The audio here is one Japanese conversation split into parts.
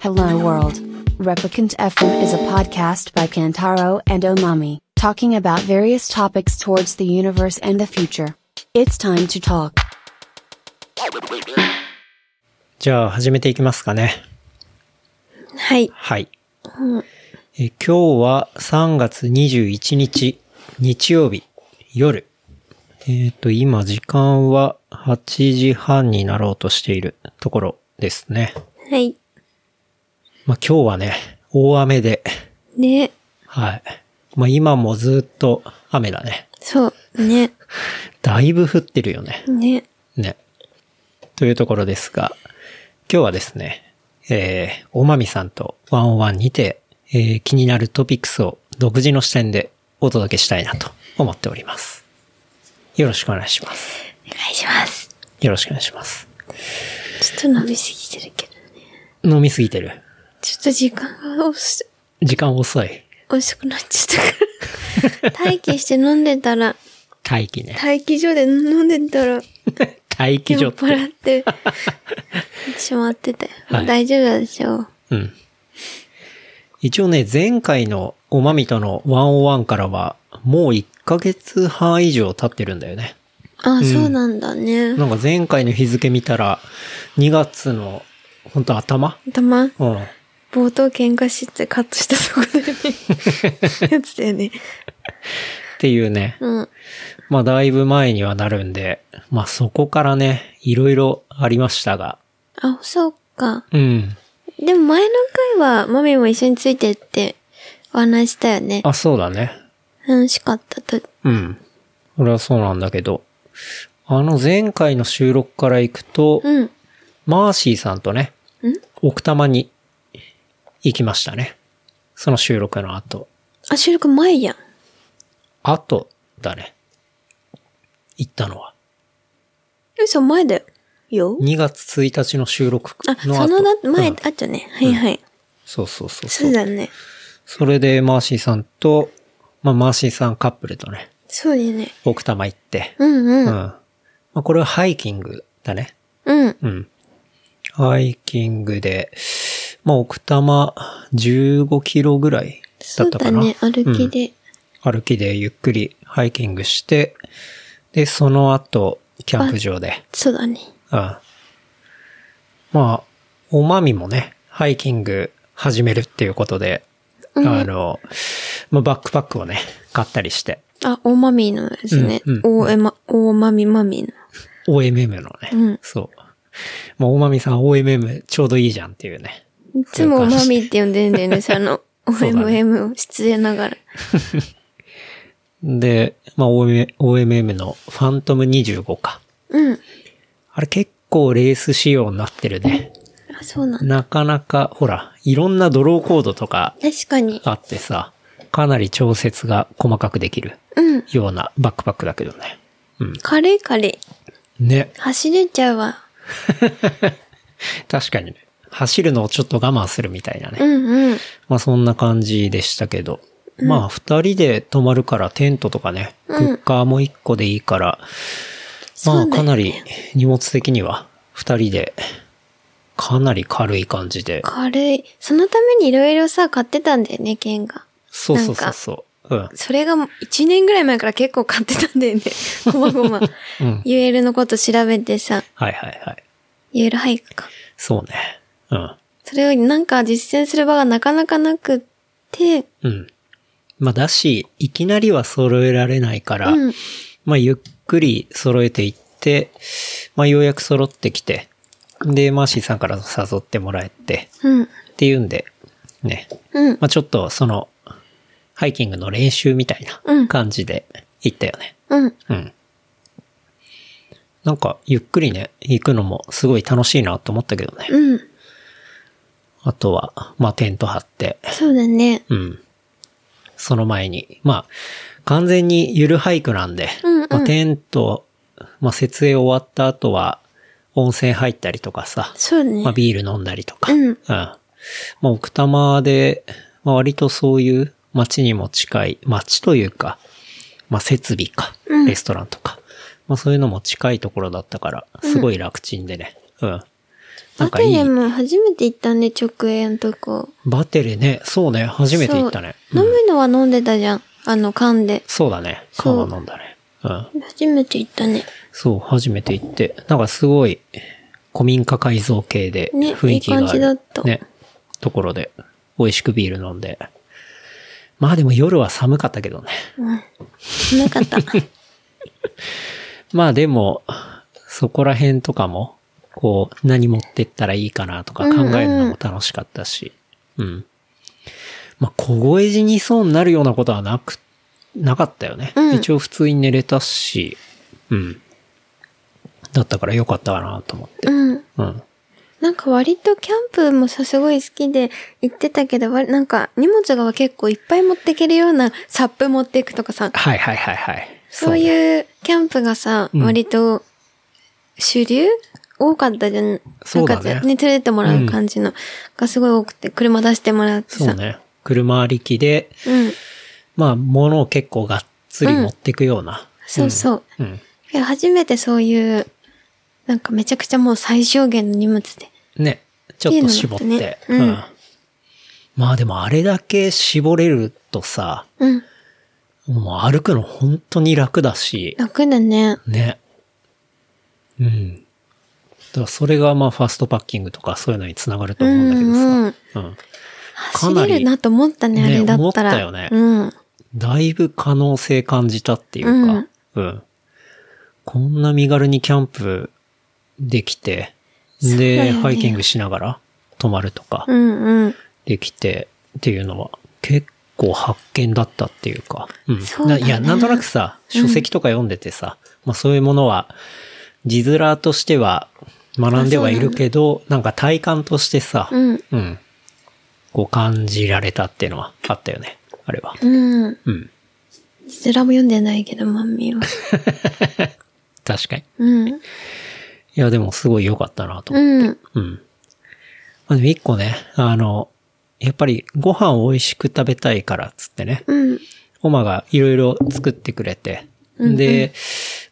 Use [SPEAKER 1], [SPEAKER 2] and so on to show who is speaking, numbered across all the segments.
[SPEAKER 1] Hello World. Replicant FM is a podcast by Kantaro and Omami, talking about various topics towards the universe and the future. It's time to talk.
[SPEAKER 2] じゃあ始めていきますかね。
[SPEAKER 3] はい。
[SPEAKER 2] はい。え今日は3月21日、日曜日、夜。えっ、と、今時間は8時半になろうとしているところですね。
[SPEAKER 3] はい。
[SPEAKER 2] まあ今日はね、大雨で、
[SPEAKER 3] ね。
[SPEAKER 2] はい。まあ今もずっと雨だね。
[SPEAKER 3] そう。ね。
[SPEAKER 2] だいぶ降ってるよね。
[SPEAKER 3] ね。
[SPEAKER 2] ね。というところですが、今日はですね、えー、おまみさんとワンオンワンにて、えー気になるトピックスを独自の視点でお届けしたいなと思っております。よろしくお願いします。
[SPEAKER 3] お願いします。
[SPEAKER 2] よろしくお願いします。
[SPEAKER 3] ちょっと伸びすぎてるけどね。
[SPEAKER 2] 飲みすぎてる。
[SPEAKER 3] ちょっと時間が遅
[SPEAKER 2] 時間遅い。
[SPEAKER 3] 遅くなっちゃった から。待機して飲んでたら、
[SPEAKER 2] 待機ね。
[SPEAKER 3] 待機所で飲んでたら、
[SPEAKER 2] 待機
[SPEAKER 3] 酔
[SPEAKER 2] 所
[SPEAKER 3] っ
[SPEAKER 2] って。
[SPEAKER 3] 払って、しまってたよ。
[SPEAKER 2] はい
[SPEAKER 3] 大丈夫でしょう。
[SPEAKER 2] うん。一応ね、前回のおまみとのワンオンワンからは、もう1ヶ月半以上経ってるんだよね。
[SPEAKER 3] あ、そうなんだね。
[SPEAKER 2] なんか前回の日付見たら、2月の、本当頭
[SPEAKER 3] たま、
[SPEAKER 2] うん。
[SPEAKER 3] 冒頭喧嘩してカットしたとこだ よね。やつだよね。
[SPEAKER 2] っていうね。
[SPEAKER 3] うん。
[SPEAKER 2] まあだいぶ前にはなるんで、まあそこからね、いろいろありましたが。
[SPEAKER 3] あ、そうか。
[SPEAKER 2] うん。
[SPEAKER 3] でも前の回は、マミも一緒についてってお話したよね。
[SPEAKER 2] あ、そうだね。
[SPEAKER 3] 楽しかったと。
[SPEAKER 2] うん。それはそうなんだけど。あの前回の収録から行くと、
[SPEAKER 3] うん。
[SPEAKER 2] マーシーさんとね、奥多摩に行きましたね。その収録の後。
[SPEAKER 3] あ、収録前やん。
[SPEAKER 2] 後だね。行ったのは。
[SPEAKER 3] 嘘、前だよ。よ
[SPEAKER 2] 2月1日の収録
[SPEAKER 3] あ、
[SPEAKER 2] の後
[SPEAKER 3] そのだ、前、
[SPEAKER 2] うん
[SPEAKER 3] あったね。はいはい。
[SPEAKER 2] そうそうそう
[SPEAKER 3] そ
[SPEAKER 2] そうう。
[SPEAKER 3] だね。
[SPEAKER 2] それでマーシーさんと、まあマーシーさんカップルとね、
[SPEAKER 3] そうだよね。
[SPEAKER 2] 奥多摩行って、
[SPEAKER 3] うん
[SPEAKER 2] うん。
[SPEAKER 3] うん。
[SPEAKER 2] まあこれはハイキングだね。
[SPEAKER 3] うん。
[SPEAKER 2] うん。ハイキングで、まあ奥多摩15キロぐらいだ
[SPEAKER 3] そ
[SPEAKER 2] っ
[SPEAKER 3] う
[SPEAKER 2] た
[SPEAKER 3] だ
[SPEAKER 2] かな。
[SPEAKER 3] ね。歩き
[SPEAKER 2] うん
[SPEAKER 3] で。
[SPEAKER 2] 歩きでゆっくりハイキングして、で、その後、キャンプ場で。
[SPEAKER 3] そうだね。
[SPEAKER 2] うん。まあ、おまみもね、ハイキング始めるっていうことで、あの、まあ、バックパックをね、買ったりして、
[SPEAKER 3] あ、大マミーのですね
[SPEAKER 2] うん。う
[SPEAKER 3] 大えま、大マミマミーの。
[SPEAKER 2] OMM のね、
[SPEAKER 3] うん
[SPEAKER 2] そう。まあ、おまみさん OMM ちょうどいいじゃんっていうね。
[SPEAKER 3] いつもマミーって呼んでんだよね。その、
[SPEAKER 2] そうだね
[SPEAKER 3] OMM を失礼ながら。
[SPEAKER 2] で、まあ、OMM OMM のファントム25か。
[SPEAKER 3] うん。
[SPEAKER 2] あれ結構レース仕様になってるね。
[SPEAKER 3] あ、そうなんだ。
[SPEAKER 2] なかなか、ほら、いろんなドローコードとか
[SPEAKER 3] 確かに。
[SPEAKER 2] あってさ、かなり調節が細かくできる
[SPEAKER 3] うん。
[SPEAKER 2] ようなバックパックだけどね。
[SPEAKER 3] 軽い軽い。
[SPEAKER 2] ね。
[SPEAKER 3] 走れちゃうわ。
[SPEAKER 2] 確かにね。走るのをちょっと我慢するみたいなね。
[SPEAKER 3] うんうん。
[SPEAKER 2] まあそんな感じでしたけど。まあ二人で泊まるからテントとかね、ク
[SPEAKER 3] うん
[SPEAKER 2] ッカーも一個でいいから、
[SPEAKER 3] そう
[SPEAKER 2] まあ
[SPEAKER 3] だよね
[SPEAKER 2] かなり荷物的には二人でかなり軽い感じで。
[SPEAKER 3] 軽い。そのためにいろいろさ、買ってたんだよね、剣が。
[SPEAKER 2] そうそうそうそう。うん。
[SPEAKER 3] それがもう1年ぐらい前から結構買ってたん だよね。ごまごま。
[SPEAKER 2] うん。
[SPEAKER 3] UL のこと調べてさ、
[SPEAKER 2] はいはいはい。
[SPEAKER 3] UL 俳句か。
[SPEAKER 2] そうね。うん。
[SPEAKER 3] それをなんか実践する場がなかなかなくって、
[SPEAKER 2] うん。まあだし、いきなりは揃えられないから、
[SPEAKER 3] うん。
[SPEAKER 2] まあ、ゆっくり揃えていって、まあ、ようやく揃ってきて、で、マーシーさんから誘ってもらえて、
[SPEAKER 3] うん。
[SPEAKER 2] っていうんで、ね。
[SPEAKER 3] うん。
[SPEAKER 2] まあ、ちょっと、その、ハイキングの練習みたいうなん感じで行ったよね。
[SPEAKER 3] うん。
[SPEAKER 2] うん。なんか、ゆっくりね、行くのもすごい楽しいなと思ったけどね。
[SPEAKER 3] うん。
[SPEAKER 2] あとは、まあ、テント張って、
[SPEAKER 3] そうだね。
[SPEAKER 2] うん。その前に。まあ、完全にゆる俳句なんで、
[SPEAKER 3] うんうん
[SPEAKER 2] まあ、テント、まあ、設営終わった後は、温泉入ったりとかさ、
[SPEAKER 3] そうだね
[SPEAKER 2] まあ、。ビール飲んだりとか、
[SPEAKER 3] うん
[SPEAKER 2] まあ、奥多摩で、まあ、割とそういう街にも近い、街というか、まあ、設備か、
[SPEAKER 3] うん
[SPEAKER 2] レストランとか、まあ、そういうのも近いところだったから、すごい楽ちんでね、うん。なん
[SPEAKER 3] バ
[SPEAKER 2] かい
[SPEAKER 3] テ
[SPEAKER 2] い
[SPEAKER 3] レも初めて行ったね、直営のとこ。
[SPEAKER 2] バテレね、そうね、初めて行ったね。
[SPEAKER 3] そううん飲むのは飲んでたじゃん。あの、缶で。
[SPEAKER 2] そうだね。
[SPEAKER 3] そう
[SPEAKER 2] 缶は飲んだね。うん。
[SPEAKER 3] 初めて行ったね。
[SPEAKER 2] そう、初めて行って。なんかすごい、古民家改造系で、
[SPEAKER 3] ね
[SPEAKER 2] 雰囲気がある、
[SPEAKER 3] いい感じだった
[SPEAKER 2] ね、ところで、美味しくビール飲んで。まあでも夜は寒かったけどね。
[SPEAKER 3] なかった。
[SPEAKER 2] まあでも、そこら辺とかも、こう、何持ってったらいいかなとか考えるのも楽しかったし。うん、うんまあ、凍え死にそうになるようなことはなく、なかったよね。
[SPEAKER 3] うん
[SPEAKER 2] 一応普通に寝れたし、うん。だったから良かったかなと思って。
[SPEAKER 3] うん。
[SPEAKER 2] うん。
[SPEAKER 3] なんか割とキャンプもさ、すごい好きで行ってたけど、わなんか荷物が結構いっぱい持っていけるようなサップ持っていくとかさ、
[SPEAKER 2] はいはいはいはい。
[SPEAKER 3] そう
[SPEAKER 2] うね。
[SPEAKER 3] いうキャンプがさ、
[SPEAKER 2] うん
[SPEAKER 3] 割と主流多かったじゃん。
[SPEAKER 2] そうだね
[SPEAKER 3] なんかね、連れてってもらう感じの、がすごい多くて、車出してもらって
[SPEAKER 2] そう
[SPEAKER 3] さ。
[SPEAKER 2] ね。車ありきで、
[SPEAKER 3] うん。
[SPEAKER 2] まあ、物を結構がっつり持っていくような。
[SPEAKER 3] そうそう。
[SPEAKER 2] うん。
[SPEAKER 3] いや、初めてそういう、なんかめちゃくちゃもう最小限の荷物で。
[SPEAKER 2] ね。ちょっと絞って。
[SPEAKER 3] っていうのだったねうん
[SPEAKER 2] まあでもあれだけ絞れるとさ、
[SPEAKER 3] うん。
[SPEAKER 2] もう歩くの本当に楽だし、
[SPEAKER 3] 楽だね。
[SPEAKER 2] ね。うん。だからそれがまあファストパッキングとかそういうのにつながると思うんだけどさ。
[SPEAKER 3] うんうん
[SPEAKER 2] うんか
[SPEAKER 3] 走
[SPEAKER 2] なり
[SPEAKER 3] れるなと思ったね、あれだ
[SPEAKER 2] ね思っ
[SPEAKER 3] っ
[SPEAKER 2] たた
[SPEAKER 3] ら。
[SPEAKER 2] よね
[SPEAKER 3] うん。
[SPEAKER 2] だいぶ可能性感じたっていうか、うん。こんな身軽にキャンプできて、
[SPEAKER 3] うだ
[SPEAKER 2] で、
[SPEAKER 3] よね
[SPEAKER 2] ハイキングしながら泊まるとか
[SPEAKER 3] うんうん。
[SPEAKER 2] できてっていうのは結構発見だったっていうか、うん。
[SPEAKER 3] そうだね
[SPEAKER 2] ないや、なんとなくさ、書籍とか読んでてさ、まあそういうものは、字面としては学んではいるけど、なんか体感としてさ、
[SPEAKER 3] うん。
[SPEAKER 2] うん。こう感じられたっていうのはあったよね、あれは。
[SPEAKER 3] うん。
[SPEAKER 2] うん。
[SPEAKER 3] 字面も読んでないけど、マミーは。
[SPEAKER 2] 確かに。
[SPEAKER 3] うん。
[SPEAKER 2] いや、でもすごい良かったなと。
[SPEAKER 3] うん。
[SPEAKER 2] うん。まあ、でも一個ね、あの、やっぱりご飯を美味しく食べたいからっつってね、
[SPEAKER 3] うん。
[SPEAKER 2] オマがいろいろ作ってくれて、
[SPEAKER 3] うんうん
[SPEAKER 2] で、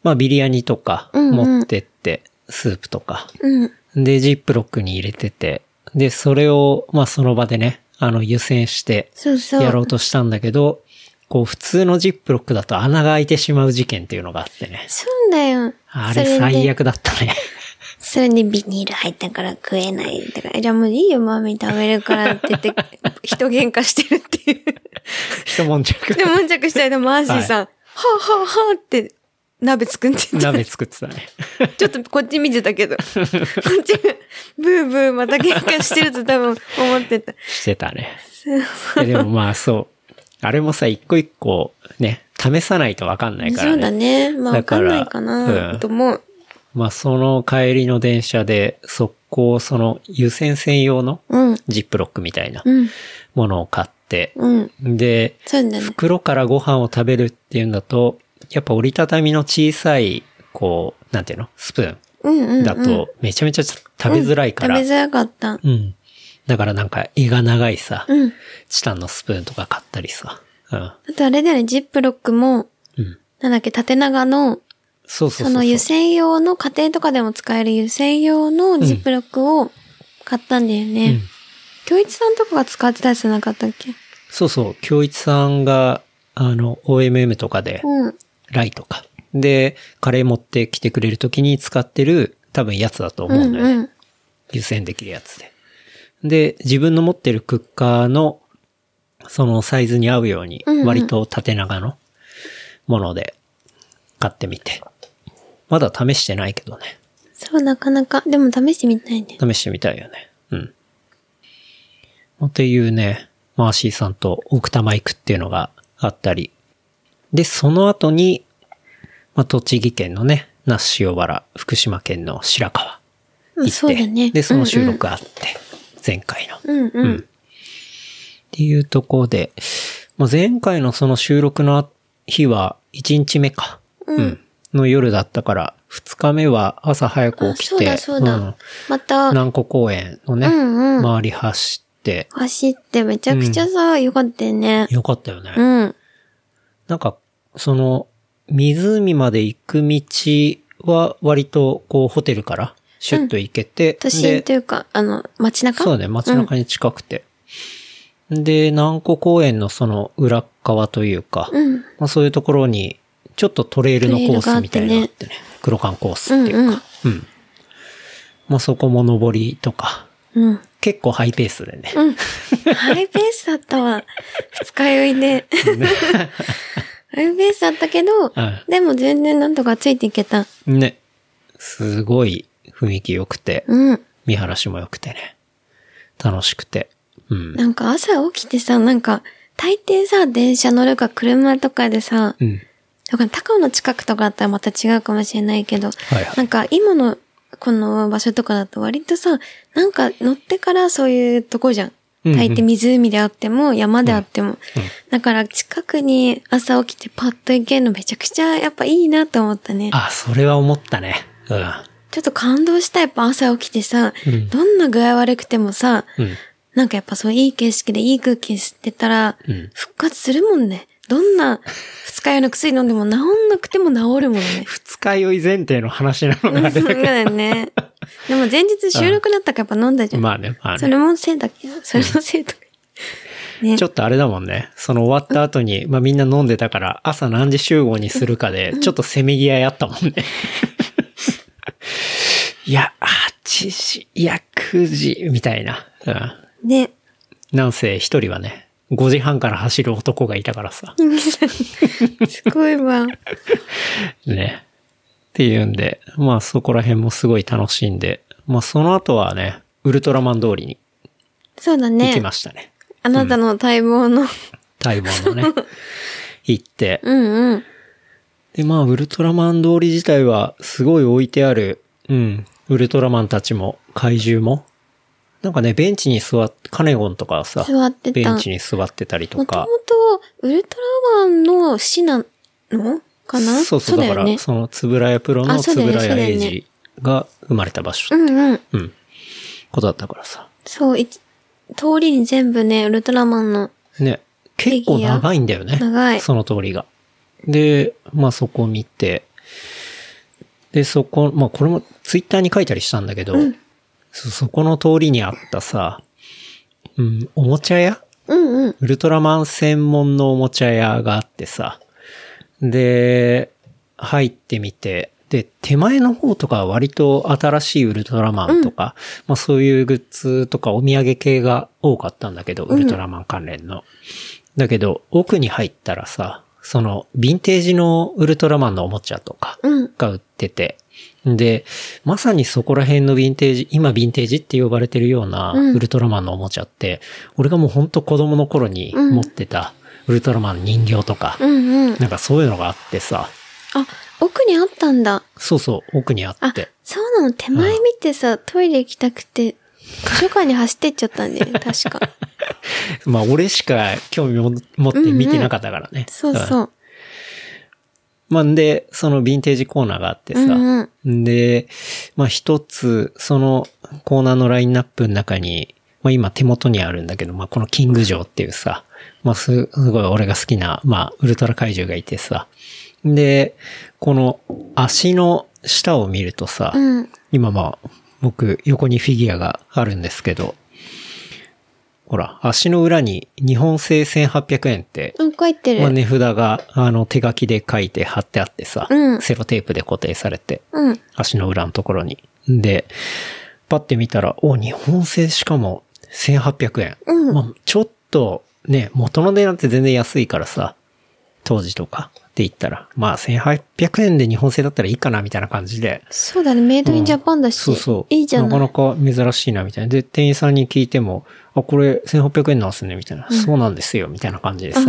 [SPEAKER 2] まあビリヤニとか
[SPEAKER 3] うんうん
[SPEAKER 2] 持ってって、スープとか、
[SPEAKER 3] うん。
[SPEAKER 2] で、ジップロックに入れてて、で、それを、まあその場でね、あの、湯煎して
[SPEAKER 3] そうそう。
[SPEAKER 2] やろうとしたんだけど、こう普通のジップロックだと穴が開いてしまう事件っていうのがあってね。
[SPEAKER 3] そうだよ。
[SPEAKER 2] あ
[SPEAKER 3] そ
[SPEAKER 2] れ
[SPEAKER 3] で
[SPEAKER 2] 最。悪だったね。
[SPEAKER 3] それにビニール入ったから食えない。だから、じゃあもういいよ、マミー食べるからって 言って、人喧嘩してるっていう。
[SPEAKER 2] 一悶着。
[SPEAKER 3] で、悶着したいのマーシーさん、はぁはぁはぁって鍋作ってた。
[SPEAKER 2] 鍋作ってたね。
[SPEAKER 3] ちょっとこっち見てたけど。こっち、ブーブーまた喧嘩してると多分思ってた。
[SPEAKER 2] してたね。いやでもまあそう。あれもさ、一個一個ね、試さないとわかんないから
[SPEAKER 3] そうだ
[SPEAKER 2] ね。
[SPEAKER 3] ね。まあ、わ
[SPEAKER 2] だか
[SPEAKER 3] からんないかな、
[SPEAKER 2] うん
[SPEAKER 3] と思う。
[SPEAKER 2] まあその帰りの電車で、速攻その湯煎専用の
[SPEAKER 3] うん。
[SPEAKER 2] ジップロックみたいな
[SPEAKER 3] うん。
[SPEAKER 2] ものを買って、
[SPEAKER 3] うん。
[SPEAKER 2] で、
[SPEAKER 3] そうだね。
[SPEAKER 2] 袋からご飯を食べるっていうんだと、やっぱ折りたたみの小さい、こう、なんていうのスプー
[SPEAKER 3] うんうん、う
[SPEAKER 2] ン
[SPEAKER 3] ん。
[SPEAKER 2] だと、めちゃめちゃ食べづらいから。
[SPEAKER 3] 食べづらかった。
[SPEAKER 2] うん。だからなんか、柄が長いさ、
[SPEAKER 3] うん。
[SPEAKER 2] チタンのスプーンとか買ったりさ。うん。
[SPEAKER 3] あとあれだよね、ジップロックも、
[SPEAKER 2] うん。
[SPEAKER 3] なんだっけ、縦長の、
[SPEAKER 2] そうそうそうそう。
[SPEAKER 3] その湯煎用の、家庭とかでも使える湯煎用のジップロックを買ったんだよ
[SPEAKER 2] う
[SPEAKER 3] ね
[SPEAKER 2] ん。
[SPEAKER 3] 京、一さんとかが使ってたやつじゃなかったっけ
[SPEAKER 2] そうそう。京一さんが、あの、OMM とかで、
[SPEAKER 3] うん。
[SPEAKER 2] ライとか。で、カレー持ってきてくれるときに使ってる、多分やつだと思うのよね。
[SPEAKER 3] うん
[SPEAKER 2] 湯煎できるやつで。で、自分の持ってるクッカーの、そのサイズに合うように
[SPEAKER 3] うんう、ん
[SPEAKER 2] 割と縦長のもので買ってみて。まだ試してないけどね。
[SPEAKER 3] そう、なかなか。でも試してみたいね。
[SPEAKER 2] 試してみたいよね。うん。っていうね、マーシーさんと奥多摩行くっていうのがあったり。で、その後に、まあ、栃木県のね、那須塩原、福島県の白川行っ
[SPEAKER 3] まあ
[SPEAKER 2] て、
[SPEAKER 3] そうだね。
[SPEAKER 2] で、その収録あって、前回の。っ
[SPEAKER 3] うんうん。うん
[SPEAKER 2] ていうところで、まあ、前回のその収録の日は1日目か。
[SPEAKER 3] うん
[SPEAKER 2] の夜だったから、2日目は朝早く
[SPEAKER 3] あ
[SPEAKER 2] 起きて、
[SPEAKER 3] そうだそうだ。
[SPEAKER 2] うん
[SPEAKER 3] また、
[SPEAKER 2] 南湖公園のね、
[SPEAKER 3] うんうん
[SPEAKER 2] 周り走って、
[SPEAKER 3] 走ってめちゃくちゃさ、よかったよね。
[SPEAKER 2] よかったよね。
[SPEAKER 3] うん。
[SPEAKER 2] なんか、その、湖まで行く道は割と、こう、ホテルからシュッと行けて、
[SPEAKER 3] 都
[SPEAKER 2] で
[SPEAKER 3] 心というか、あの、街中
[SPEAKER 2] そうね、街中に近くて。で、南湖公園のその裏っ側というか、
[SPEAKER 3] うん。
[SPEAKER 2] まあ、そういうところに、ちょっとトレイルのコースみたいなのがあってね、黒缶コース
[SPEAKER 3] う
[SPEAKER 2] っ
[SPEAKER 3] ん
[SPEAKER 2] ていうか、
[SPEAKER 3] うん。
[SPEAKER 2] うん、まあそこも登りとか、
[SPEAKER 3] うん。
[SPEAKER 2] 結構ハイペースでね。
[SPEAKER 3] うん。ハイペースだった わ。二日酔いで。 ハイペースだったけど、
[SPEAKER 2] うん
[SPEAKER 3] でも全然なんとかついていけた。
[SPEAKER 2] ね。すごい雰囲気良くて、
[SPEAKER 3] うん。
[SPEAKER 2] 見晴らしも良くてね。楽しくて。うん。
[SPEAKER 3] なんか朝起きてさ、なんか、大抵さ、電車乗るか車とかでさ、
[SPEAKER 2] うん。
[SPEAKER 3] だから高尾の近くとかだったらまた違うかもしれないけど、
[SPEAKER 2] いはい
[SPEAKER 3] なんか今のこの場所とかだと割とさ、なんか乗ってからそういうとこじゃん。
[SPEAKER 2] うんうん
[SPEAKER 3] 大抵湖であっても山であっても。だから近くに朝起きてパッと行けるのめちゃくちゃやっぱいいなと思ったね。
[SPEAKER 2] あ、それは思ったね。うん。
[SPEAKER 3] ちょっと感動したやっぱ朝起きてさ、
[SPEAKER 2] うん
[SPEAKER 3] どんな具合悪くてもさ、
[SPEAKER 2] うん。
[SPEAKER 3] なんかやっぱそういい景色でいい空気吸ってたら
[SPEAKER 2] うん、
[SPEAKER 3] 復活するもんね。どんな二日酔いの薬飲んでも治んなくても治るもんね。
[SPEAKER 2] 二日酔い前提の話なの
[SPEAKER 3] う
[SPEAKER 2] が
[SPEAKER 3] ん
[SPEAKER 2] あれ
[SPEAKER 3] そう
[SPEAKER 2] だけ
[SPEAKER 3] だよね。でも前日収録だったからやっぱ飲んだじゃ
[SPEAKER 2] ど。
[SPEAKER 3] ん。
[SPEAKER 2] まあね、まあ
[SPEAKER 3] そ
[SPEAKER 2] ね。
[SPEAKER 3] れもせいだけど、それのせいとか。ね
[SPEAKER 2] ちょ。っとあれだもんね。その終わった後に、まあみんな飲んでたから、朝何時集合にするかで、ちょっとせめぎ合いあったもん ね。いや、8時、いや、9時、みたいな。うん。
[SPEAKER 3] ね。
[SPEAKER 2] なんせ一人はね、5時半から走る男がいたからさ。
[SPEAKER 3] すごいわ。
[SPEAKER 2] ね。っていうんで、まあそこら辺もすごい楽しんで、まあその後はね、ウルトラマン通りに
[SPEAKER 3] そうだ
[SPEAKER 2] 行き
[SPEAKER 3] ね。
[SPEAKER 2] ましたね。
[SPEAKER 3] あなたの待望の。
[SPEAKER 2] 待望の ね、行って。
[SPEAKER 3] うんうん。
[SPEAKER 2] で、まあウルトラマン通り自体はすごい置いてある、うん、ウルトラマンたちも怪獣も、なんかね、ベンチに座って、カネゴンとかさ、
[SPEAKER 3] 座って
[SPEAKER 2] ベ
[SPEAKER 3] た。
[SPEAKER 2] ン
[SPEAKER 3] も
[SPEAKER 2] チに座ってたりと
[SPEAKER 3] と
[SPEAKER 2] か
[SPEAKER 3] も、と、ウルトラマンの死なのかな
[SPEAKER 2] そうそう、だ
[SPEAKER 3] だ
[SPEAKER 2] から、
[SPEAKER 3] よね。
[SPEAKER 2] その、つぶらやプロの
[SPEAKER 3] あそ
[SPEAKER 2] つ
[SPEAKER 3] うだよ
[SPEAKER 2] ぶ
[SPEAKER 3] ね
[SPEAKER 2] らやエイ
[SPEAKER 3] そうだよ
[SPEAKER 2] ジが生まれた場所
[SPEAKER 3] う、んうん。
[SPEAKER 2] うん、ことだったからさ。
[SPEAKER 3] そう、い通りに全部ね、ウルトラマンの、
[SPEAKER 2] ね、結構長いんだよね。
[SPEAKER 3] 長い
[SPEAKER 2] その通りが。で、まあそこ見て、で、そこ、まあこれもツイッターに書いたりしたんだけど、そそこの通りにあったさ、うん、おもちゃ屋
[SPEAKER 3] うんうん。
[SPEAKER 2] ウルトラマン専門のおもちゃ屋があってさ、で、入ってみて、で、手前の方とかは割と新しいウルトラマンとか、まあそういうグッズとかお土産系が多かったんだけど、ウルトラマン関連の。だけど、奥に入ったらさ、その、ヴィンテージのウルトラマンのおもちゃとか、
[SPEAKER 3] うん。
[SPEAKER 2] が売ってて。で、まさにそこら辺のヴィンテージ、今ヴィンテージって呼ばれてるような
[SPEAKER 3] うん
[SPEAKER 2] ウルトラマンのおもちゃって、俺がもうほんと子供の頃に
[SPEAKER 3] うん
[SPEAKER 2] 持ってたウルトラマンの人形とか、
[SPEAKER 3] うんうん。
[SPEAKER 2] なんかそういうのがあってさ、
[SPEAKER 3] あ、奥にあったんだ。
[SPEAKER 2] そうそう、奥にあ
[SPEAKER 3] あ
[SPEAKER 2] って。、
[SPEAKER 3] そうなの。手前見てさ、トイレ行きたくて、図書館に走ってっちゃったんだ よね、確か。
[SPEAKER 2] まあ俺しか興味を持って見てなかったからね。。
[SPEAKER 3] そうんそう。
[SPEAKER 2] まあんで、そのヴィンテージコーナーがあってさ、
[SPEAKER 3] うんうん。
[SPEAKER 2] で、まあ一つ、そのコーナーのラインナップの中に、まあ今手元にあるんだけど、まあこのキングジョーっていうさ、まあすすごい俺が好きな、まあウルトラ怪獣がいてさ、で、この足の下を見るとさ、
[SPEAKER 3] うん。
[SPEAKER 2] 今まあ僕横にフィギュアがあるんですけど、ほら、足の裏に日本製1800円って
[SPEAKER 3] うん、書いてる。
[SPEAKER 2] まあ、値札が、あの、手書きで書いて貼ってあってさ、
[SPEAKER 3] うん
[SPEAKER 2] セロテープで固定されて、
[SPEAKER 3] うん。
[SPEAKER 2] 足の裏のところに。で、パッて見たら、お、日本製しかも1800円。
[SPEAKER 3] うん
[SPEAKER 2] まあ、ちょっと、ね、元の値段って全然安いからさ、当時とかって言ったら、まあ1800円で日本製だったらいいかなみたいな感じで、
[SPEAKER 3] そうだね、メイドインジャパンだし。
[SPEAKER 2] そうそう。
[SPEAKER 3] いいじゃない。
[SPEAKER 2] なかなか珍しいな、みたいな。で、店員さんに聞いても、あ、これ1800円なんすね、みたいな。そうなんですよ、みたいな感じでさ。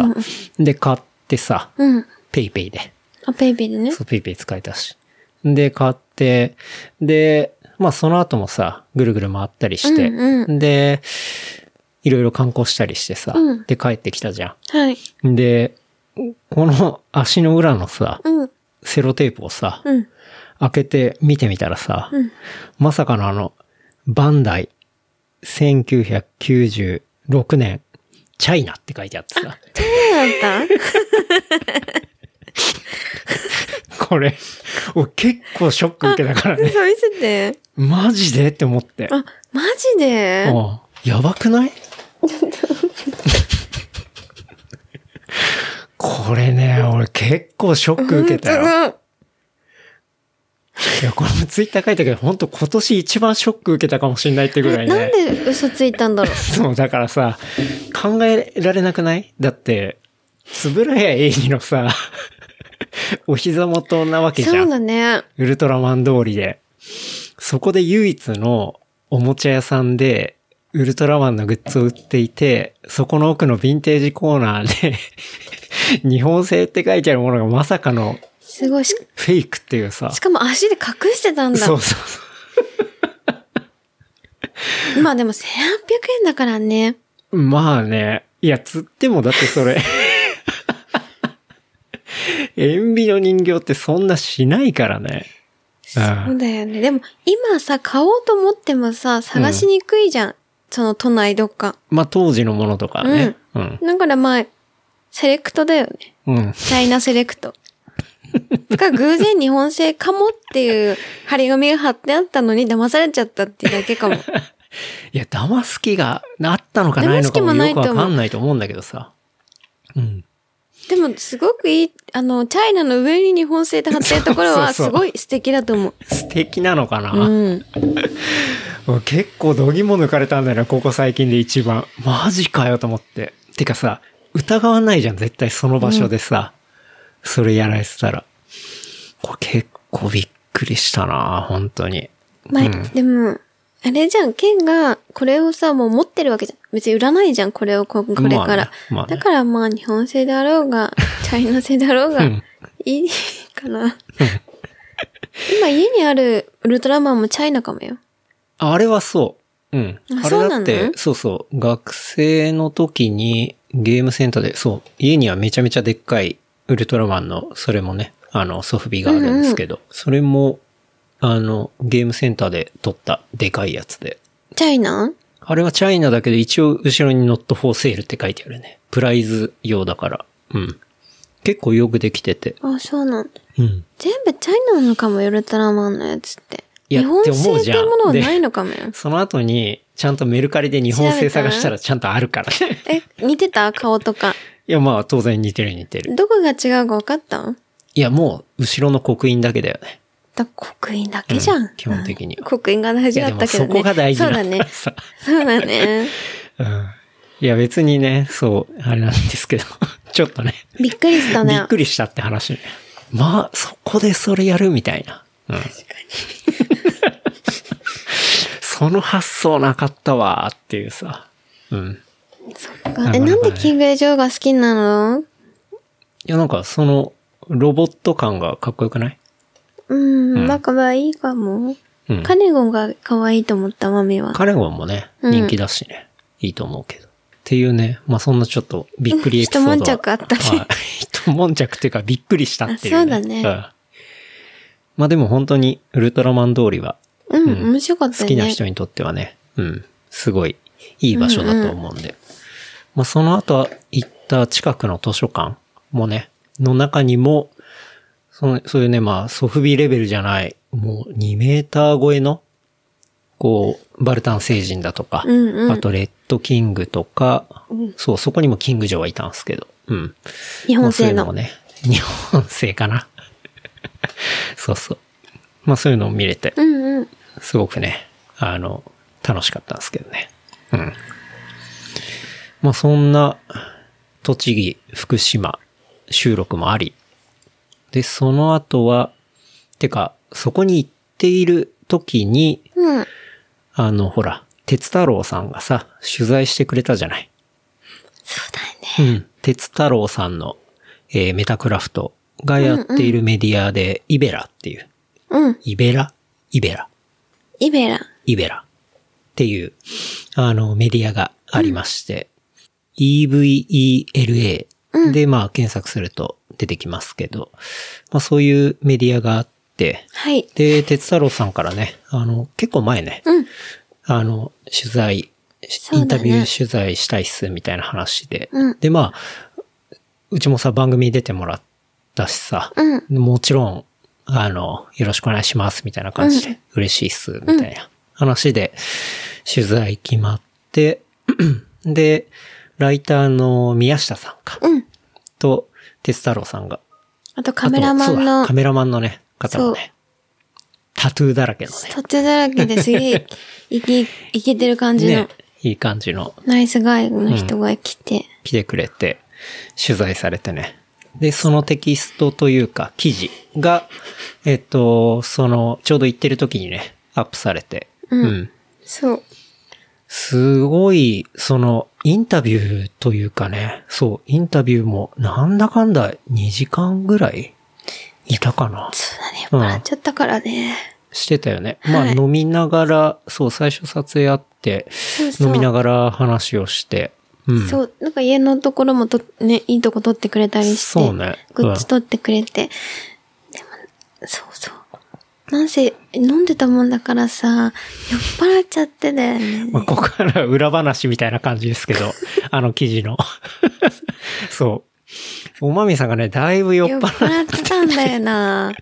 [SPEAKER 2] で、買ってさ、
[SPEAKER 3] うん。
[SPEAKER 2] ペイペイで。
[SPEAKER 3] あ、ペイペイでね。
[SPEAKER 2] そう、ペイペイ使えたし。で、買って、で、まあその後もさ、ぐるぐる回ったりして、
[SPEAKER 3] うんう
[SPEAKER 2] で、いろいろ観光したりしてさ、
[SPEAKER 3] うん
[SPEAKER 2] で帰ってきたじゃ
[SPEAKER 3] はい。
[SPEAKER 2] ん。で、この 足の裏のさ、
[SPEAKER 3] うん。
[SPEAKER 2] セロテープをさ、
[SPEAKER 3] うん。
[SPEAKER 2] 開けて見てみたらさ、
[SPEAKER 3] うん
[SPEAKER 2] まさかのあの、バンダイ、1996年、チャイナって 書いてあってさ、
[SPEAKER 3] そうだった
[SPEAKER 2] これ、俺結構ショック受けた からね。
[SPEAKER 3] 嘘見せて。
[SPEAKER 2] マジでって思って。
[SPEAKER 3] あ、マジで
[SPEAKER 2] うんやばく ないこれね、俺結構ショック受けたよ。
[SPEAKER 3] うん
[SPEAKER 2] いや、これもツイッター書いたけど、本当今年一番ショック受けたかもしれないってぐらいね。
[SPEAKER 3] なんで嘘ついたんだろう。
[SPEAKER 2] そう、だからさ、考えられなくないだって、つぶらやえいにのさ、お膝元なわけじ
[SPEAKER 3] そ
[SPEAKER 2] ゃ。
[SPEAKER 3] うんだね。
[SPEAKER 2] ウルトラマン通りで。そこで唯一のおもちゃ屋さんで、ウルトラマンのグッズを売っていて、そこの奥のヴィンテージコーナーで、 日本製って書いてあるものがまさかの
[SPEAKER 3] すごいし。
[SPEAKER 2] フェイクっていうさ
[SPEAKER 3] し。かも足で隠してたんだ。
[SPEAKER 2] そうそうそ
[SPEAKER 3] まあでも1800円だからね。
[SPEAKER 2] う。まあね。いや、つってもだってそれ。 塩ビの人形ってそんなしないからね。あ
[SPEAKER 3] そうだよね。でも今さ、買おうと思ってもさ、探しにくいじゃん。その都内どっか。
[SPEAKER 2] まあ当時のものとかね。うん。
[SPEAKER 3] だからまあ、セレクトだよね。
[SPEAKER 2] うん。
[SPEAKER 3] チャイナセレ クト。が偶然日本製かもっていう張り紙が貼ってあったのに騙されちゃったっていうだ けかも。
[SPEAKER 2] いや、騙す気があったのかないのかも
[SPEAKER 3] 騙す気もない
[SPEAKER 2] よく
[SPEAKER 3] と思
[SPEAKER 2] わ
[SPEAKER 3] う
[SPEAKER 2] かんないと思うんだけどさ。うん。
[SPEAKER 3] でもすごくいい、あの、チャイナの上に日本製で貼ってるところは
[SPEAKER 2] そうそ
[SPEAKER 3] す
[SPEAKER 2] うそう
[SPEAKER 3] ごい素敵だと思う。
[SPEAKER 2] 素敵なのかな、
[SPEAKER 3] うん。
[SPEAKER 2] 俺結構度肝抜かれたんだよな、ここ最近で一番。マジかよと思って。てかさ、疑わないじゃん、絶対その場所でさ。それやられてたら。これ結構びっくりしたな本当に。
[SPEAKER 3] まあ、
[SPEAKER 2] うん
[SPEAKER 3] でも、あれじゃん、ケンがこれをさ、もう持ってるわけじゃん。別に売らないじゃん、これをここれから。
[SPEAKER 2] まあねまあね
[SPEAKER 3] だからまあ、日本製であろ うが、チャイナ製であろうが、
[SPEAKER 2] うん
[SPEAKER 3] いいかな。今家にあるウルトラマンもチャイナかもよ。
[SPEAKER 2] ああれはそう。うん。
[SPEAKER 3] あ
[SPEAKER 2] あれだっ
[SPEAKER 3] そうな
[SPEAKER 2] て
[SPEAKER 3] の、
[SPEAKER 2] そうそう。学生の時にゲームセンターで、そう、家にはめちゃめちゃでっかいウルトラマンの、それもね、あの、ソフビがあるんですけど、それも、あの、ゲームセンターで撮ったでかいやつで。
[SPEAKER 3] チャイナ
[SPEAKER 2] あれはチャイナだけど、一応後ろにノットフォーセールって書いてあるね。プライズ用だから。うん。結構よくできてて。
[SPEAKER 3] あ、そうなんだ。
[SPEAKER 2] うん。
[SPEAKER 3] 全部チャイナなのかもよ、ウルトラマンのやつって。
[SPEAKER 2] いや
[SPEAKER 3] 日本
[SPEAKER 2] って思う
[SPEAKER 3] 製っ
[SPEAKER 2] じ
[SPEAKER 3] て
[SPEAKER 2] ゃん
[SPEAKER 3] ものは
[SPEAKER 2] で
[SPEAKER 3] ないのかもよ。
[SPEAKER 2] その後に、ちゃんとメルカリで日本製探したらちゃんとあるから ね。
[SPEAKER 3] え、似てた顔とか。
[SPEAKER 2] いや、まあ、当然似てる似てる。
[SPEAKER 3] どこが違うか分かった
[SPEAKER 2] いや、もう、後ろの刻印だけだよね。
[SPEAKER 3] だ刻印だけじゃん。
[SPEAKER 2] うん基本的には
[SPEAKER 3] 刻印が大
[SPEAKER 2] い
[SPEAKER 3] 事
[SPEAKER 2] や、
[SPEAKER 3] だ
[SPEAKER 2] で
[SPEAKER 3] った
[SPEAKER 2] も
[SPEAKER 3] けど
[SPEAKER 2] そ
[SPEAKER 3] ね。
[SPEAKER 2] こが大事
[SPEAKER 3] そう
[SPEAKER 2] な
[SPEAKER 3] だ
[SPEAKER 2] ん
[SPEAKER 3] ね
[SPEAKER 2] だ。さ。
[SPEAKER 3] そうだね。
[SPEAKER 2] うんいや、別にね、そう、あれなんですけど、 ちょっとね、
[SPEAKER 3] びっくりし た
[SPEAKER 2] び
[SPEAKER 3] ね
[SPEAKER 2] っ。くりしたって話ね。まあ、そこでそれやるみたいな。うん。 その発想なかったわーっていうさ。うん。
[SPEAKER 3] え、
[SPEAKER 2] なかなかね
[SPEAKER 3] なんでキングエジョーが好きなの
[SPEAKER 2] いや、なんか、その、ロボット感がかっこよくない
[SPEAKER 3] うん、まあ可愛いかも。
[SPEAKER 2] うん。
[SPEAKER 3] カネゴンが可愛いと思った、マミは。
[SPEAKER 2] カレゴンもね、
[SPEAKER 3] うん
[SPEAKER 2] 人気だしね、いいと思うけど。っていうね、まあ、そんなちょっとびっくりエピソードは。
[SPEAKER 3] 一悶着あったね
[SPEAKER 2] はい。 一悶着っていうかびっくりしたっていう、
[SPEAKER 3] あそうだね
[SPEAKER 2] んまあでも本当にウルトラマン通りは
[SPEAKER 3] うん、
[SPEAKER 2] うん
[SPEAKER 3] 面白かった
[SPEAKER 2] 好
[SPEAKER 3] よ
[SPEAKER 2] き
[SPEAKER 3] ね。
[SPEAKER 2] な人にとってはね、うん、すごいいい場所だと思うんで。まあその後は行った近くの図書館もね、の中にも、そのそういうね、まあソフビレベルじゃない、もう2メーター超えの、こう、バルタン星人だとか、
[SPEAKER 3] うんうん
[SPEAKER 2] あとレッドキングとか、そう、そこにもキングジョーはいたんですけど、うん。
[SPEAKER 3] 日本製
[SPEAKER 2] まあ
[SPEAKER 3] の。
[SPEAKER 2] そういうもね、日本製かな。 そうそう。まあそういうのを見れて、
[SPEAKER 3] うんうん。
[SPEAKER 2] すごくね、あの、楽しかったんですけどね。うん。まあそんな、栃木、福島、収録もあり。で、その後は、てか、そこに行っている時に、
[SPEAKER 3] うん。
[SPEAKER 2] あの、ほら、鉄太郎さんがさ、取材してくれたじゃない。
[SPEAKER 3] そうだよね。
[SPEAKER 2] うん。鉄太郎さんの、えーメタクラフトがやっているメディアで、イベラっていう。
[SPEAKER 3] うん。
[SPEAKER 2] イベライベラ。
[SPEAKER 3] イベラ。
[SPEAKER 2] イベラっていう、あの、メディアがありまして、EVELA で、まあ、検索すると出てきますけど、まあ、そういうメディアがあって、
[SPEAKER 3] はい。
[SPEAKER 2] で、鉄太郎さんからね、あの、結構前ね、
[SPEAKER 3] うん。
[SPEAKER 2] あの、取材、
[SPEAKER 3] そ
[SPEAKER 2] イ
[SPEAKER 3] う
[SPEAKER 2] ン
[SPEAKER 3] だ
[SPEAKER 2] タ
[SPEAKER 3] ね
[SPEAKER 2] ビュー取材したいっす、みたいな話で。
[SPEAKER 3] うん
[SPEAKER 2] で、まあ、うちもさ、番組に出てもらったしさ、
[SPEAKER 3] うん。
[SPEAKER 2] もちろん、あの、よろしくお願いします、みたいな感じで、嬉しいっす、みたいな話で、取材決まって、 で、ライターの宮下さんか、
[SPEAKER 3] うん。
[SPEAKER 2] と、鉄太郎さんが、
[SPEAKER 3] あとカメラマ
[SPEAKER 2] あとそ
[SPEAKER 3] ン
[SPEAKER 2] うだ
[SPEAKER 3] の
[SPEAKER 2] カメラマンのね、方もね、タトゥーだらけのね、
[SPEAKER 3] タトゥーだらけですげえ、いき、 いけてる感じの、
[SPEAKER 2] ね、いい感じの
[SPEAKER 3] ナイスガイの人が来て、
[SPEAKER 2] 来てくれて、取材されてね。で、そのテキストというか、記事が、えっと、その、ちょうど行ってる時にね、アップされて。
[SPEAKER 3] うん
[SPEAKER 2] うん、
[SPEAKER 3] そう。
[SPEAKER 2] すごい、その、インタビューというかね、そう、インタビューも、なんだかんだ2時間ぐらいいたかな。
[SPEAKER 3] そうだね、酔っ
[SPEAKER 2] うん
[SPEAKER 3] 払っちゃったからね。
[SPEAKER 2] してたよね。まあ、
[SPEAKER 3] はい
[SPEAKER 2] 飲みながら、そう、最初撮影あって、
[SPEAKER 3] そうそう
[SPEAKER 2] 飲みながら話をして。うん。
[SPEAKER 3] そう、なんか家のところもと、ね、いいとこ撮ってくれたりして、
[SPEAKER 2] そうね
[SPEAKER 3] グッズ撮ってくれて、でも、そうそう。なんせ、飲んでたもんだからさ、酔っ払っちゃってだよね。
[SPEAKER 2] まあ、ここから裏話みたいな感じですけ ど、あの記事の。 そう。おまみさんがね、だい ぶ酔っ
[SPEAKER 3] 酔っ
[SPEAKER 2] 払っ
[SPEAKER 3] 払ってたんだよな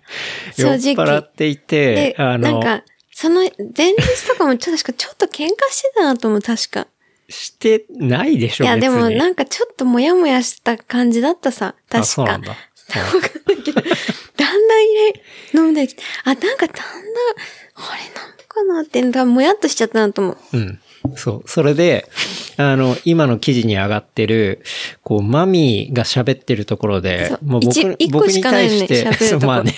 [SPEAKER 2] て、酔っ
[SPEAKER 3] 正
[SPEAKER 2] 払
[SPEAKER 3] 直
[SPEAKER 2] っ。てい
[SPEAKER 3] で
[SPEAKER 2] て、、あ
[SPEAKER 3] なん
[SPEAKER 2] の、
[SPEAKER 3] か、その前日とかもちょっと確かちょっと喧嘩してたなと思う、確か。
[SPEAKER 2] してないでし
[SPEAKER 3] い
[SPEAKER 2] ょ、
[SPEAKER 3] や、でも
[SPEAKER 2] 別に
[SPEAKER 3] なんかちょっともやもやした感じだったさ、
[SPEAKER 2] あ
[SPEAKER 3] 確
[SPEAKER 2] そうな
[SPEAKER 3] か
[SPEAKER 2] ん。だ。
[SPEAKER 3] わかんないけど、だんだん入れ、飲んできて、あ、なんかだんだん、あれなのかなって、だもやっとしちゃったなと思
[SPEAKER 2] う
[SPEAKER 3] う。
[SPEAKER 2] ん。そう。それで、あの、今の記事に上がってる、こう、マミーが喋ってるところで
[SPEAKER 3] そ、う
[SPEAKER 2] もう僕
[SPEAKER 3] 一一個
[SPEAKER 2] 僕
[SPEAKER 3] し
[SPEAKER 2] に
[SPEAKER 3] かない
[SPEAKER 2] 対
[SPEAKER 3] よね
[SPEAKER 2] して、
[SPEAKER 3] 喋るとこ
[SPEAKER 2] そう まあね、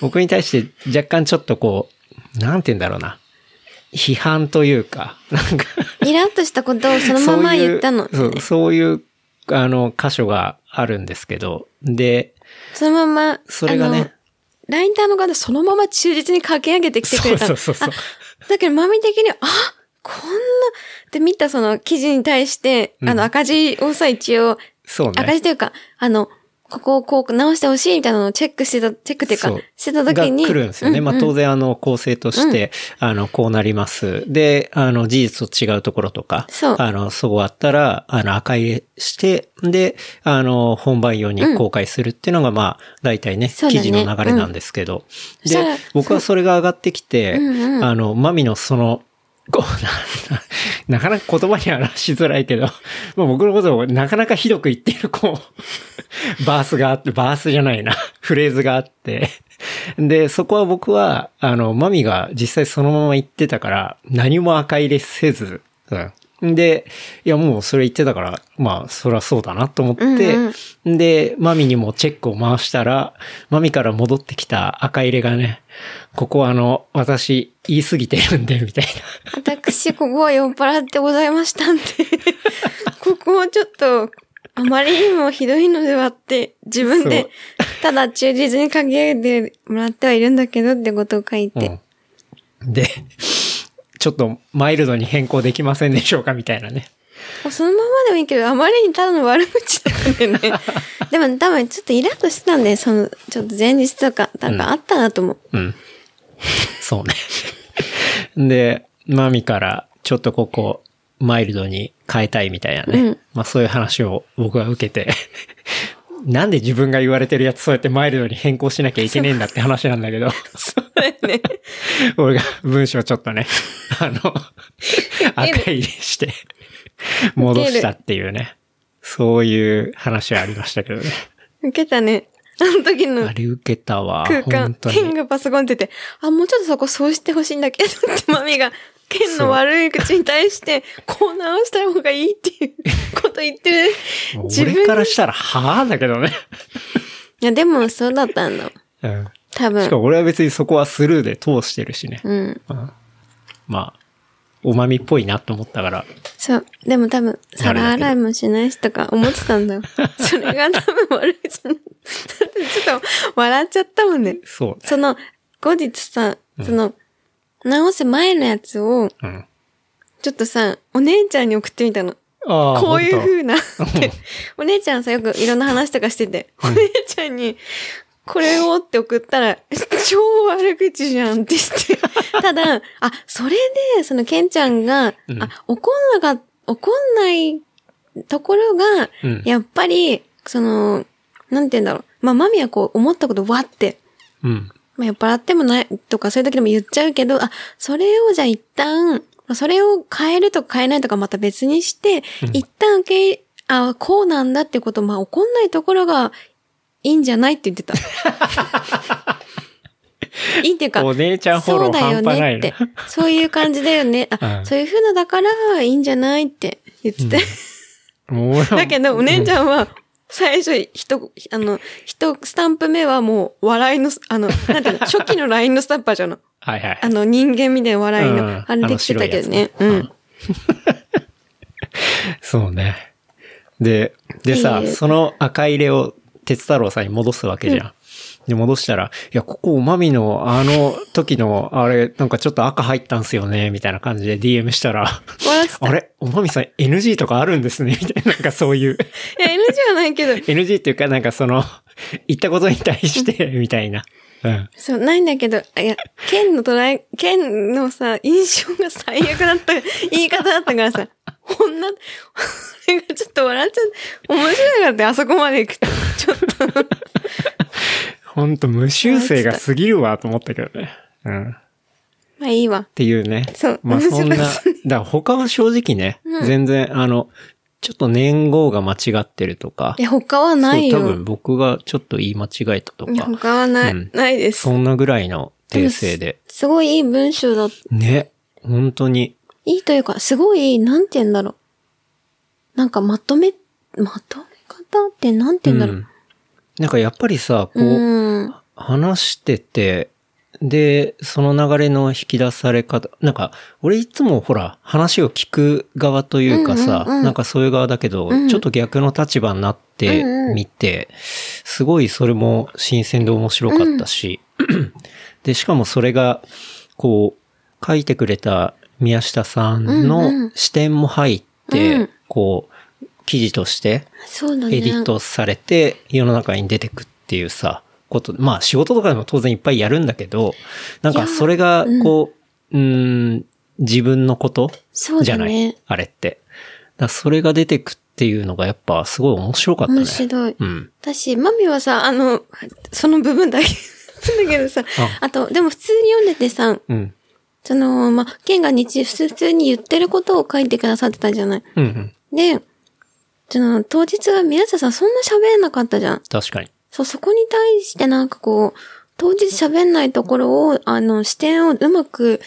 [SPEAKER 2] 僕に対して若干ちょっとこう、なんて言うんだろうな。批判というか、なんか、
[SPEAKER 3] イラッとしたことをそのまま言ったの。
[SPEAKER 2] そういうそうそういう、あの、箇所があるんですけど、で、
[SPEAKER 3] そのまま、
[SPEAKER 2] それがね
[SPEAKER 3] あの、ラインターの方そのまま忠実に駆け上げてきてくれたの。
[SPEAKER 2] そうそうそうそう
[SPEAKER 3] あだけど、マミ的には、あこんな、で、見たその記事に対して、あ
[SPEAKER 2] うん
[SPEAKER 3] の、赤字をさ、一応、
[SPEAKER 2] そう
[SPEAKER 3] 赤字
[SPEAKER 2] ね。
[SPEAKER 3] というか、あの、ここをこう直してほしいみたいなのをチェックしてた、チェックっていうか
[SPEAKER 2] そう、
[SPEAKER 3] してた
[SPEAKER 2] が
[SPEAKER 3] 時
[SPEAKER 2] 来
[SPEAKER 3] に。
[SPEAKER 2] るんですよね。
[SPEAKER 3] う
[SPEAKER 2] まあ当然あの構成として、あのこうなります。で、あの事実と違うところとか、
[SPEAKER 3] そう
[SPEAKER 2] あのそうあったら、あの赤入れして、で、あの本番用に公開するっていうのがまあ大体ね、
[SPEAKER 3] そうだ
[SPEAKER 2] 記
[SPEAKER 3] ね
[SPEAKER 2] 事の流れなんですけど。
[SPEAKER 3] うん
[SPEAKER 2] で
[SPEAKER 3] そしたら、
[SPEAKER 2] 僕はそれが上がってきて、
[SPEAKER 3] うんうん
[SPEAKER 2] あの、マミのその、こうな、ななかなか言葉に表しづらいけど、まあ僕のことをなかなかひどく言ってる、こう、 バースがあって、バースじゃない な、フレーズがあって。で、そこは僕は、あの、マミが実際そのまま言ってたから、何も赤入れせず、うん。で、いやもうそれ言ってたから、まあそりゃそうだなと思って、
[SPEAKER 3] うん
[SPEAKER 2] で、マミにもチェックを回したら、マミから戻ってきた赤入れがね、ここあの、私言い過ぎてるんで、 みたい
[SPEAKER 3] 私、ここは酔っ払ってございましたんで、ここはちょっと、あまりにもひどいのではって、自分
[SPEAKER 2] そ
[SPEAKER 3] で
[SPEAKER 2] う、
[SPEAKER 3] ただ忠実に書き上げてもらってはいるんだけどってことを書いて
[SPEAKER 2] な。。うん、で、ちょっとマイルドに変更できませんでしょうか、みたいなね。
[SPEAKER 3] そのままでもいいけど、あまりにただの悪口だよね。でも多分ちょっとイラッとしてたんで、その、ちょっと前日とか、なんかあったなと思う。
[SPEAKER 2] うん。そうね。 で、マミから、ちょっとここ、マイルドに変えたいみたいなね。
[SPEAKER 3] うん
[SPEAKER 2] まあそういう話を僕は受けて、 なんで自分が言われてるやつそうやってマイルドに変更しなきゃいけねえんだって話なんだけど、
[SPEAKER 3] そうだよね。
[SPEAKER 2] 俺が文章ちょっとね、 あの、赤入れして、戻したっていうね。そういう話はありましたけどね。
[SPEAKER 3] 受けたね。あの時の
[SPEAKER 2] あれ受けたわ。
[SPEAKER 3] 空間
[SPEAKER 2] 本、当
[SPEAKER 3] ケン
[SPEAKER 2] に。
[SPEAKER 3] がパソコン出てて、あ、もうちょっとそこそうしてほしいんだけどってマミが、ケンの悪い口に対して、こう直した方がいいっていうこと言ってる。自分
[SPEAKER 2] 俺からしたら、はぁだけどね。
[SPEAKER 3] いや、でもそうだったんだ。
[SPEAKER 2] うん。
[SPEAKER 3] 多
[SPEAKER 2] しか
[SPEAKER 3] 分。
[SPEAKER 2] も俺は別にそこはスルーで通してるしね。
[SPEAKER 3] うん。
[SPEAKER 2] まあ、おまみっぽいなと思ったから。
[SPEAKER 3] そう。でも多分、皿洗いもしないしとか思ってたんだよ。 それが多分悪いじゃない。だってちょっと笑っちゃったもんね。
[SPEAKER 2] そう。
[SPEAKER 3] その、後日さ、その、直す前のやつを、
[SPEAKER 2] うん。
[SPEAKER 3] ちょっとさ、お姉ちゃんに送ってみたの。
[SPEAKER 2] ああ、
[SPEAKER 3] こういう
[SPEAKER 2] 本当
[SPEAKER 3] 風な。ってお姉ちゃんさ、よくいろんな話とかしてて、お姉ちゃんに、これをって送ったら、超悪口じゃんって言 って。ただ、あ、それで、そのケンちゃんが、
[SPEAKER 2] うん
[SPEAKER 3] あ、怒んなが、怒んないところが、
[SPEAKER 2] うん
[SPEAKER 3] やっぱり、その、なんて言うんだろう。まあ、マミはこう思ったことわって
[SPEAKER 2] うん。
[SPEAKER 3] まあ、酔っ払ってもないとかそういう時でも言っちゃうけど、あ、それをじゃあ一旦、それを変えるとか変えないとかまた別にして、
[SPEAKER 2] うん
[SPEAKER 3] 一旦受け入れ、あ、こうなんだってこと、まあ怒んないところがいいんじゃないって 言ってた。いいっていうか、
[SPEAKER 2] お姉ちゃんフォ
[SPEAKER 3] そ
[SPEAKER 2] ロ
[SPEAKER 3] う
[SPEAKER 2] ー
[SPEAKER 3] だよ
[SPEAKER 2] 半端な
[SPEAKER 3] ね
[SPEAKER 2] い
[SPEAKER 3] っ
[SPEAKER 2] な
[SPEAKER 3] て。。そういう感じだよね。あ、
[SPEAKER 2] うん
[SPEAKER 3] そういう風なだからいいんじゃないって言ってた。
[SPEAKER 2] もう俺は
[SPEAKER 3] だけど、お姉ちゃんは、最初、一、あの、一スタンプ目はもう、笑いの、あの、なん ていうの、初期の LINE のスタンプあるじゃん。
[SPEAKER 2] はいはい
[SPEAKER 3] あ。の、人間みたいな笑いの、
[SPEAKER 2] うん
[SPEAKER 3] あれできてたけどね。
[SPEAKER 2] あ
[SPEAKER 3] う
[SPEAKER 2] の白いやつ
[SPEAKER 3] ん。
[SPEAKER 2] そうね。で、で
[SPEAKER 3] っ
[SPEAKER 2] さ
[SPEAKER 3] て、いう
[SPEAKER 2] その赤入れを鉄太郎さんに戻すわけじゃん。で、戻したら、いや、ここ、おまみの、あの時の、あれ、なんかちょっと赤入ったんすよね、みたいな感じで DM した ら、
[SPEAKER 3] 笑ってた。
[SPEAKER 2] あれおまみさん NG とかあるんですね、みたいな、なんかそういう、
[SPEAKER 3] いや、NG はないけど、
[SPEAKER 2] NG っていうか、なんかその、 言ったことに対して、みたいな。うん。
[SPEAKER 3] そう、ないんだけど、いや、剣の捉え、剣のさ、印象が最悪だった、言い方だったからさ、女、俺がちょっと笑っちゃって、面白いなって、あそこまで行くと、ちょっと。
[SPEAKER 2] ほんと、無修正が過ぎるわ、と思ったけどね。うん。
[SPEAKER 3] まあいいわ
[SPEAKER 2] っ。ていうね。
[SPEAKER 3] そう
[SPEAKER 2] まあそんな、
[SPEAKER 3] 面
[SPEAKER 2] だ
[SPEAKER 3] 白
[SPEAKER 2] か
[SPEAKER 3] い
[SPEAKER 2] ら他は正直ね、
[SPEAKER 3] うん
[SPEAKER 2] 全然、あの、ちょっと年号が間違ってるとか
[SPEAKER 3] い、や、他はないよ。
[SPEAKER 2] そう多分僕がちょっと言い間違えたと
[SPEAKER 3] いや、
[SPEAKER 2] か、
[SPEAKER 3] 他はない、
[SPEAKER 2] うん
[SPEAKER 3] ないです。
[SPEAKER 2] そんなぐらいの訂正で。
[SPEAKER 3] すごいいい文章だ。
[SPEAKER 2] ね、本当に。
[SPEAKER 3] いいというか、すごい、なんて言うんだろう。なんかまとめ、まとめ方ってなんて言うんだろう。
[SPEAKER 2] なんかやっぱりさ、こ
[SPEAKER 3] う
[SPEAKER 2] う、
[SPEAKER 3] ん。
[SPEAKER 2] 話してて、で、その流れの引き出され方、なんか、俺いつもほら、話を聞く側というかさ、
[SPEAKER 3] うんうんうん
[SPEAKER 2] なんかそういう側だけど、
[SPEAKER 3] うん
[SPEAKER 2] ちょっと逆の立場になって
[SPEAKER 3] うんうん
[SPEAKER 2] みて、すごいそれも新鮮で面白かったし、で、しかもそれが、こう、書いてくれた宮下さん
[SPEAKER 3] うんうん
[SPEAKER 2] の視点も入って、
[SPEAKER 3] うん
[SPEAKER 2] こう、記事として
[SPEAKER 3] そうだね。
[SPEAKER 2] エディットされて世の中に出てくっていうさ、こと、まあ仕事とかでも当然いっぱいやるんだけど、なん
[SPEAKER 3] いや
[SPEAKER 2] かそれが
[SPEAKER 3] うん
[SPEAKER 2] こう、うーん、自分のこと
[SPEAKER 3] そう
[SPEAKER 2] じ
[SPEAKER 3] だ
[SPEAKER 2] ゃない、
[SPEAKER 3] ね。
[SPEAKER 2] あれって。だからそれが出てくっていうのがやっぱすごい面白かったね。
[SPEAKER 3] 面白い。
[SPEAKER 2] うん。
[SPEAKER 3] 私、マミはさ、あの、その部分だけ。 だけどさ、
[SPEAKER 2] あ
[SPEAKER 3] あと、でも普通に読んでてさ、
[SPEAKER 2] うん。
[SPEAKER 3] その、まあ、ケンが日、普通に言ってることを書いてくださってたじゃない。
[SPEAKER 2] うんうん。
[SPEAKER 3] で、その、当日は宮下さんそんな喋んなかったじゃん。
[SPEAKER 2] 確かに。
[SPEAKER 3] そう、そこに対してなんかこう、当日喋んないところを、あの、視点をうまく、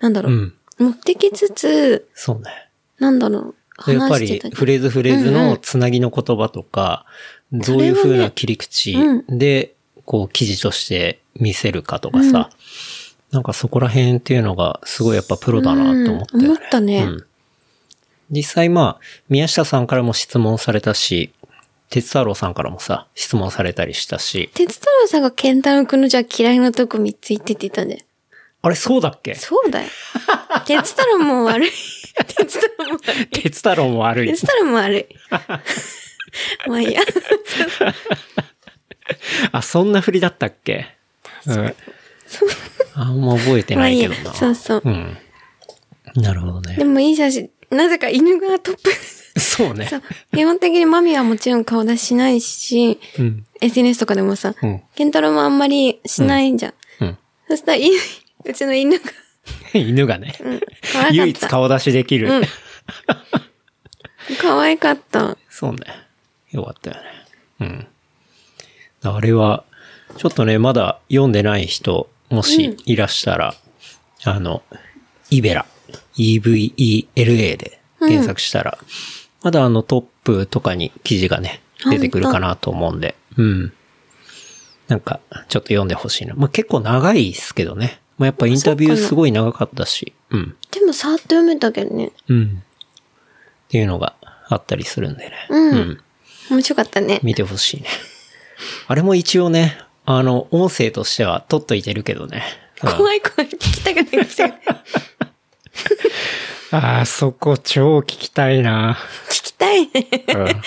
[SPEAKER 3] なんだろ
[SPEAKER 2] う
[SPEAKER 3] う、
[SPEAKER 2] ん。
[SPEAKER 3] 持ってきつつ、
[SPEAKER 2] そうね。
[SPEAKER 3] なんだろう、
[SPEAKER 2] やっぱ
[SPEAKER 3] 話して
[SPEAKER 2] り
[SPEAKER 3] たり
[SPEAKER 2] フレーズフレーズのつなぎの言葉とか、どういう風な切り口で、こう記事として見せるかとかさ、なんかそこら辺っていうのがすごいやっぱプロだなと思ったよね。
[SPEAKER 3] うん思ったね
[SPEAKER 2] うん実際まあ、宮下さんからも質問されたし、鉄太郎さんからもさ、質問されたりしたし、
[SPEAKER 3] 鉄太郎さんがケンタロウくんのじゃあ嫌いなとこ3つ言ってって言ったんだよ。
[SPEAKER 2] あれそうだっけ
[SPEAKER 3] そう だよ。鉄太郎も悪い。鉄太郎も悪い。
[SPEAKER 2] 鉄太郎も悪い。
[SPEAKER 3] 鉄太郎も悪い。 まあいいや。
[SPEAKER 2] あ、そんな振りだったっけうん。あんま覚えて
[SPEAKER 3] まあ
[SPEAKER 2] ないい
[SPEAKER 3] い
[SPEAKER 2] け
[SPEAKER 3] や
[SPEAKER 2] どな。。
[SPEAKER 3] そうそう。
[SPEAKER 2] うん。なるほど
[SPEAKER 3] で
[SPEAKER 2] ね。
[SPEAKER 3] もいい写真。なぜか犬がトップ。
[SPEAKER 2] そうね
[SPEAKER 3] そ。う。基本的にマミはもちろん顔出ししないし、
[SPEAKER 2] うん。
[SPEAKER 3] SNS とかでもさ、
[SPEAKER 2] うん。
[SPEAKER 3] ケンタロウもあんまりしないじゃん。
[SPEAKER 2] うん。
[SPEAKER 3] そしたらい、うちの犬が、
[SPEAKER 2] 犬がね、
[SPEAKER 3] うん、可愛かった。
[SPEAKER 2] 唯一顔出しできる。
[SPEAKER 3] うん可愛かった。
[SPEAKER 2] そうね。よかったよね。うん。あれは、ちょっとね、まだ読んでない人、もしいらしたら、あの、イベラ、EVELA で検索したら、まだあのトップとかに記事がね、出てくるかなと思うんで、うん。なんか、ちょっと読んでほしいな。まあ、結構長いですけどね。まあ、やっぱインタビューすごい長かったし、うん。
[SPEAKER 3] でもさーっと読めたけどね。
[SPEAKER 2] うん。っていうのがあったりするんでね。
[SPEAKER 3] うん
[SPEAKER 2] うん、
[SPEAKER 3] 面白かったね。
[SPEAKER 2] 見てほしいね。あれも一応ね、あの、音声としては取っといてるけどね。
[SPEAKER 3] 怖い怖い。聞きたくない。聞きたくない。
[SPEAKER 2] ああ、そこ超聞きたいな。
[SPEAKER 3] 聞きたい ね。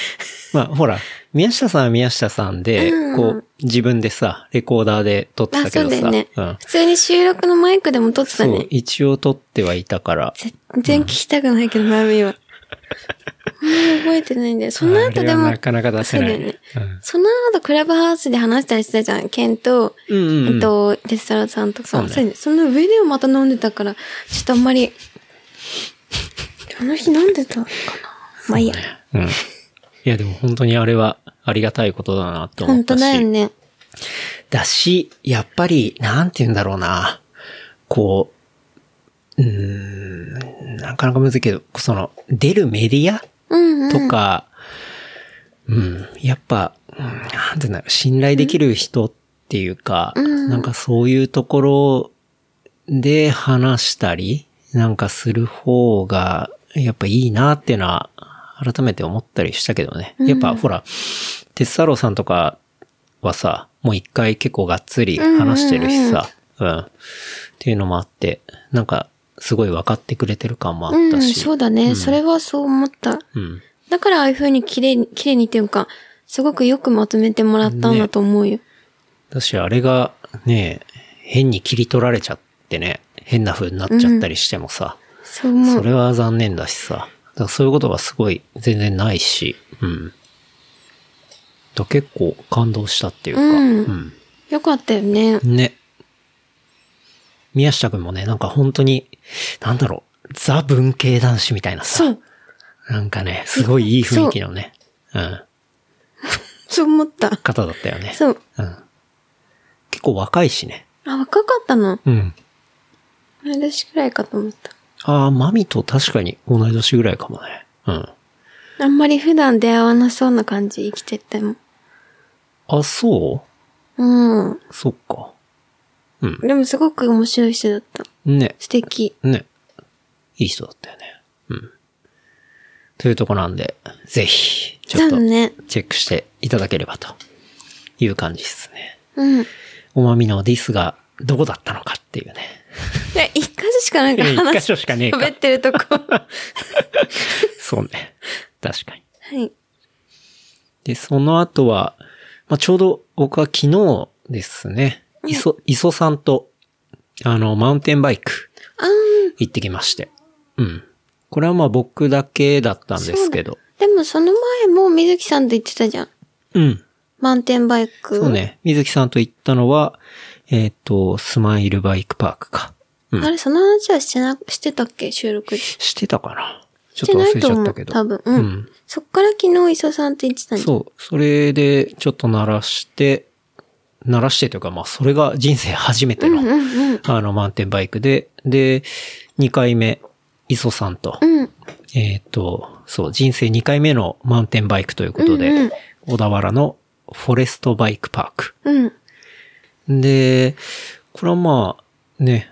[SPEAKER 2] まあ、ほら、宮下さんは宮下さんで、
[SPEAKER 3] うん
[SPEAKER 2] こう、自分でさ、レコーダーで撮って
[SPEAKER 3] あ、
[SPEAKER 2] たけ
[SPEAKER 3] そう
[SPEAKER 2] ど
[SPEAKER 3] だ
[SPEAKER 2] さ、
[SPEAKER 3] よね。
[SPEAKER 2] うん。
[SPEAKER 3] 普通に収録のマイクでも撮ってた
[SPEAKER 2] そう
[SPEAKER 3] ね、。
[SPEAKER 2] 一応撮ってはいたから、
[SPEAKER 3] 全然聞きたくないけど、マミは。あんまり覚えてないんで、その後で
[SPEAKER 2] あれは
[SPEAKER 3] も
[SPEAKER 2] な、かなか出せない。
[SPEAKER 3] そうだよねその後クラブハウスで話したりしてたじゃん。ケンと、
[SPEAKER 2] うん。うんうんうん
[SPEAKER 3] えっと、デスサラさんとか、
[SPEAKER 2] そうね
[SPEAKER 3] そうねその上でもまた飲んでたから、ちょっとあんまり、あの日飲んでたのかなまあいいや。
[SPEAKER 2] うん。いや、でも本当にあれはありがたいことだなと思
[SPEAKER 3] 本
[SPEAKER 2] っ
[SPEAKER 3] 当
[SPEAKER 2] たし。
[SPEAKER 3] だよね。
[SPEAKER 2] だし、やっぱり、なんて言うんだろうな。こう、うーん、なかなかむずいけど、その、出るメディア
[SPEAKER 3] うんうん。
[SPEAKER 2] とか、うん、やっぱ、うんなんて言うんだろう、信頼できる人っていうか、
[SPEAKER 3] うん
[SPEAKER 2] なんかそういうところで話したり、なんかする方が、やっぱいいなっていうのは、改めて思ったりしたけどね。やっぱほら、鉄太郎さんとかはさ、もう一回結構がっつり話してるしさ、うんっていうのもあって、なんか、すごい分かってくれてる感もあ
[SPEAKER 3] う
[SPEAKER 2] った
[SPEAKER 3] ん、
[SPEAKER 2] し。
[SPEAKER 3] そうだね。それはそう思った。
[SPEAKER 2] うん。
[SPEAKER 3] だからああいう風に綺麗に、綺麗にっていうか、すごくよくまとめてもらったんだと思うよ。
[SPEAKER 2] だし、あれがね、変に切り取られちゃってね、変な風になっちゃったりしてもさ、
[SPEAKER 3] そう思。
[SPEAKER 2] そうれは残念だしさ、だからそういうことがすごい全然ないし、うん。だ結構感動したっていうか、
[SPEAKER 3] うんよかったよね。
[SPEAKER 2] うんね。宮下くんもね、なんか本当に、なんだろう、ザ文系男子みたいな
[SPEAKER 3] そ
[SPEAKER 2] さ、
[SPEAKER 3] う。
[SPEAKER 2] なんかね、すごいいい雰囲気のね、うん、
[SPEAKER 3] そう思った。
[SPEAKER 2] 方だったよね。
[SPEAKER 3] そう。
[SPEAKER 2] うん。結構若いしね。
[SPEAKER 3] あ、若かったの。
[SPEAKER 2] うん。
[SPEAKER 3] 同い年くらいかと思った。
[SPEAKER 2] ああ、マミと確かに同い年ぐらいかもね。うん。
[SPEAKER 3] あんまり普段出会わなそうな感じ、生きてても。
[SPEAKER 2] あ、そ
[SPEAKER 3] うん。
[SPEAKER 2] うそっか。
[SPEAKER 3] でもすごく面白い人だった。
[SPEAKER 2] ね。
[SPEAKER 3] 素敵。
[SPEAKER 2] ね。いい人だったよね。うん。というとこなんで、ぜひ、ちょっ
[SPEAKER 3] だ
[SPEAKER 2] と、
[SPEAKER 3] ね。
[SPEAKER 2] チェックしていただければという感じですね。
[SPEAKER 3] うん。
[SPEAKER 2] おまみのディスがどこだったのかっていうね。
[SPEAKER 3] で、一箇所しかなんか
[SPEAKER 2] 一箇
[SPEAKER 3] 話、
[SPEAKER 2] 所しかねえか。
[SPEAKER 3] 喋ってると こ。は
[SPEAKER 2] そうね。確かに。
[SPEAKER 3] い。
[SPEAKER 2] で、その後は、まあ、ちょうど僕は昨日ですね、磯、磯さんと、あの、マウンテンバイク
[SPEAKER 3] あん。
[SPEAKER 2] 行ってきまして。うん。これはまあ僕だけだったんですけど。
[SPEAKER 3] でもその前も水木さんと言ってたじゃん。
[SPEAKER 2] うん。
[SPEAKER 3] マウンテンバイク。
[SPEAKER 2] そう。ね。水木さんと行ったのは、えっ、と、スマイルバイクパークか。うん
[SPEAKER 3] あれ、その話はしてな、してたっけ収録で。し
[SPEAKER 2] してたかなちょってと
[SPEAKER 3] な
[SPEAKER 2] 忘
[SPEAKER 3] い
[SPEAKER 2] れ
[SPEAKER 3] と
[SPEAKER 2] ちゃ
[SPEAKER 3] 思
[SPEAKER 2] った
[SPEAKER 3] う。
[SPEAKER 2] けど。
[SPEAKER 3] 多分。うん。
[SPEAKER 2] うん
[SPEAKER 3] そっから昨日、磯さんって言ってたんじゃん。
[SPEAKER 2] そう。それで、ちょっと鳴らして、鳴らしてというか、まあ、それが人生初めての、
[SPEAKER 3] うんうん。
[SPEAKER 2] あの、マウンテンバイクで、で、2回目、磯さんと、
[SPEAKER 3] うん。
[SPEAKER 2] えっ、と、そう、人生2回目のマウンテンバイクということで、
[SPEAKER 3] うんうん
[SPEAKER 2] 小田原のフォレストバイクパーク。
[SPEAKER 3] うん。
[SPEAKER 2] で、これはまあ、ね、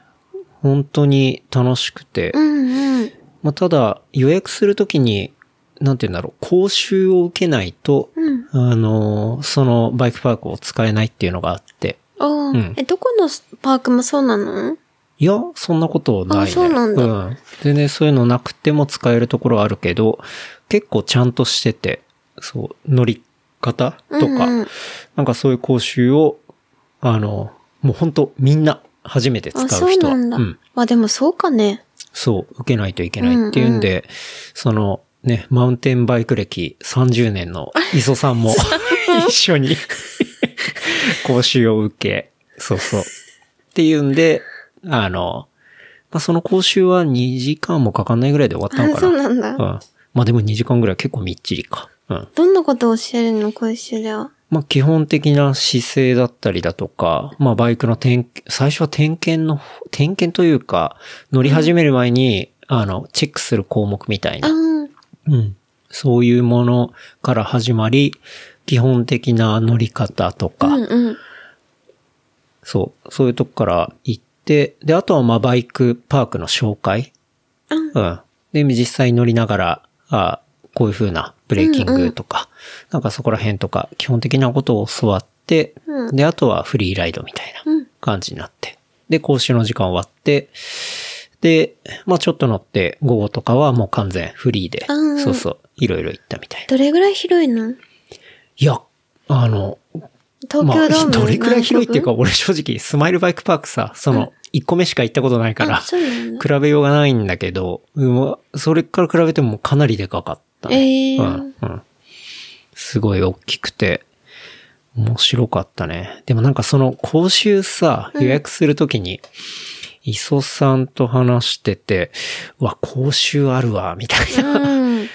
[SPEAKER 2] 本当に楽しくて、
[SPEAKER 3] うんうん。
[SPEAKER 2] まあ、ただ、予約するときに、なんて言うんだろう、講習を受けないと、
[SPEAKER 3] うん。
[SPEAKER 2] あの、そのバイクパークを使えないっていうのがあって、
[SPEAKER 3] ああ、
[SPEAKER 2] ん
[SPEAKER 3] え、どこのパークもそうなの
[SPEAKER 2] いや、そんなことないね。
[SPEAKER 3] あそうなんだ
[SPEAKER 2] うん。でね、そういうのなくても使えるところあるけど、結構ちゃんとしてて、そう、乗り方とか、
[SPEAKER 3] うんうん
[SPEAKER 2] なんかそういう講習を、あの、もうほんとみんな初めて使
[SPEAKER 3] あ、
[SPEAKER 2] う人
[SPEAKER 3] そ
[SPEAKER 2] は。
[SPEAKER 3] うなんだ。まあでもそうかね。
[SPEAKER 2] そう、受けないといけないっていうんで、その、ね、マウンテンバイク歴30年の磯さんも 一緒に講習を受け、そうそう。っていうんで、あの、まあ、その講習は2時間もかかんないぐらいで終わったの
[SPEAKER 3] あ、
[SPEAKER 2] かな。
[SPEAKER 3] そうなんだ。
[SPEAKER 2] うん。まあ、でも2時間ぐらい結構みっちりか。うん。
[SPEAKER 3] どんなことを教えるの、今週では。
[SPEAKER 2] まあ、基本的な姿勢だったりだとか、まあ、バイクの点、最初は点検の、点検というか、乗り始める前に、あの、チェックする項目みたいな、
[SPEAKER 3] あー
[SPEAKER 2] うん。そういうものから始まり、基本的な乗り方とか、
[SPEAKER 3] うんうん。
[SPEAKER 2] そう、そういうとこから行って、で、あとはまあ、バイクパークの紹介。
[SPEAKER 3] うん
[SPEAKER 2] うん。で、実際に乗りながら、あこういう風なブレーキングとか、なんかそこら辺とか、基本的なことを教わって、
[SPEAKER 3] うん
[SPEAKER 2] で、あとはフリーライドみたい
[SPEAKER 3] うん
[SPEAKER 2] な感じになって、で、講習の時間終わって、で、まあちょっと乗って、午後とかはもう完全フリーで、
[SPEAKER 3] うん
[SPEAKER 2] そうそう、いろいろ行ったみたいな。
[SPEAKER 3] どれぐらい広いの
[SPEAKER 2] いや、あの、
[SPEAKER 3] 東京ドーム、
[SPEAKER 2] まあ、どれくらい広いっていうか、
[SPEAKER 3] 何
[SPEAKER 2] 俺正直、スマイルバイクパークさ、その、1個目しか行ったことないか
[SPEAKER 3] 曲あ
[SPEAKER 2] ら、
[SPEAKER 3] そうなんだ。
[SPEAKER 2] 比べようがないんだけど、うんまあそれから比べてもかなりでかかったね、
[SPEAKER 3] ええ
[SPEAKER 2] うん、うん。すごい大きくて、面白かったね。でもなんかその講習さ、
[SPEAKER 3] ん
[SPEAKER 2] 予約するときに、磯さんと話してて、うわ、講習あるわ、みたいな。
[SPEAKER 3] うん。
[SPEAKER 2] い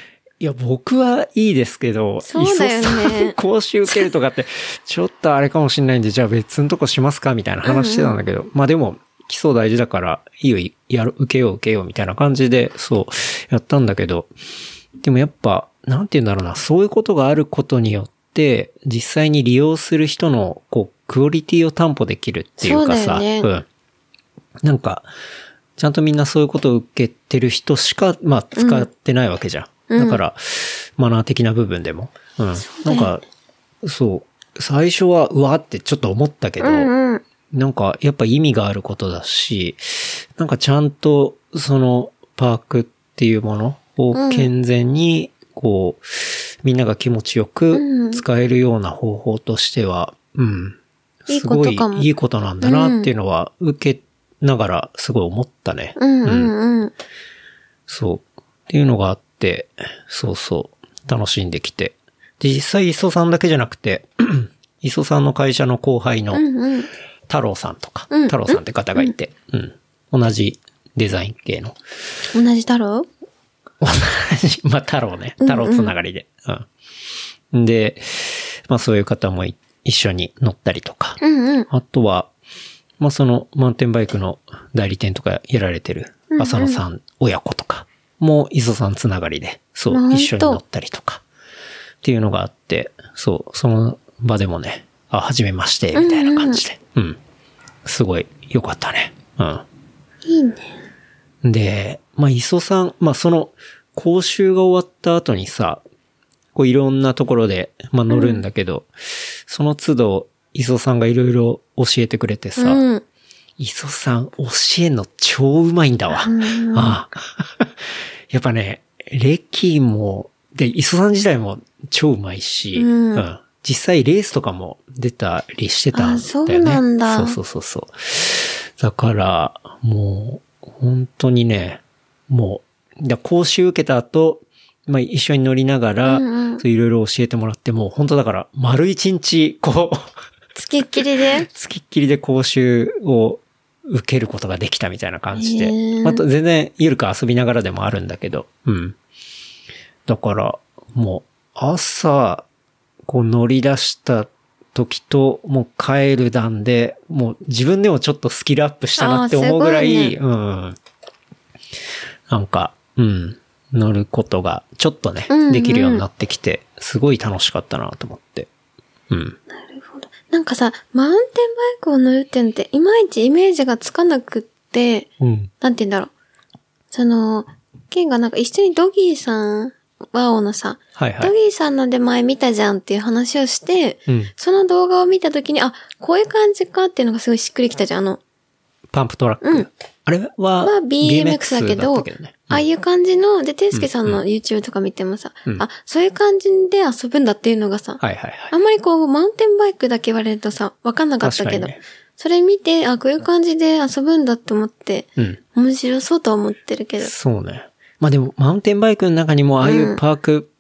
[SPEAKER 2] や、僕はいいですけど、
[SPEAKER 3] そうだよね
[SPEAKER 2] 磯さん講習受けるとかって、 ちょっとあれかもしんないんで、じゃあ別のとこしますかみたいな話してたんだけど、まあでも、基礎大事だから、いいよ、やる、受けよう、受けよう、みたいな感じで、そう、やったんだけど、でもやっぱ、なんて言うんだろうな、そういうことがあることによって、実際に利用する人の、こう、クオリティを担保できるっていうか
[SPEAKER 3] そ
[SPEAKER 2] さ、
[SPEAKER 3] うだよね
[SPEAKER 2] ん。なんか、ちゃんとみんなそういうことを受けてる人しか、まあ、使ってないわけじゃん。
[SPEAKER 3] うん
[SPEAKER 2] だから、マナー的な部分でも。うん。
[SPEAKER 3] だ
[SPEAKER 2] な
[SPEAKER 3] よ
[SPEAKER 2] んか、そう、最初は、うわってちょっと思ったけど、
[SPEAKER 3] うんうん。
[SPEAKER 2] なんか、やっぱ意味があることだし、なんかちゃんと、その、パークっていうもの
[SPEAKER 3] う
[SPEAKER 2] を
[SPEAKER 3] ん
[SPEAKER 2] 健全に、こう、みんなが気持ちよ
[SPEAKER 3] う
[SPEAKER 2] く
[SPEAKER 3] ん
[SPEAKER 2] 使えるような方法としては、うん。
[SPEAKER 3] いい
[SPEAKER 2] す
[SPEAKER 3] こと
[SPEAKER 2] ごい
[SPEAKER 3] かも
[SPEAKER 2] いいことなんだなっていうのは、受けながらすごい思ったね。
[SPEAKER 3] うんうんうん。
[SPEAKER 2] そう。っていうのがあって、そうそう。楽しんできて。で、実際、磯さんだけじゃなくて、 磯さんの会社の後輩の
[SPEAKER 3] うんうん。
[SPEAKER 2] 太郎さんとか、
[SPEAKER 3] うん
[SPEAKER 2] 太郎さんって方がいて、うん。同じデザイン系の。
[SPEAKER 3] 同じ太郎
[SPEAKER 2] 同じ、 まあ太郎ね。太郎つながりで。うん、で、まあそういう方もい一緒に乗ったりとか。
[SPEAKER 3] うんうん。
[SPEAKER 2] あとは、まあそのマウンテンバイクの代理店とかやられてる浅野さん親子とかも磯さんつながりで、そ
[SPEAKER 3] まあ
[SPEAKER 2] う、一緒に
[SPEAKER 3] ほんと
[SPEAKER 2] 乗ったりとかっていうのがあって、そう、その場でもね、あ、はじめまして、みたいな感じで。うん。すごい良かったね。うん。
[SPEAKER 3] いいね。
[SPEAKER 2] で、まあ、磯さん、まあ、その、講習が終わった後にさ、こういろんなところで、まあ、乗るんだけど、その都度、磯さんがいろいろ教えてくれてさ、
[SPEAKER 3] うん。
[SPEAKER 2] 磯さん教えんの超うまいんだわ。
[SPEAKER 3] うん
[SPEAKER 2] ああ やっぱね、レキも、で、磯さん自体も超うまいし、
[SPEAKER 3] うん
[SPEAKER 2] 実際レースとかも出たりしてたんだよね。
[SPEAKER 3] あそうなんだ
[SPEAKER 2] そうそうそうそう。だから、もう、本当にね、もう、だ講習受けた後、まあ、一緒に乗りながら、
[SPEAKER 3] うんうん
[SPEAKER 2] そういろいろ教えてもらって、もう本当だから、丸一日、こう、
[SPEAKER 3] つきっきりで。
[SPEAKER 2] つきっきりで講習を受けることができたみたいな感じ
[SPEAKER 3] へ
[SPEAKER 2] で。
[SPEAKER 3] ー
[SPEAKER 2] また全然ゆるく遊びながらでもあるんだけど。うん。だから、もう朝、こう乗り出した時と、もう帰る段で、もう自分でもちょっとスキルアップしたなって
[SPEAKER 3] あー
[SPEAKER 2] 思うぐらい、
[SPEAKER 3] すごいね
[SPEAKER 2] うん。なんか、うん。乗ることが、ちょっとね、
[SPEAKER 3] うんうん
[SPEAKER 2] できるようになってきて、すごい楽しかったなと思って。うん。
[SPEAKER 3] なんかさ、マウンテンバイクを乗るってのって、いまいちイメージがつかなくって、
[SPEAKER 2] うん。
[SPEAKER 3] なんて言うんだろう。その、ケンがなんか一緒にドギーさん、ワオのさ、
[SPEAKER 2] はいは
[SPEAKER 3] ド
[SPEAKER 2] い。
[SPEAKER 3] ギーさんの出前見たじゃんっていう話をして、
[SPEAKER 2] うん。
[SPEAKER 3] その動画を見たときに、あ、こういう感じかっていうのがすごいしっくりきたじゃん。あの、
[SPEAKER 2] パンプトラック。
[SPEAKER 3] うん
[SPEAKER 2] あれは、
[SPEAKER 3] は BMX だけど、
[SPEAKER 2] だったね
[SPEAKER 3] ああいう感じの、で、ていすけさんの YouTube とか見てもさ、
[SPEAKER 2] うん
[SPEAKER 3] あ、そういう感じで遊ぶんだっていうのがさ、
[SPEAKER 2] はいはいはい。
[SPEAKER 3] あんまりこう、マウンテンバイクだけ言われるとさ、わかんなかったけ
[SPEAKER 2] 確
[SPEAKER 3] ど、
[SPEAKER 2] かにね
[SPEAKER 3] それ見て、あ、こういう感じで遊ぶんだって思って、
[SPEAKER 2] うん。
[SPEAKER 3] 面白そうとは思ってるけど。
[SPEAKER 2] そうね。まあでも、マウンテンバイクの中にも、ああいうパーク、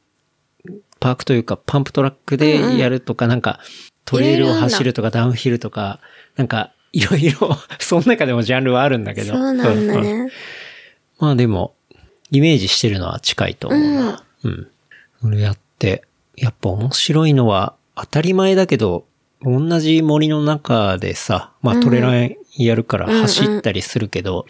[SPEAKER 2] パークというか、パンプトラックでやるとか、なんか、トレイルを走るとか、ダウンヒルとか、なんか、いろいろ、 その中でもジャンルはあるんだけど。
[SPEAKER 3] そうなんだ
[SPEAKER 2] ううん
[SPEAKER 3] ね。
[SPEAKER 2] まあでも、イメージしてるのは近いと思うな。うん。それやって、やっぱ面白いのは当たり前だけど、同じ森の中でさ、まあトレランやるから走ったりするけど、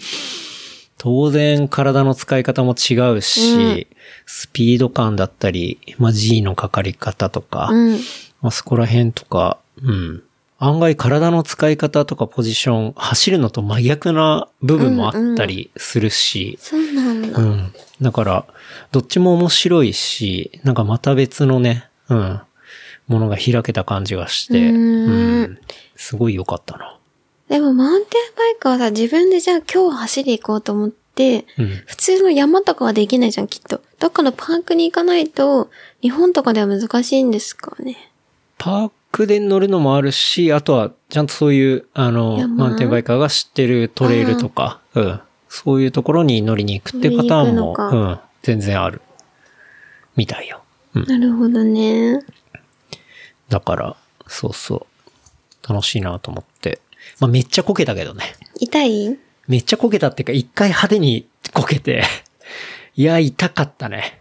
[SPEAKER 2] 当然体の使い方も違うし、スピード感だったり、まあ G のかかり方とか、
[SPEAKER 3] うん。
[SPEAKER 2] まあそこら辺とか、うん。案外体の使い方とかポジション、走るのと真逆な部分もあったりするし、
[SPEAKER 3] そうなんだ。
[SPEAKER 2] うん。だから、どっちも面白いし、なんかまた別のね、うん、ものが開けた感じがして、
[SPEAKER 3] うーん
[SPEAKER 2] うん。すごい良かったな。
[SPEAKER 3] でもマウンテンバイクはさ、自分でじゃあ今日走り行こうと思って、
[SPEAKER 2] うん。
[SPEAKER 3] 普通の山とかはできないじゃん、きっと。どっかのパークに行かないと、日本とかでは難しいんですかね。
[SPEAKER 2] パークで乗るのもあるし、あとは、ちゃんとそういう、あの、
[SPEAKER 3] 山
[SPEAKER 2] マウンテンバイカーが知ってるトレイルとか、うん。そういうところに乗りに行くっていうパターンも、
[SPEAKER 3] 乗りに行
[SPEAKER 2] う
[SPEAKER 3] くの
[SPEAKER 2] ん。全然ある。みたいよ。うん。
[SPEAKER 3] なるほどね。
[SPEAKER 2] だから、そうそう。楽しいなと思って。まあ、めっちゃこけたけどね。
[SPEAKER 3] 痛い
[SPEAKER 2] めっちゃこけたっていうか、一回派手にこけて。 いや、痛かったね。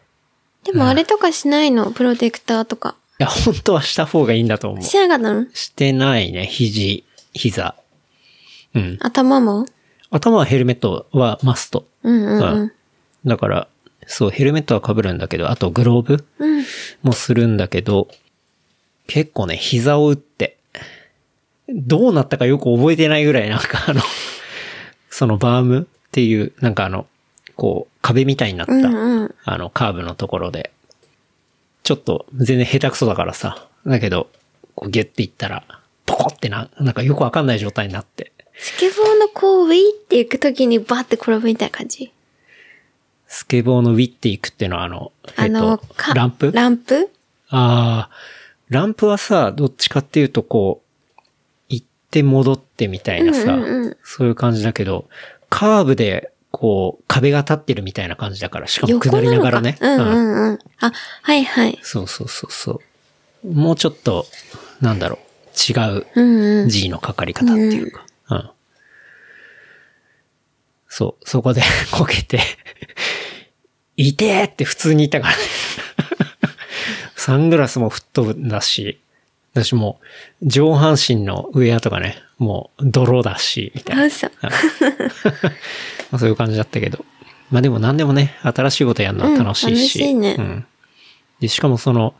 [SPEAKER 3] でもあれとかしないの、プロテクターとか。
[SPEAKER 2] いや、本当はした方がいいんだと思う。
[SPEAKER 3] しなかったの
[SPEAKER 2] してないね、肘、膝。うん。
[SPEAKER 3] 頭も
[SPEAKER 2] 頭はヘルメットはマスト。
[SPEAKER 3] うんうん
[SPEAKER 2] う
[SPEAKER 3] うんん。
[SPEAKER 2] だから、そう、ヘルメットは被るんだけど、あとグローブ
[SPEAKER 3] うん。
[SPEAKER 2] もするんだけど、結構ね、膝を打って、どうなったかよく覚えてないぐらい、なんかあの、そのバームっていう、なんかあの、こう、壁みたいになった、
[SPEAKER 3] うんうん。
[SPEAKER 2] あの、カーブのところで、ちょっと全然下手くそだからさ、だけど、こうギュッていったら、ポコってな、なんかよくわかんない状態になって、
[SPEAKER 3] スケボーのこう、ウェイって行くときにバーって転ぶみたいな感じ。
[SPEAKER 2] スケボーのウィっていくっていうのはあの、
[SPEAKER 3] あの、
[SPEAKER 2] えっ
[SPEAKER 3] か
[SPEAKER 2] と、ランプ
[SPEAKER 3] ランプ
[SPEAKER 2] ああ、ランプはさ、どっちかっていうとこう、行って戻ってみたいなさ、
[SPEAKER 3] うんうんうん
[SPEAKER 2] そういう感じだけど、カーブで、こう、壁が立ってるみたいな感じだから、しかも
[SPEAKER 3] 横
[SPEAKER 2] 下
[SPEAKER 3] な
[SPEAKER 2] りな
[SPEAKER 3] の
[SPEAKER 2] が
[SPEAKER 3] から
[SPEAKER 2] ね。
[SPEAKER 3] うん
[SPEAKER 2] う
[SPEAKER 3] う
[SPEAKER 2] ん
[SPEAKER 3] んうん。あ、はいはい。
[SPEAKER 2] そうそうそうそう。もうちょっと、なんだろう、違う
[SPEAKER 3] うんうん。
[SPEAKER 2] G のかかり方っていうか。うん。そう、そこで こけて、いてーって普通に言ったからね。 サングラスも吹っ飛ぶんだし、私もう上半身のウェアとかね、もう泥だし、みたいな
[SPEAKER 3] あ、。嘘。
[SPEAKER 2] まあそういう感じだったけど。まあでも何でもね、新しいことやるのは楽しいし。
[SPEAKER 3] うん楽しいね
[SPEAKER 2] うんで、しかもその、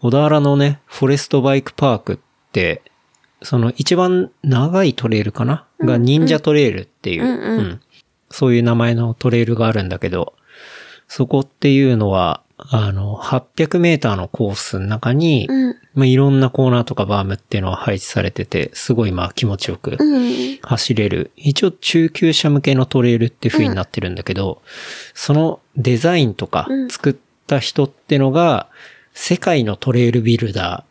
[SPEAKER 2] 小田原のね、フォレストバイクパークって、その一番長いトレイルかなが忍者トレイルっていう、
[SPEAKER 3] うんうん
[SPEAKER 2] そういう名前のトレイルがあるんだけど、そこっていうのは、あの、800メーターのコースの中に、
[SPEAKER 3] うん。
[SPEAKER 2] まあ、いろんなコーナーとかバームっていうのは配置されてて、すごいまあ気持ちよく
[SPEAKER 3] うん。
[SPEAKER 2] 走れる。一応中級者向けのトレイルっていう風になってるんだけど、そのデザインとか
[SPEAKER 3] うん
[SPEAKER 2] 作った人ってのが、世界のトレイルビルダーっ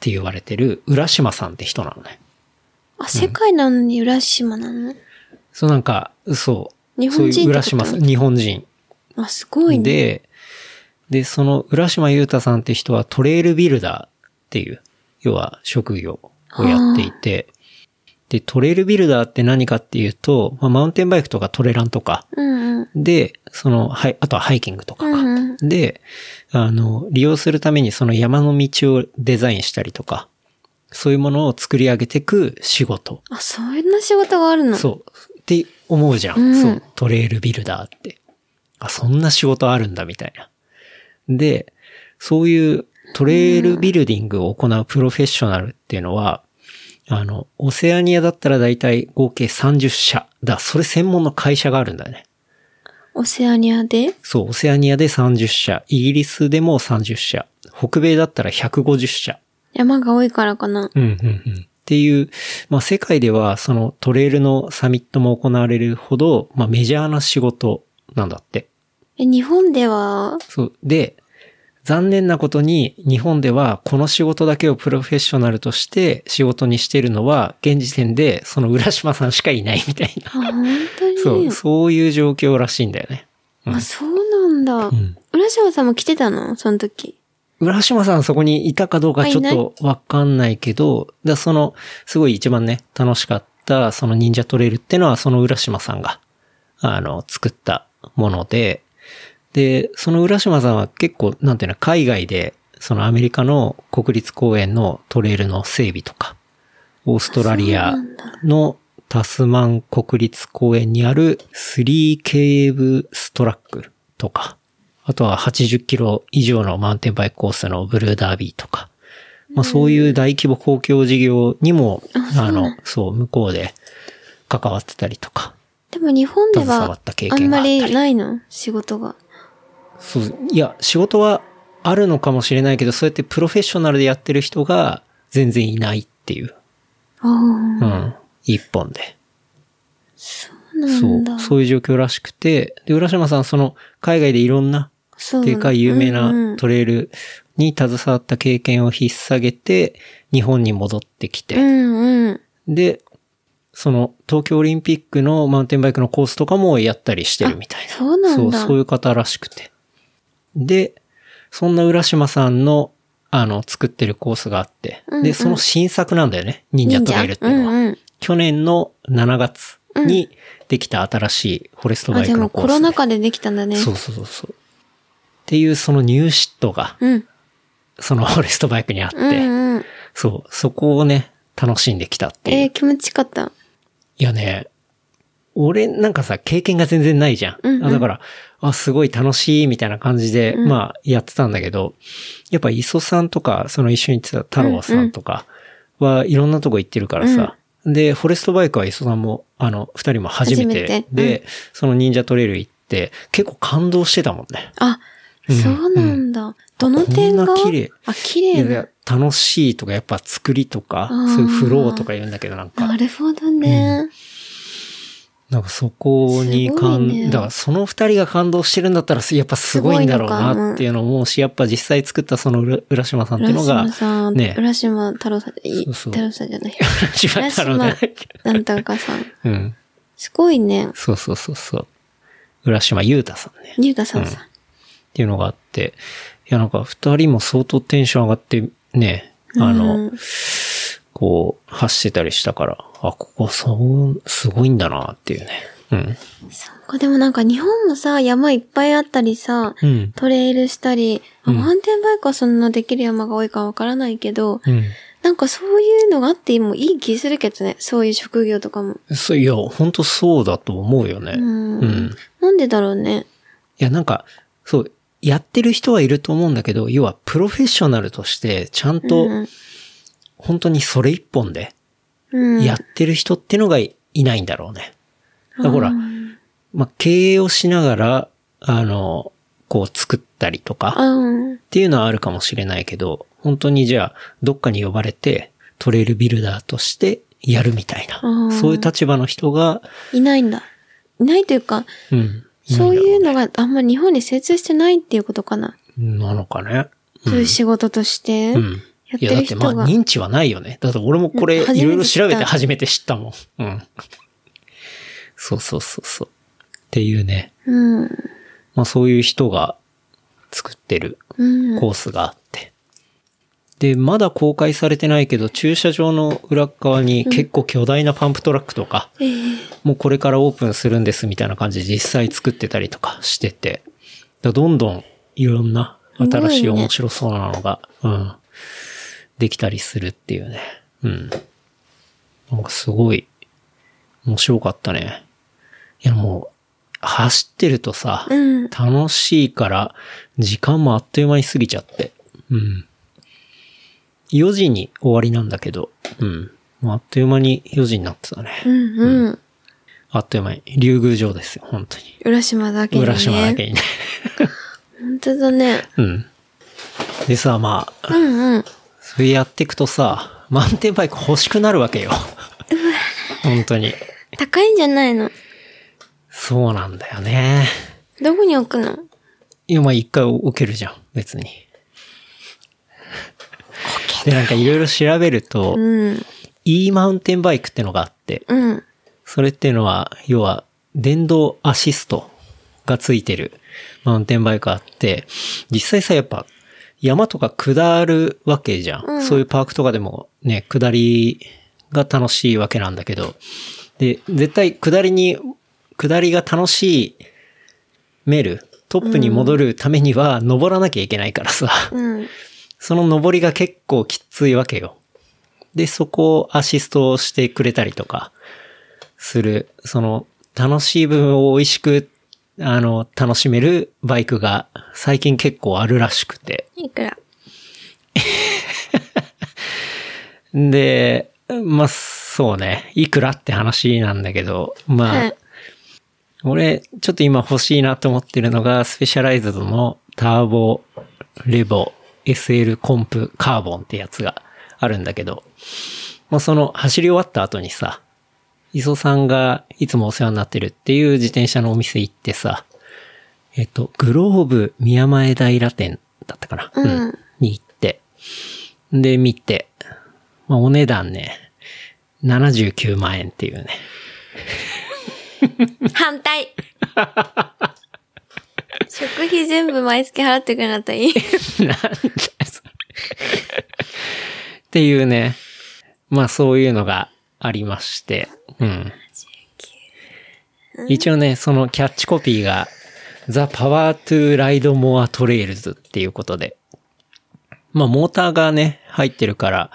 [SPEAKER 2] て言われてる浦島さんって人なのね。
[SPEAKER 3] あ、世界なのに浦島なの
[SPEAKER 2] そうなんか、そう。
[SPEAKER 3] 日本人ってこと
[SPEAKER 2] そういう浦島さん、日本人。
[SPEAKER 3] あ、すごいね。
[SPEAKER 2] で、で、その浦島裕太さんって人はトレイルビルダーっていう、要は職業をやっていて、で、トレイルビルダーって何かっていうと、まあ、マウンテンバイクとかトレランとか、
[SPEAKER 3] うんうん。
[SPEAKER 2] で、その、はい、あとはハイキングとかか。
[SPEAKER 3] うんう
[SPEAKER 2] で、あの、利用するためにその山の道をデザインしたりとか、そういうものを作り上げていく仕事。
[SPEAKER 3] あ、そんな仕事があるのう。
[SPEAKER 2] そう。って思うじゃん。
[SPEAKER 3] うん
[SPEAKER 2] そう。トレイルビルダーって。あ、そんな仕事あるんだ、みたいな。で、そういうトレイルビルディングを行うプロフェッショナルっていうのは、あの、オセアニアだったらだいたい合計30社。だ、それ専門の会社があるんだよね。
[SPEAKER 3] オセアニアで
[SPEAKER 2] そう、オセアニアで30社、イギリスでも30社、北米だったら150社。
[SPEAKER 3] 山が多いからかな。
[SPEAKER 2] うん、うん、うん。っていう、まあ世界ではそのトレイルのサミットも行われるほど、まあメジャーな仕事なんだって。
[SPEAKER 3] え、日本では
[SPEAKER 2] そう。で、残念なことに日本ではこの仕事だけをプロフェッショナルとして仕事にしているのは現時点でその浦島さんしかいないみたいな
[SPEAKER 3] あ、。本当に
[SPEAKER 2] そう、そういう状況らしいんだよね。うん
[SPEAKER 3] あ、そうなんだ。
[SPEAKER 2] ん
[SPEAKER 3] 浦島さんも来てたのその時。
[SPEAKER 2] 浦島さんそこにいたかどうかちょっとわかんないけど、だその、すごい一番ね、楽しかった、その忍者トレイルってのは、その浦島さんが、あの、作ったもので、で、その浦島さんは結構、なんていうの、海外で、そのアメリカの国立公園のトレイルの整備とか、オーストラリアのタスマン国立公園にあるスリーケーブストラックとか、あとは80キロ以上のマウンテンバイクコースのブルーダービーとか、まあそういう大規模公共事業にも、あの、そう、向こうで関わってたりとか、
[SPEAKER 3] でも日本で
[SPEAKER 2] 携わ
[SPEAKER 3] は
[SPEAKER 2] った経
[SPEAKER 3] あ
[SPEAKER 2] 験
[SPEAKER 3] ん
[SPEAKER 2] があっ
[SPEAKER 3] ま
[SPEAKER 2] たり
[SPEAKER 3] りないの仕事が。
[SPEAKER 2] そう、いや、仕事はあるのかもしれないけど、そうやってプロフェッショナルでやってる人が全然いないっていう、
[SPEAKER 3] ああ、
[SPEAKER 2] うん、一本で。
[SPEAKER 3] そうな
[SPEAKER 2] そ
[SPEAKER 3] んだ。
[SPEAKER 2] う、そういう状況らしくて、で、浦島さん、その、海外でいろんな、
[SPEAKER 3] そう
[SPEAKER 2] でかい有名
[SPEAKER 3] うんう
[SPEAKER 2] なんトレイルに携わった経験を引っ提げて、日本に戻ってき
[SPEAKER 3] う
[SPEAKER 2] て、
[SPEAKER 3] んうん。
[SPEAKER 2] で、その東京オリンピックのマウンテンバイクのコースとかもやったりしてるみたいな。
[SPEAKER 3] そうなんだ。
[SPEAKER 2] そう、そういう方らしくて。で、そんな浦島さんの、あの、作ってるコースがあって、
[SPEAKER 3] うんう
[SPEAKER 2] で、
[SPEAKER 3] ん
[SPEAKER 2] その新作なんだよね。忍者トレイルっていうのは。
[SPEAKER 3] 忍者うんうん
[SPEAKER 2] 去年の7月にできた新しいフォレストバ
[SPEAKER 3] あ、
[SPEAKER 2] イ
[SPEAKER 3] で
[SPEAKER 2] ク
[SPEAKER 3] も
[SPEAKER 2] のコース
[SPEAKER 3] コ
[SPEAKER 2] で、
[SPEAKER 3] ロナ禍でできたんだね。
[SPEAKER 2] そうそうそうそう。っていうそのニューシットが、
[SPEAKER 3] うん。
[SPEAKER 2] そのフォレストバイクにあって、
[SPEAKER 3] うんうん。
[SPEAKER 2] そう、そこをね、楽しんできたっていう。
[SPEAKER 3] えー、
[SPEAKER 2] い
[SPEAKER 3] 気持ちよかった。
[SPEAKER 2] やね、俺なんかさ、経験が全然ないじゃん。
[SPEAKER 3] うんうん
[SPEAKER 2] あだから、あ、すごい楽しいみたいな感じで、まあ、やってたんだけど、やっぱ磯さんとか、その一緒に行ってた太郎さんとかは、いろんなとこ行ってるからさ、で、フォレストバイクは磯さんも、あの、二人も初めて、
[SPEAKER 3] 初めて
[SPEAKER 2] で、その忍者トレイル行って、結構感動してたもんね。
[SPEAKER 3] あ、
[SPEAKER 2] うん
[SPEAKER 3] そうなんだ。どの点が
[SPEAKER 2] こんな綺麗
[SPEAKER 3] あ、綺麗
[SPEAKER 2] い
[SPEAKER 3] な
[SPEAKER 2] や。楽しいとか、やっぱ作りとか、
[SPEAKER 3] あー
[SPEAKER 2] そういうフローとか言うんだけど、なんか
[SPEAKER 3] な、るほどね。
[SPEAKER 2] なんかそこに
[SPEAKER 3] すごい
[SPEAKER 2] 感、
[SPEAKER 3] ね
[SPEAKER 2] だからその二人が感動してるんだったら、やっぱすごいんだろう
[SPEAKER 3] すごいのかう
[SPEAKER 2] なんっていうのも思うし、やっぱ実際作ったその浦浦島さんっていう
[SPEAKER 3] 浦
[SPEAKER 2] のが
[SPEAKER 3] 島、さん、
[SPEAKER 2] ね
[SPEAKER 3] 浦島太郎さん、い
[SPEAKER 2] そうそう
[SPEAKER 3] 太郎さんじゃない。
[SPEAKER 2] 浦島太郎だ
[SPEAKER 3] 浦なんとかさん。
[SPEAKER 2] うん。
[SPEAKER 3] すごいね。
[SPEAKER 2] そうそうそうそう。浦島優太さんね。っ
[SPEAKER 3] 竜太さんさん。
[SPEAKER 2] ていうのがあって、いやなんか二人も相当テンション上がって、ね、あの、
[SPEAKER 3] うん
[SPEAKER 2] こう、発してたりしたから、あ、ここそう、すごいんだなっていうね。うん。
[SPEAKER 3] そうかでもなんか日本もさ、山いっぱいあったりさ、
[SPEAKER 2] うん。
[SPEAKER 3] トレイルしたり、
[SPEAKER 2] うん
[SPEAKER 3] マウンテンバイクはそんなできる山が多いかわからないけど、
[SPEAKER 2] う
[SPEAKER 3] なんかそういうのがあってもいい気するけどね。そういう職業とかも。
[SPEAKER 2] ん。そう、いや、本当そうだと思うよね。
[SPEAKER 3] うん。
[SPEAKER 2] うん
[SPEAKER 3] なんでだろうね。
[SPEAKER 2] いや、なんか、そう、やってる人はいると思うんだけど、要はプロフェッショナルとして、ちゃんと、
[SPEAKER 3] うん
[SPEAKER 2] 本当にそれ一本で、
[SPEAKER 3] うん、
[SPEAKER 2] やってる人ってのがいいないんだろうね。だからほら
[SPEAKER 3] あー、
[SPEAKER 2] まあ、経営をしながら、あの、こう作ったりとか、
[SPEAKER 3] うん。
[SPEAKER 2] っていうのはあるかもしれないけど、本当にじゃあ、どっかに呼ばれて、トレイルビルダーとしてやるみたい
[SPEAKER 3] うん
[SPEAKER 2] な、そういう立場の人が、
[SPEAKER 3] いないんだ。いないというか、
[SPEAKER 2] うん、いな
[SPEAKER 3] そ
[SPEAKER 2] ん
[SPEAKER 3] う
[SPEAKER 2] だろ
[SPEAKER 3] いうのがあんま日本に精通してないっていうことかな。
[SPEAKER 2] なのかね。
[SPEAKER 3] そういう仕事として。
[SPEAKER 2] うん。
[SPEAKER 3] や
[SPEAKER 2] い
[SPEAKER 3] って
[SPEAKER 2] や、だっ
[SPEAKER 3] る
[SPEAKER 2] て
[SPEAKER 3] 人
[SPEAKER 2] ま
[SPEAKER 3] が。
[SPEAKER 2] あ認知はないよね。だって俺もこれ
[SPEAKER 3] うん初め
[SPEAKER 2] い
[SPEAKER 3] て
[SPEAKER 2] ろいろ調べて
[SPEAKER 3] 知った
[SPEAKER 2] 初めて知ったもん。うん。そうそうそうそう。っていうね。
[SPEAKER 3] うん。
[SPEAKER 2] まあそういう人が作ってる
[SPEAKER 3] うん。
[SPEAKER 2] コースがあって。で、まだ公開されてないけど、駐車場の裏側に結構巨大なパンプトラックとか、
[SPEAKER 3] ええ
[SPEAKER 2] もうこれからオープンするんですみたいな感じで実際作ってたりとかしてて、だからどんどんいろんな新しい
[SPEAKER 3] すごいね
[SPEAKER 2] 面白そうなのが、うん、できたりするっていうね。うん。なんかすごい面白かったね。いやもう、走ってるとさ、
[SPEAKER 3] うん。
[SPEAKER 2] 楽しいから、時間もあっという間に過ぎちゃって。うん。4時に終わりなんだけど、うん。もうあっという間に4時になってたね。
[SPEAKER 3] うんうん。
[SPEAKER 2] あっという間に。竜宮城ですよ、本当に。
[SPEAKER 3] 浦島だけにね。
[SPEAKER 2] 浦島だけにね。
[SPEAKER 3] 本当だね。
[SPEAKER 2] うん。でさ、まあ、
[SPEAKER 3] うんうん。
[SPEAKER 2] それやっていくとさ、マウンテンバイク欲しくなるわけよ。本当に。
[SPEAKER 3] 高いんじゃないの
[SPEAKER 2] そうなんだよね。
[SPEAKER 3] どこに置くの
[SPEAKER 2] いや、まあ一回置けるじゃん、別に。で、なんかいろいろ調べると、
[SPEAKER 3] うん。
[SPEAKER 2] e マウンテンバイクってのがあって、
[SPEAKER 3] うん。
[SPEAKER 2] それっていうのは、要は、電動アシストがついてるマウンテンバイクあって、実際さ、やっぱ、山とか下るわけじゃん。
[SPEAKER 3] うん
[SPEAKER 2] そういうパークとかでもね、下りが楽しいわけなんだけど、で、絶対下りに、下りが楽しいメール、トップに戻るためには登らなきゃいけないからさ、
[SPEAKER 3] うん。
[SPEAKER 2] その登りが結構きついわけよ。で、そこをアシストしてくれたりとか、する、その、楽しい部分を美味しく、あの、楽しめるバイクが最近結構あるらしくて。
[SPEAKER 3] いくら
[SPEAKER 2] で、まあ、そうね、いくらって話なんだけど、まあ、
[SPEAKER 3] はい。
[SPEAKER 2] 俺、ちょっと今欲しいなと思ってるのが、スペシャライズドのターボ、レボ、SL コンプ、カーボンってやつがあるんだけど、まあ、その走り終わった後にさ、磯さんがいつもお世話になってるっていう自転車のお店行ってさ、えっと、グローブ宮前平店だったかな、
[SPEAKER 3] うん
[SPEAKER 2] に行って、で、見て、まあ、お値段ね、79万円っていうね。
[SPEAKER 3] 反対食費全部毎月払ってくれなかったらいい。
[SPEAKER 2] なんだよそれっていうね。まあそういうのがありまして。うん。一応ね、そのキャッチコピーが The Power to Ride More Trails っていうことで。まあモーターがね、入ってるから、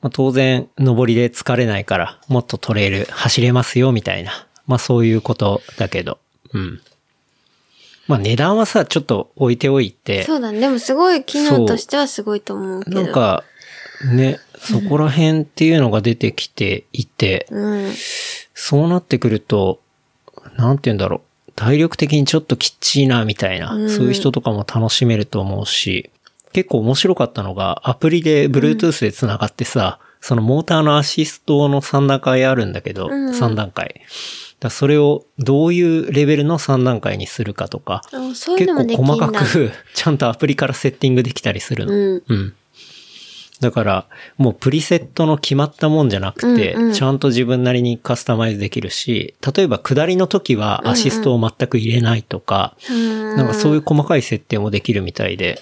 [SPEAKER 2] まあ、当然上りで疲れないから、もっとトレイル走れますよみたいな。まあそういうことだけど。うん。まあ値段はさ、ちょっと置いておいて。
[SPEAKER 3] そうだね。でもすごい機能としてはすごいと思うけど。
[SPEAKER 2] なんか、ね、そこら辺っていうのが出てきていて、
[SPEAKER 3] うん。
[SPEAKER 2] そうなってくると、なんて言うんだろう。体力的にちょっときっちいな、みたいな、
[SPEAKER 3] うん
[SPEAKER 2] そういう人とかも楽しめると思うし、結構面白かったのが、アプリで Bluetooth で繋がってさ、そのモーターのアシストの3段階あるんだけど、
[SPEAKER 3] うん
[SPEAKER 2] 3段階。だからそれをどういうレベルの3段階にするかとか、
[SPEAKER 3] あそういう
[SPEAKER 2] 結
[SPEAKER 3] の
[SPEAKER 2] 構
[SPEAKER 3] もできるん
[SPEAKER 2] 細
[SPEAKER 3] だ。
[SPEAKER 2] かく、ちゃんとアプリからセッティングできたりするの。
[SPEAKER 3] うん。
[SPEAKER 2] うん。だから、もうプリセットの決まったもんじゃなくて、
[SPEAKER 3] うんうん
[SPEAKER 2] ちゃんと自分なりにカスタマイズできるし、例えば下りの時はアシストを全く入れないとか、
[SPEAKER 3] な
[SPEAKER 2] なんかそういう細かい設定もできるみたいで、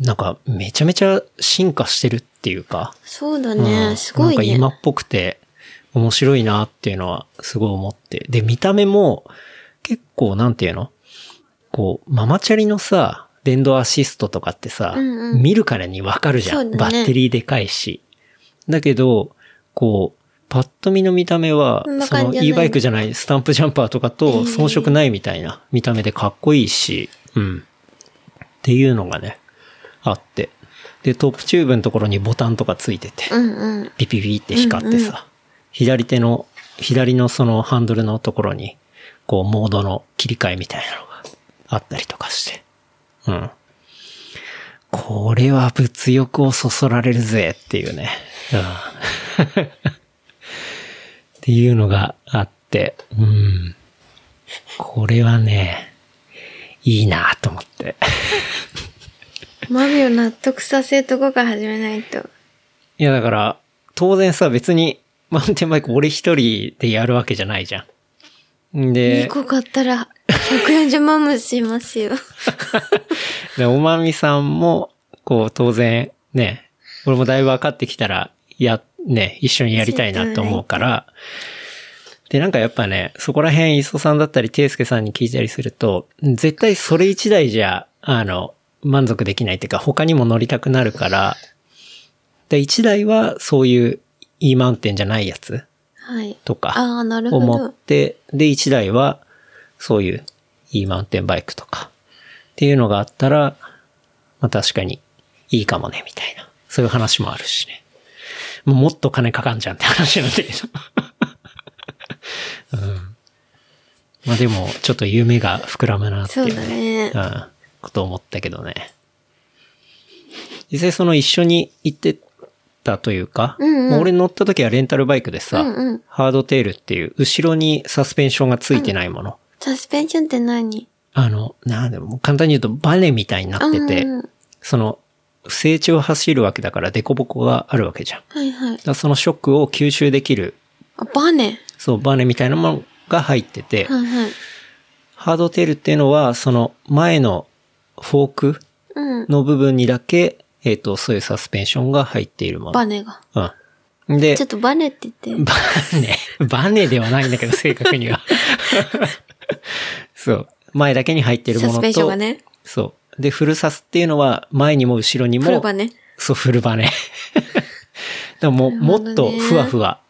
[SPEAKER 2] なんかめちゃめちゃ進化してるっていうか、
[SPEAKER 3] そうだ
[SPEAKER 2] う
[SPEAKER 3] ね。
[SPEAKER 2] ん
[SPEAKER 3] すごい
[SPEAKER 2] なんか
[SPEAKER 3] ね。
[SPEAKER 2] 今っぽくて面白いなっていうのはすごい思って。で、見た目も結構なんていうのこう、ママチャリのさ、電動アシストとかってさ、
[SPEAKER 3] うんうん
[SPEAKER 2] 見るからにわかるじゃん、
[SPEAKER 3] そうだ
[SPEAKER 2] バ
[SPEAKER 3] ね
[SPEAKER 2] ッテリーでかいし。だけど、こう、パッと見の見た目は
[SPEAKER 3] そん、な
[SPEAKER 2] そ
[SPEAKER 3] 感じ
[SPEAKER 2] の
[SPEAKER 3] じゃない
[SPEAKER 2] e バイクじゃない、スタンプジャンパーとか
[SPEAKER 3] え
[SPEAKER 2] と
[SPEAKER 3] え
[SPEAKER 2] 遜色ないみたいな見た目でかっこいいし、うん。っていうのがね、あって。で、トップチューブのところにボタンとかついてて、
[SPEAKER 3] うんうん。
[SPEAKER 2] ピピピって光ってさ、左手の、左のそのハンドルのところに、こう、モードの切り替えみたいなのがあったりとかして。うん。これは物欲をそそられるぜっていうね。うん。 っていうのがあって、うん。これはね、いいなと思って。
[SPEAKER 3] マミを納得させるとこから始めないと。
[SPEAKER 2] いや、だから、当然さ、別に、マウンテンバイク俺一人でやるわけじゃないじゃん。んで
[SPEAKER 3] 2、個買ったら140万もしますよ。
[SPEAKER 2] でおまみさんも、こう、当然、ね、俺もだいぶ分かってきたら、や、ね、一緒にやりたいなと思うから、で、なんかやっぱね、そこら辺、磯さんだったり、ていすけさんに聞いたりすると、絶対それ一台じゃ、あの、満足できないっていうか、他にも乗りたくなるから、で、一台は、そういう、E マウンテンじゃないやつ
[SPEAKER 3] はい。
[SPEAKER 2] とか。
[SPEAKER 3] ああ、なるほ
[SPEAKER 2] 思っ
[SPEAKER 3] ど。
[SPEAKER 2] て、で、1台は、そういう E マウンテンバイクとか、っていうのがあったら、まあ確かにいいかもね、みたいな。そういう話もあるしね。もうもっと金かかんじゃんって話なんだけど。 うん。まあでも、ちょっと夢が膨らむなってい
[SPEAKER 3] そうう
[SPEAKER 2] ね
[SPEAKER 3] だね。
[SPEAKER 2] うん、こと思ったけどね。実際その一緒に行ってたというか、
[SPEAKER 3] うんうん
[SPEAKER 2] も俺乗った時はレンタルバイクでさ、
[SPEAKER 3] うんうん
[SPEAKER 2] ハードテールっていう、後ろにサスペンションがついてないもの。
[SPEAKER 3] サスペンションって何
[SPEAKER 2] あの、なんでも、簡単に言うとバネみたいになってて、
[SPEAKER 3] うんうん
[SPEAKER 2] その、不整地を走るわけだから、デコボコがあるわけじゃん。だか
[SPEAKER 3] はいはい。
[SPEAKER 2] らそのショックを吸収できる、
[SPEAKER 3] あ、バネ。
[SPEAKER 2] そう、バネみたいなものが入ってて、
[SPEAKER 3] はいはい。
[SPEAKER 2] ハードテールっていうのは、その前のフォーク
[SPEAKER 3] うん。
[SPEAKER 2] の部分にだけ、えっ、と、そういうサスペンションが入っているもの。
[SPEAKER 3] バネが。
[SPEAKER 2] うん。で
[SPEAKER 3] ちょ、っとバネって言って。
[SPEAKER 2] バネ、 バネではないんだけど、正確には。 そう。前だけに入っているも
[SPEAKER 3] サ
[SPEAKER 2] のと。
[SPEAKER 3] スペンションがね。
[SPEAKER 2] そう。で、フルサスっていうのは、前にも後ろにも。
[SPEAKER 3] プロバネ。
[SPEAKER 2] そう、フルバネ。 でももう、
[SPEAKER 3] なるほ
[SPEAKER 2] も
[SPEAKER 3] どね
[SPEAKER 2] っとふわふわ。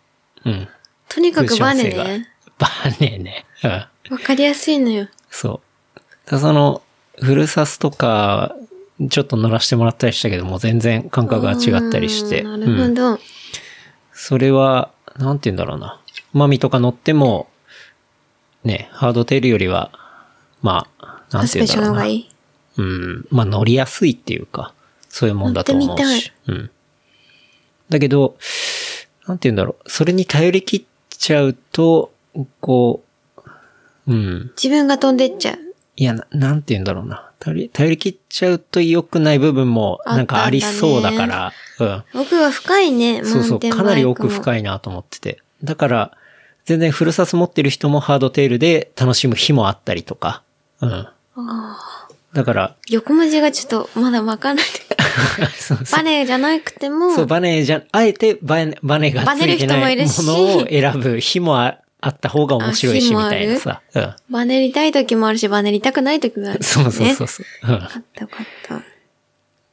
[SPEAKER 2] うん。
[SPEAKER 3] とにかくバネ
[SPEAKER 2] クッション性
[SPEAKER 3] ね。
[SPEAKER 2] が。バネね。うん。
[SPEAKER 3] わかりやすいのよ。
[SPEAKER 2] そう。だその、フルサスとか、ちょっと乗らせてもらったりしたけども、全然感覚が違ったりして。
[SPEAKER 3] うんなる
[SPEAKER 2] う
[SPEAKER 3] ほ
[SPEAKER 2] ん
[SPEAKER 3] ど。
[SPEAKER 2] それは、なんて言うんだろうな。マミとか乗っても、ね、ハードテールよりは、まあ、な
[SPEAKER 3] サ
[SPEAKER 2] ん
[SPEAKER 3] ス
[SPEAKER 2] て
[SPEAKER 3] ペ
[SPEAKER 2] 言う
[SPEAKER 3] ン
[SPEAKER 2] んだ
[SPEAKER 3] ショ
[SPEAKER 2] ろう
[SPEAKER 3] ンの方
[SPEAKER 2] な。
[SPEAKER 3] がいい。
[SPEAKER 2] うん。まあ乗りやすいっていうか、そういうもんだと思う
[SPEAKER 3] 乗ってみ
[SPEAKER 2] し。うん。だけど、なんて言うんだろう。それに頼り切っちゃうと、こう、うん。
[SPEAKER 3] 自分が飛んでっちゃう。
[SPEAKER 2] いや、ななんて言うんだろうな。頼り、頼り切っちゃうと良くない部分も、なんかありそうだから、
[SPEAKER 3] 奥は深いね、
[SPEAKER 2] うん。そうそう、かなり奥
[SPEAKER 3] い。
[SPEAKER 2] 深いなと思ってて。だから、全然フルサス持ってる人もハードテールで楽しむ日もあったりとか。うん。だから、
[SPEAKER 3] 横文字がちょっとまだわかんない。
[SPEAKER 2] そうそう
[SPEAKER 3] バネじゃなくても、
[SPEAKER 2] そう、バネじゃ、あえてバネ、バネがついて
[SPEAKER 3] バネる人も
[SPEAKER 2] ないい
[SPEAKER 3] る
[SPEAKER 2] も
[SPEAKER 3] し
[SPEAKER 2] のを選ぶ日もああった方が面白いし、
[SPEAKER 3] あ日
[SPEAKER 2] み
[SPEAKER 3] もあ
[SPEAKER 2] た
[SPEAKER 3] る
[SPEAKER 2] いなさ。うん。
[SPEAKER 3] バネりたい時もあるし、バネりたくない時もある、ね。
[SPEAKER 2] そうそうそうそう。うん。
[SPEAKER 3] あったよかった。
[SPEAKER 2] っ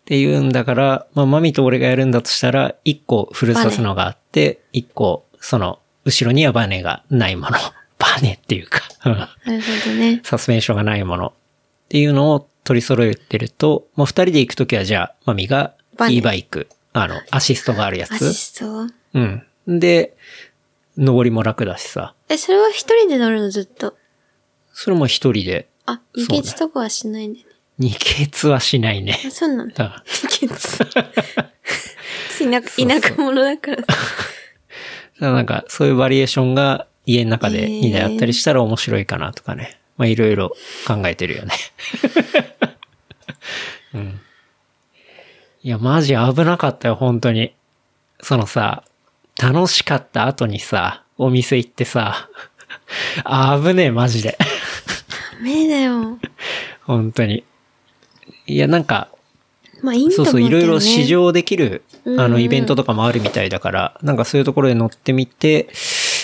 [SPEAKER 2] ていうんだから、まあ、マミと俺がやるんだとしたら、一個フルサスのがあって、一個、その、後ろにはバネがないもの。 バネっていうか、 うん
[SPEAKER 3] なるほどね。
[SPEAKER 2] サスペンションがないもの。っていうのを取り揃えてると、まあ、二人で行くときは、じゃあ、マミが
[SPEAKER 3] バネ
[SPEAKER 2] E バイク、あの、アシストがあるや
[SPEAKER 3] アシ
[SPEAKER 2] つ。
[SPEAKER 3] スト
[SPEAKER 2] うん。で、登りも楽だしさ。
[SPEAKER 3] え、それは一人で乗るのずっと。
[SPEAKER 2] それも一人で、
[SPEAKER 3] あ、輸血とかはしないんだよね。
[SPEAKER 2] 二ケツはしないね。
[SPEAKER 3] あ、そうなんだ。
[SPEAKER 2] うん
[SPEAKER 3] 輸血。田舎、田舎者だから。
[SPEAKER 2] だからなんか、そういうバリエーションが家の中
[SPEAKER 3] え
[SPEAKER 2] で
[SPEAKER 3] ー
[SPEAKER 2] 2台あったりしたら面白いかなとかね。まあ、いろいろ考えてるよね。うん。いや、マジ危なかったよ、本当に。そのさ、楽しかった後にさ、お店行ってさ、危ねえ、マジで。
[SPEAKER 3] ダメだよ。
[SPEAKER 2] 本当に。いや、なんか、
[SPEAKER 3] まあ、いいんだ
[SPEAKER 2] そ
[SPEAKER 3] も
[SPEAKER 2] うんそう、いろいろ試
[SPEAKER 3] 市場
[SPEAKER 2] 乗できる、
[SPEAKER 3] うん
[SPEAKER 2] あの、イベントとかもあるみたいだから、なんかそういうところで乗ってみて、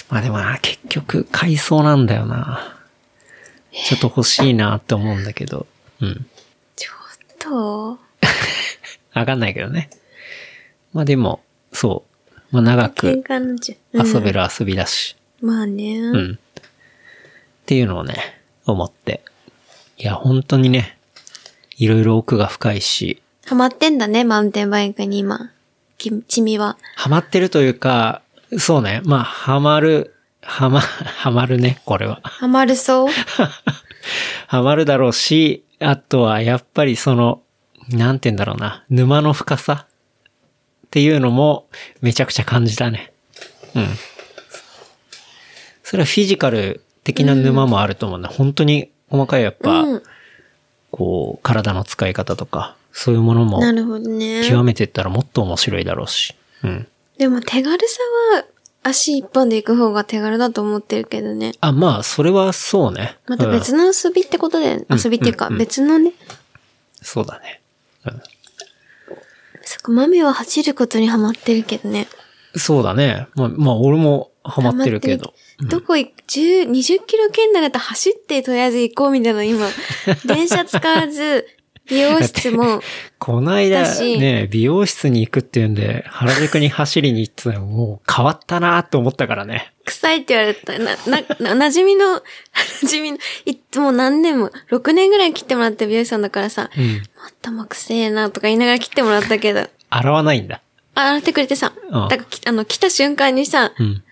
[SPEAKER 2] まあでもな、結局、買いそうなんだよな。ちょっと欲しいなって思うんだけど、うん。
[SPEAKER 3] ちょっと、
[SPEAKER 2] わかんないけどね。まあでも、そう。まあ長
[SPEAKER 3] 喧
[SPEAKER 2] く
[SPEAKER 3] 嘩になっちゃう。うん
[SPEAKER 2] 遊べる遊びだし、
[SPEAKER 3] まあね。
[SPEAKER 2] うん。っていうのをね、思って。いや、本当にね、いろいろ奥が深いし、
[SPEAKER 3] ハマってんだね、マウンテンバイクに今。きちみは。
[SPEAKER 2] ハマってるというか、そうね。まあ、ハマる、ハマ、ハマるね、これは。
[SPEAKER 3] ハマるそう。
[SPEAKER 2] ハマるだろうし、あとはやっぱりその、なんて言うんだろうな、沼の深さっていうのもめちゃくちゃ感じたね。うん。それはフィジカル的な沼もあると思うんだ。本当に細かいやっぱ、
[SPEAKER 3] うん
[SPEAKER 2] こう、体の使い方とか、そういうものも
[SPEAKER 3] なるほどね。
[SPEAKER 2] 極めていったらもっと面白いだろうし。うん。
[SPEAKER 3] でも手軽さは足一本で行く方が手軽だと思ってるけどね。
[SPEAKER 2] あ、まあ、それはそうね。
[SPEAKER 3] また
[SPEAKER 2] うん
[SPEAKER 3] 別の遊びってことで、
[SPEAKER 2] ん
[SPEAKER 3] 遊びっていうか、
[SPEAKER 2] うんうん
[SPEAKER 3] 別のね、
[SPEAKER 2] そうだね。うん
[SPEAKER 3] そっか、マミは走ることにハマってるけどね。
[SPEAKER 2] そうだね。まあ、まあ、俺もハマってるけど。
[SPEAKER 3] どこ行く、10、20キロ圏内だったら走ってとりあえず行こうみたいな の今、電車使わず、美容室も、
[SPEAKER 2] この間
[SPEAKER 3] 私
[SPEAKER 2] ね、美容室に行くっていうんで、原宿に走りに行ってたのもう変わったなと思ったからね。
[SPEAKER 3] 臭いって言われた。な、な、な、馴染みの、 馴染みの、いつも何年も、6年ぐらい切ってもらって美容師さんだからさ、
[SPEAKER 2] うん。
[SPEAKER 3] 頭臭えなとか言いながら切ってもらったけど、
[SPEAKER 2] 洗わないんだ。
[SPEAKER 3] あ洗ってくれてさ、
[SPEAKER 2] あ
[SPEAKER 3] だからき、あの、来た瞬間にさ、
[SPEAKER 2] うん。
[SPEAKER 3] なんで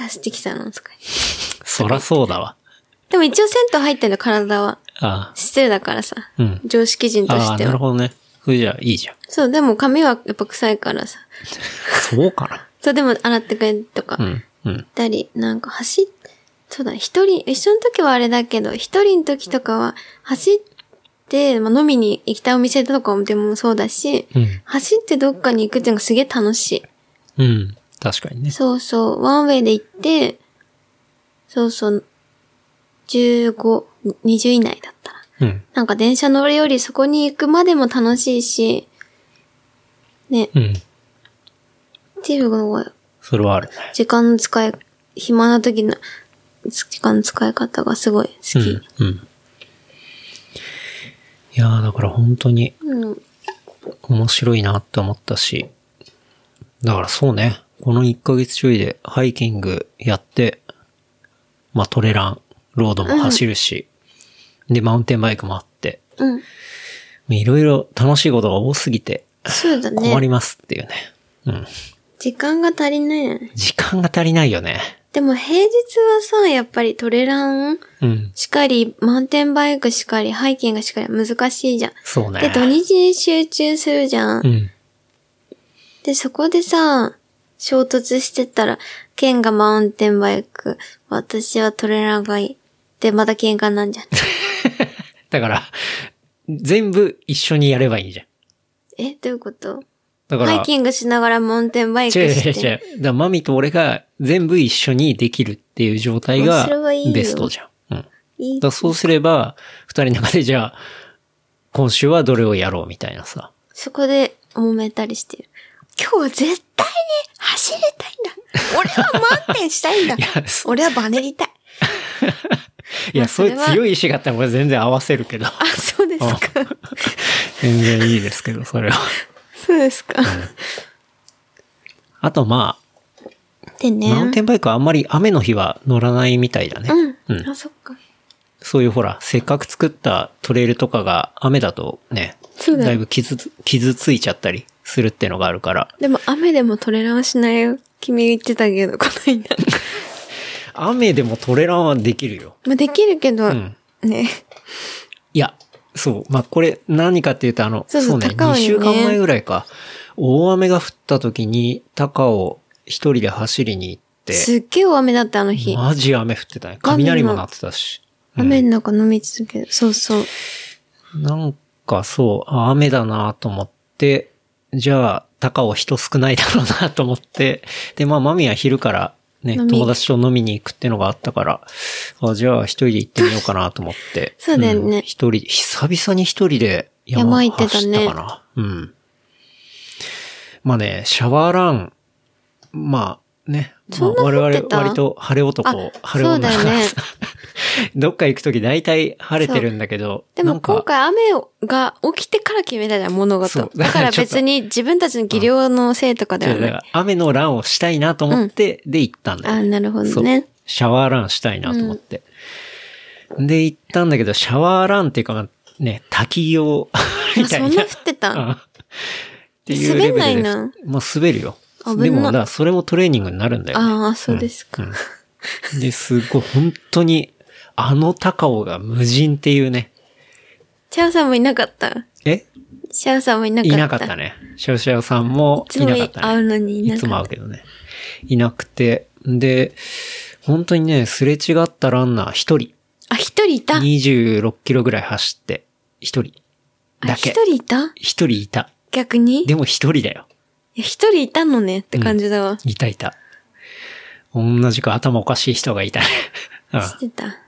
[SPEAKER 3] 走ってきたのとか。
[SPEAKER 2] そらそうだわ。
[SPEAKER 3] でも一応銭湯入ってんの、体は。
[SPEAKER 2] あ
[SPEAKER 3] 失礼だからさ、
[SPEAKER 2] あ。うん。
[SPEAKER 3] 常識人と
[SPEAKER 2] ああ、
[SPEAKER 3] して
[SPEAKER 2] なる
[SPEAKER 3] は。
[SPEAKER 2] ほどね。それじゃあいいじゃん。
[SPEAKER 3] そう、でも髪はやっぱ臭いからさ。
[SPEAKER 2] そうか
[SPEAKER 3] そう、でも洗ってくれとか。
[SPEAKER 2] な。うん。うん。
[SPEAKER 3] たり、なんか走っ、そうだね、一人、一緒の時はあれだけど、一人の時とかは、走って、まあ、飲みに行きたいお店とかもでもそうだし、
[SPEAKER 2] うん。
[SPEAKER 3] 走ってどっかに行くっていうのがすげえ楽し
[SPEAKER 2] うん。確かにね
[SPEAKER 3] い。。そうそう、ワンウェイで行って、そうそう、15、20以内だったら。
[SPEAKER 2] うん。
[SPEAKER 3] なんか電車乗るよりそこに行くまでも楽しいし、ね、
[SPEAKER 2] うん。
[SPEAKER 3] っていうのが
[SPEAKER 2] それはあるね。
[SPEAKER 3] 時間の使い、暇な時の時間の使い方がすごい好き。
[SPEAKER 2] うん。うん。いやーだから本当に
[SPEAKER 3] うん。
[SPEAKER 2] 面白いなって思ったし、だからそうね、この1ヶ月ちょいでハイキングやって、まあトレラン、ロードも走るし、で、マウンテンバイクもあって、
[SPEAKER 3] うん。
[SPEAKER 2] いろいろ楽しいことが多すぎて
[SPEAKER 3] そうだ
[SPEAKER 2] 困り
[SPEAKER 3] ね。
[SPEAKER 2] ますっていうね。うん。
[SPEAKER 3] 時間が足りない。
[SPEAKER 2] 時間が足りないよね。
[SPEAKER 3] でも平日はさ、やっぱりトレラン
[SPEAKER 2] うん。
[SPEAKER 3] しかり、マウンテンバイクしかり、ハイキングしかり、難しいじゃん。
[SPEAKER 2] そうね。
[SPEAKER 3] で、土日に集中するじゃん。
[SPEAKER 2] うん。
[SPEAKER 3] で、そこでさ、衝突してたら、ケンがマウンテンバイク、私はトレランがいい。で、また喧嘩なんじゃん。
[SPEAKER 2] だから、全部一緒にやればいいじゃん。
[SPEAKER 3] え、どういうこと
[SPEAKER 2] だから、
[SPEAKER 3] ハイキングしながらマウンテンバイク
[SPEAKER 2] 違う
[SPEAKER 3] し
[SPEAKER 2] 違う違う。
[SPEAKER 3] て。
[SPEAKER 2] だからマミと俺が全部一緒にできるっていう状態が
[SPEAKER 3] それはいいよ
[SPEAKER 2] ベストじゃん。うん。だか
[SPEAKER 3] いい
[SPEAKER 2] らそうすれば、二人の中でじゃあ、今週はどれをやろうみたいなさ。
[SPEAKER 3] そこで揉めたりしてる。今日は絶対に走りたいんだ。俺は満点したいん だ
[SPEAKER 2] い。や、そ
[SPEAKER 3] 俺はバネりたい。
[SPEAKER 2] いやそういう
[SPEAKER 3] それは
[SPEAKER 2] 強い意志があったら俺全然合わせるけ ど。
[SPEAKER 3] あ、そうですか。
[SPEAKER 2] 全然いいですけど、 それは。
[SPEAKER 3] そうですか。
[SPEAKER 2] あとま
[SPEAKER 3] で
[SPEAKER 2] あ、
[SPEAKER 3] ね。
[SPEAKER 2] マウンテンバイクはあんまり雨の日は乗らないみたいだね。
[SPEAKER 3] う
[SPEAKER 2] うん
[SPEAKER 3] ん。あ、そっか。
[SPEAKER 2] そういうほら、せっかく作ったトレイルとかが雨だとね、
[SPEAKER 3] そうだよ
[SPEAKER 2] だいぶ傷つ、傷ついちゃったりするってのがあるから、
[SPEAKER 3] でも雨でもトレランはしないよ。君言ってたけど、この 間。
[SPEAKER 2] 雨でもトレランはできるよ。
[SPEAKER 3] まあ、できるけど、
[SPEAKER 2] ん
[SPEAKER 3] ね。
[SPEAKER 2] いや、そう。まあ、これ何かっていうと、あの、
[SPEAKER 3] そうそう
[SPEAKER 2] ね、
[SPEAKER 3] 高尾にね
[SPEAKER 2] 2週間前ぐらいか、大雨が降った時に、高を一人で走りに行って、
[SPEAKER 3] すっげえ大雨だった、あの日。
[SPEAKER 2] マジ雨降ってたね。雷も鳴ってたし。
[SPEAKER 3] 雨の中飲み続ける。そうそう。
[SPEAKER 2] なんかそう、あ雨だなと思って、じゃあ、高尾人少ないだろうなと思って、で、まあ、マミは昼からね、
[SPEAKER 3] 飲み
[SPEAKER 2] 友達と飲みに行くってのがあったから、あじゃあ、一人で行ってみようかなと思って。
[SPEAKER 3] そうだよね
[SPEAKER 2] ん一、人、久々に一人で山
[SPEAKER 3] 山行
[SPEAKER 2] 行
[SPEAKER 3] っ
[SPEAKER 2] ってて
[SPEAKER 3] た
[SPEAKER 2] た
[SPEAKER 3] ね
[SPEAKER 2] ね。かな。うん。まあね、シャワーラン、まあね、まあ
[SPEAKER 3] そんな降っ
[SPEAKER 2] 我
[SPEAKER 3] て
[SPEAKER 2] 々
[SPEAKER 3] た
[SPEAKER 2] 割と晴れ男、晴れ
[SPEAKER 3] あ
[SPEAKER 2] 女
[SPEAKER 3] そうだよね
[SPEAKER 2] どっか行くとき大体晴れてるんだけど、
[SPEAKER 3] で
[SPEAKER 2] な
[SPEAKER 3] も
[SPEAKER 2] んか
[SPEAKER 3] 今回雨が起きてから決めたじゃん、物
[SPEAKER 2] そ
[SPEAKER 3] 事
[SPEAKER 2] う。だ
[SPEAKER 3] だ
[SPEAKER 2] か
[SPEAKER 3] からら
[SPEAKER 2] ちょっと
[SPEAKER 3] 別に自分たちの技量のせいとかで
[SPEAKER 2] じゃ
[SPEAKER 3] は
[SPEAKER 2] あだ
[SPEAKER 3] な
[SPEAKER 2] か
[SPEAKER 3] い。
[SPEAKER 2] ら雨のランをしたいなと思って、で行ったんだ
[SPEAKER 3] あ、
[SPEAKER 2] よ。
[SPEAKER 3] なるほ
[SPEAKER 2] そ
[SPEAKER 3] ど
[SPEAKER 2] う
[SPEAKER 3] ね。。
[SPEAKER 2] シャワーランしたいなと思って。で行ったんだけど、シャワーランっていうか、まあね、滝用 み
[SPEAKER 3] あ、
[SPEAKER 2] たい
[SPEAKER 3] そ
[SPEAKER 2] な。
[SPEAKER 3] んな降って
[SPEAKER 2] う
[SPEAKER 3] た
[SPEAKER 2] んっていうレベルで。
[SPEAKER 3] 滑んないな
[SPEAKER 2] まあ滑るよ。
[SPEAKER 3] 危な
[SPEAKER 2] でも、だからそれもトレーニングになるんだよね。
[SPEAKER 3] ああ、そうですか。
[SPEAKER 2] で、すごい、本当に、あの高尾が無人っていうね。
[SPEAKER 3] シャオさんもいなかった。
[SPEAKER 2] え
[SPEAKER 3] シャオさんもいなかっ
[SPEAKER 2] い
[SPEAKER 3] た。
[SPEAKER 2] なかったね。シャオシャオさんも
[SPEAKER 3] いつ
[SPEAKER 2] い
[SPEAKER 3] も
[SPEAKER 2] なかったね。
[SPEAKER 3] 会うのにいない
[SPEAKER 2] つも
[SPEAKER 3] か
[SPEAKER 2] 会
[SPEAKER 3] っ
[SPEAKER 2] うけどね。いなくて。で、本当にね、すれ違ったランナー一人。
[SPEAKER 3] た。あ、一人いた。
[SPEAKER 2] 26キロぐらい走って、一人。
[SPEAKER 3] あ、
[SPEAKER 2] だ
[SPEAKER 3] 一
[SPEAKER 2] け。
[SPEAKER 3] 人いた
[SPEAKER 2] 一人いた。
[SPEAKER 3] 逆にい
[SPEAKER 2] でも一人だよ。
[SPEAKER 3] や一人いたのねって感じだわ。
[SPEAKER 2] いたいた。同じく頭おかしい人が いたね。うん
[SPEAKER 3] してた。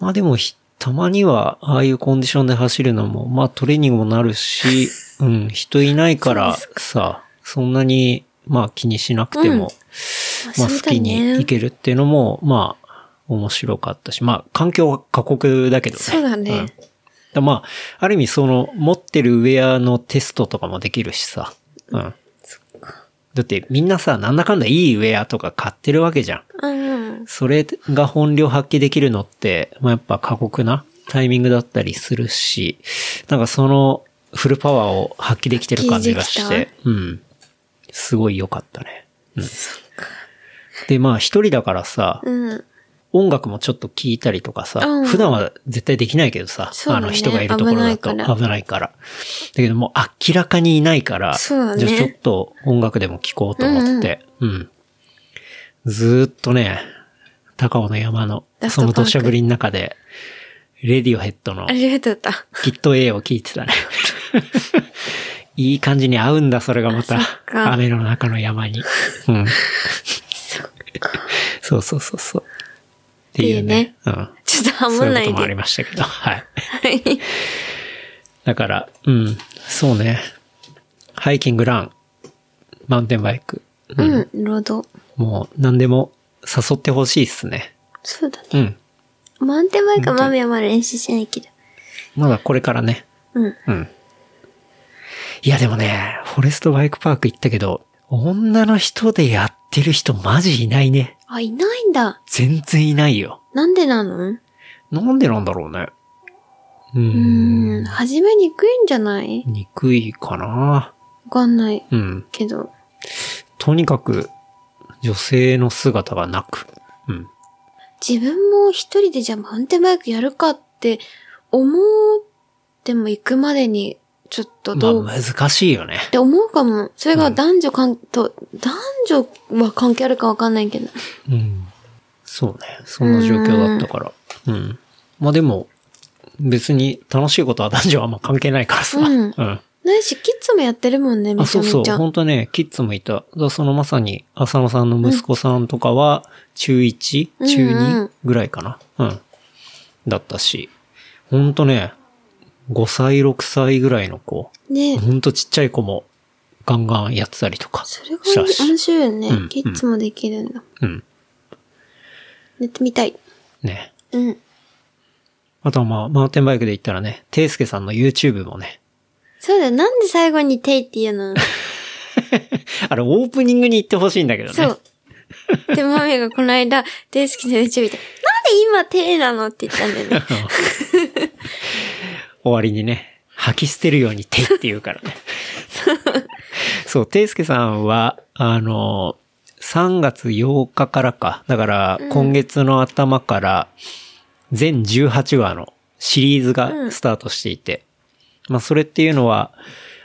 [SPEAKER 2] まあでもひ、たまには、ああいうコンディションで走るのも、まあトレーニングもなるし、うん、人いないからさ、そんなに、まあ気にしなくても、まあ
[SPEAKER 3] そう
[SPEAKER 2] 好
[SPEAKER 3] だね
[SPEAKER 2] きに行けるっていうのも、まあ、面白かったし、まあ環境は過酷だけどね。
[SPEAKER 3] そうだね
[SPEAKER 2] んだまあ、ある意味その、持ってるウェアのテストとかもできるしさ。うん。だってみんなさ、なんだかんだいいウェアとか買ってるわけじゃん。
[SPEAKER 3] うん。
[SPEAKER 2] それが本領発揮できるのって、まあ、やっぱ過酷なタイミングだったりするし、なんかそのフルパワーを発揮できてる感じがし
[SPEAKER 3] 発揮で
[SPEAKER 2] て、うん。すごい良かったね。うん。で、まあ一人だからさ、
[SPEAKER 3] うん。
[SPEAKER 2] 音楽もちょっと聞いたりとかさ、
[SPEAKER 3] うん
[SPEAKER 2] 普段は絶対できないけどさ、
[SPEAKER 3] そうだ
[SPEAKER 2] あ
[SPEAKER 3] ね
[SPEAKER 2] の人がいるところだと
[SPEAKER 3] 危ないから
[SPEAKER 2] 危ないから。だけどもう明らかにいないから、
[SPEAKER 3] そうだね
[SPEAKER 2] じゃあちょっと音楽でも聴こうと思って、うん、ずーっとね、高尾の山の
[SPEAKER 3] ダ、フト
[SPEAKER 2] そ
[SPEAKER 3] パン
[SPEAKER 2] の
[SPEAKER 3] ク
[SPEAKER 2] 土砂降りの中で、レディオヘッドの
[SPEAKER 3] あ、りがとうだった。
[SPEAKER 2] きっと A を聴いてたね。いい感じに合うんだ、それがまた
[SPEAKER 3] あそっ。か
[SPEAKER 2] 雨の中の山に。うん。そうそうそうそう。っていうね。うん。
[SPEAKER 3] ちょっとハモ
[SPEAKER 2] そうんいう
[SPEAKER 3] な
[SPEAKER 2] こ
[SPEAKER 3] い
[SPEAKER 2] と
[SPEAKER 3] で。
[SPEAKER 2] もありましたけど。はい。だから、うん。そうね。ハイキング、ラン、マウンテンバイク。
[SPEAKER 3] うん、労働。
[SPEAKER 2] もう何でも誘ってほしいっすね。
[SPEAKER 3] そうだね。
[SPEAKER 2] うん。
[SPEAKER 3] マウンテンバイクはマミはまだ練習してないけど。
[SPEAKER 2] まだこれからね。
[SPEAKER 3] うん。
[SPEAKER 2] うん。いやでもね、フォレストバイクパーク行ったけど、女の人でやってる人マジいないね。
[SPEAKER 3] あ、いないんだ。
[SPEAKER 2] 全然いないよ。
[SPEAKER 3] なんでなのう
[SPEAKER 2] なんでなんだろうね。う
[SPEAKER 3] ー
[SPEAKER 2] ん。
[SPEAKER 3] ん。始めにくいんじゃない
[SPEAKER 2] 憎いかな。
[SPEAKER 3] わかんない
[SPEAKER 2] うん。
[SPEAKER 3] けど。
[SPEAKER 2] とにかく、女性の姿がなく。うん。
[SPEAKER 3] 自分も一人でじゃあマウンテンバイクやるかって思っても行くまでに、ちょっと
[SPEAKER 2] ま
[SPEAKER 3] どう、
[SPEAKER 2] あ難しいよね
[SPEAKER 3] っ。て思うかも。それが男女関と、男女は関係あるかわかんないけど。
[SPEAKER 2] うん。そうね。そんな状況だったから。うん。まあでも、別に楽しいことは男女はあんま関係ないからさ。
[SPEAKER 3] うん
[SPEAKER 2] うん
[SPEAKER 3] ないし、キッズもやってるもんね、め
[SPEAKER 2] あ、
[SPEAKER 3] ち
[SPEAKER 2] そ
[SPEAKER 3] ゃ
[SPEAKER 2] う
[SPEAKER 3] め
[SPEAKER 2] そう。
[SPEAKER 3] ちゃ。
[SPEAKER 2] 本当ね、キッズもいた。だからそのまさに、浅野さんの息子さんとかは、中1、
[SPEAKER 3] うん
[SPEAKER 2] 中
[SPEAKER 3] うんう
[SPEAKER 2] 2
[SPEAKER 3] ん
[SPEAKER 2] ぐらいかな。うん。だったし。ほんとね、5歳、6歳ぐらいの子。
[SPEAKER 3] ね
[SPEAKER 2] ほんとちっちゃい子も、ガンガンやってたりとか
[SPEAKER 3] それが
[SPEAKER 2] したし。
[SPEAKER 3] 面白いよね
[SPEAKER 2] う。ん
[SPEAKER 3] キッズもできるんだ。
[SPEAKER 2] うん。
[SPEAKER 3] やってみたい。
[SPEAKER 2] ね。
[SPEAKER 3] うん。
[SPEAKER 2] あとはまあ、マウンテンバイクで言ったらね、ていすけさんの YouTube もね、
[SPEAKER 3] そうだよ、なんで最後にテイって言 うの
[SPEAKER 2] あれオープニングに行ってほしいんだけどね。
[SPEAKER 3] そう。で、マミがこの間、大好きな YouTube 見て、なんで今テイなのって言ったんだよね。
[SPEAKER 2] 終わりにね、吐き捨てるように手って言うからね。 そう、ていすけさんは、あの、3月8日からか。だから、今月の頭から、全18話のシリーズがスタートしていて。まあ、それっていうのは、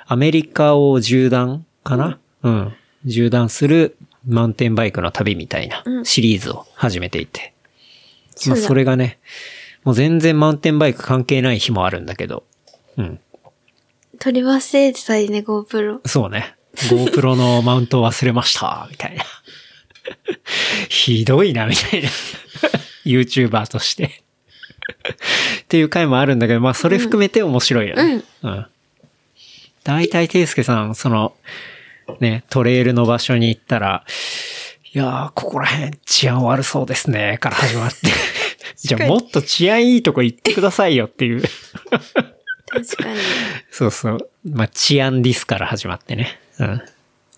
[SPEAKER 2] アメリカを縦断かなうん。縦断するマウンテンバイクの旅みたいなシリーズを始めていて。まあ、
[SPEAKER 3] だ
[SPEAKER 2] それがね、もう全然マウンテンバイク関係ない日もあるんだけど。うん。
[SPEAKER 3] 取り忘れてたよね、GoPro。
[SPEAKER 2] そうね。GoPro のマウントを忘れました、みたいな。ひどいな、みたいな。YouTuber として。っていう回もあるんだけど、まあそれ含めて面白いよね。うん。大体、ていすけさん、その、ね、トレイルの場所に行ったら、いやー、ここら辺治安悪そうですね、から始 まって。じゃあもっと治安いいとこ行ってくださいよっていう。
[SPEAKER 3] 確 かに。
[SPEAKER 2] そうそう。まあ治安ディスから始まってね。うん。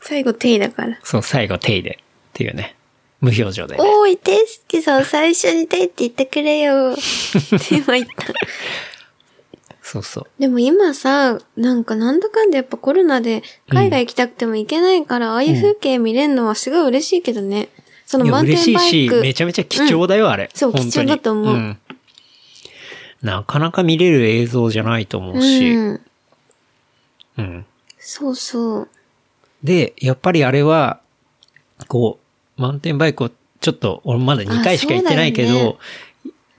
[SPEAKER 3] 最後テイだから。
[SPEAKER 2] そう、最後、手入れっていうね。無表情でね。
[SPEAKER 3] おーい、テイスキさん最初にテイって言ってくれよ。って今言った。
[SPEAKER 2] そうそう。
[SPEAKER 3] でも今さ、なんかなんだかんだやっぱコロナで海外行きたくても行けないから、ああいう風景見れるのはすごい嬉しいけどね。その
[SPEAKER 2] いや、
[SPEAKER 3] マウン
[SPEAKER 2] 嬉
[SPEAKER 3] テ
[SPEAKER 2] し
[SPEAKER 3] ン
[SPEAKER 2] い
[SPEAKER 3] バイ
[SPEAKER 2] し、
[SPEAKER 3] ク。
[SPEAKER 2] めちゃめちゃ貴重だよ、あれ。
[SPEAKER 3] そう
[SPEAKER 2] 本当に
[SPEAKER 3] 貴重だと思うん
[SPEAKER 2] なかなか見れる映像じゃないと思うし。う。
[SPEAKER 3] うんん。そうそう。
[SPEAKER 2] で、やっぱりあれは、こう、マウンテンバイクを、ちょっと、俺まだ2回しか行ってないけ
[SPEAKER 3] あそうだ
[SPEAKER 2] ど
[SPEAKER 3] よ、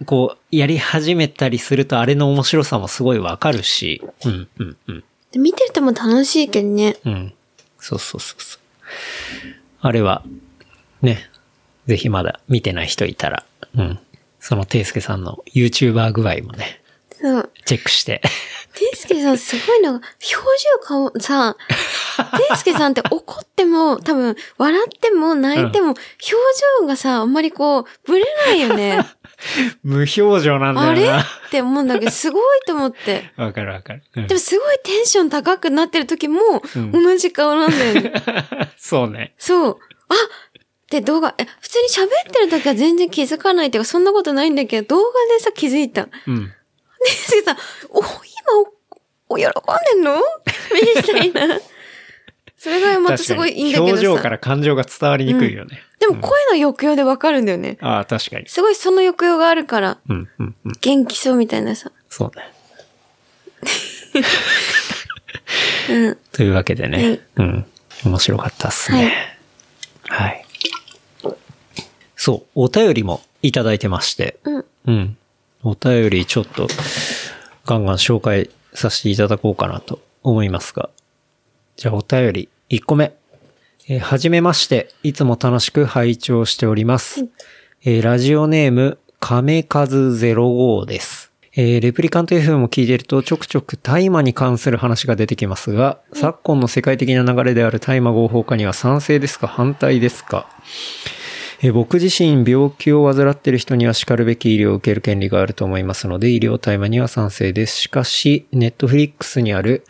[SPEAKER 2] こう、やり始めたりすると、あれの面白さもすごいわかるし。うん、うん、うん。
[SPEAKER 3] で見てるとも楽しいけどね。
[SPEAKER 2] うん。そうそうそうそう。あれは、ね、ぜひまだ見てない人いたら、うん。そのていすけさんの YouTuber 具合もね、
[SPEAKER 3] そう。
[SPEAKER 2] チェックして。
[SPEAKER 3] ていすけさんすごいのが、表情顔、 さ、ていすけさんって怒っても、多分、笑っても泣いても、表情がさ、あんまりこう、ぶれないよね。
[SPEAKER 2] 無表情 なん
[SPEAKER 3] あ
[SPEAKER 2] だ
[SPEAKER 3] れ
[SPEAKER 2] よ
[SPEAKER 3] って思うんだけど、すごいと思って。
[SPEAKER 2] な。わかるわかる。うん
[SPEAKER 3] でもすごいテンション高くなってる時も
[SPEAKER 2] ん
[SPEAKER 3] 同じ顔なんだよ ね。
[SPEAKER 2] そうね。
[SPEAKER 3] そう。あって動画、え、普通に喋ってる時は全然気づかないっていうか、そんなことないんだけど、動画でさ、気づいた。で、
[SPEAKER 2] うん。
[SPEAKER 3] すさん、お、今、お、お喜んでんのみたいな。それがまたすごいいいんだけど
[SPEAKER 2] 表
[SPEAKER 3] さ。
[SPEAKER 2] 情から感情が伝わりにくいよね。
[SPEAKER 3] でも声の抑揚でわかるんだよね。
[SPEAKER 2] ああ、確かに。
[SPEAKER 3] すごいその抑揚があるから、
[SPEAKER 2] うん、うん、うん。
[SPEAKER 3] 元気そうみたいなさ。
[SPEAKER 2] そうね。
[SPEAKER 3] うん。
[SPEAKER 2] というわけでね。うん。面白かったっすね。はい。そう、お便りもいただいてまして。
[SPEAKER 3] うん。
[SPEAKER 2] うん。お便りちょっと、ガンガン紹介させていただこうかなと思いますが。じゃあお便り、1個目。えーはじめまして、いつも楽しく拝聴しております。えーラジオネーム、亀数05です。えーレプリカント FM も聞いてるとちょくちょく大麻に関する話が出てきますが、昨今の世界的な流れである大麻合法化には賛成ですか反対ですかえー僕自身病気を患っている人にはしかるべき医療を受ける権利があると思いますので、医療大麻には賛成です。しかし、ネットフリックスにある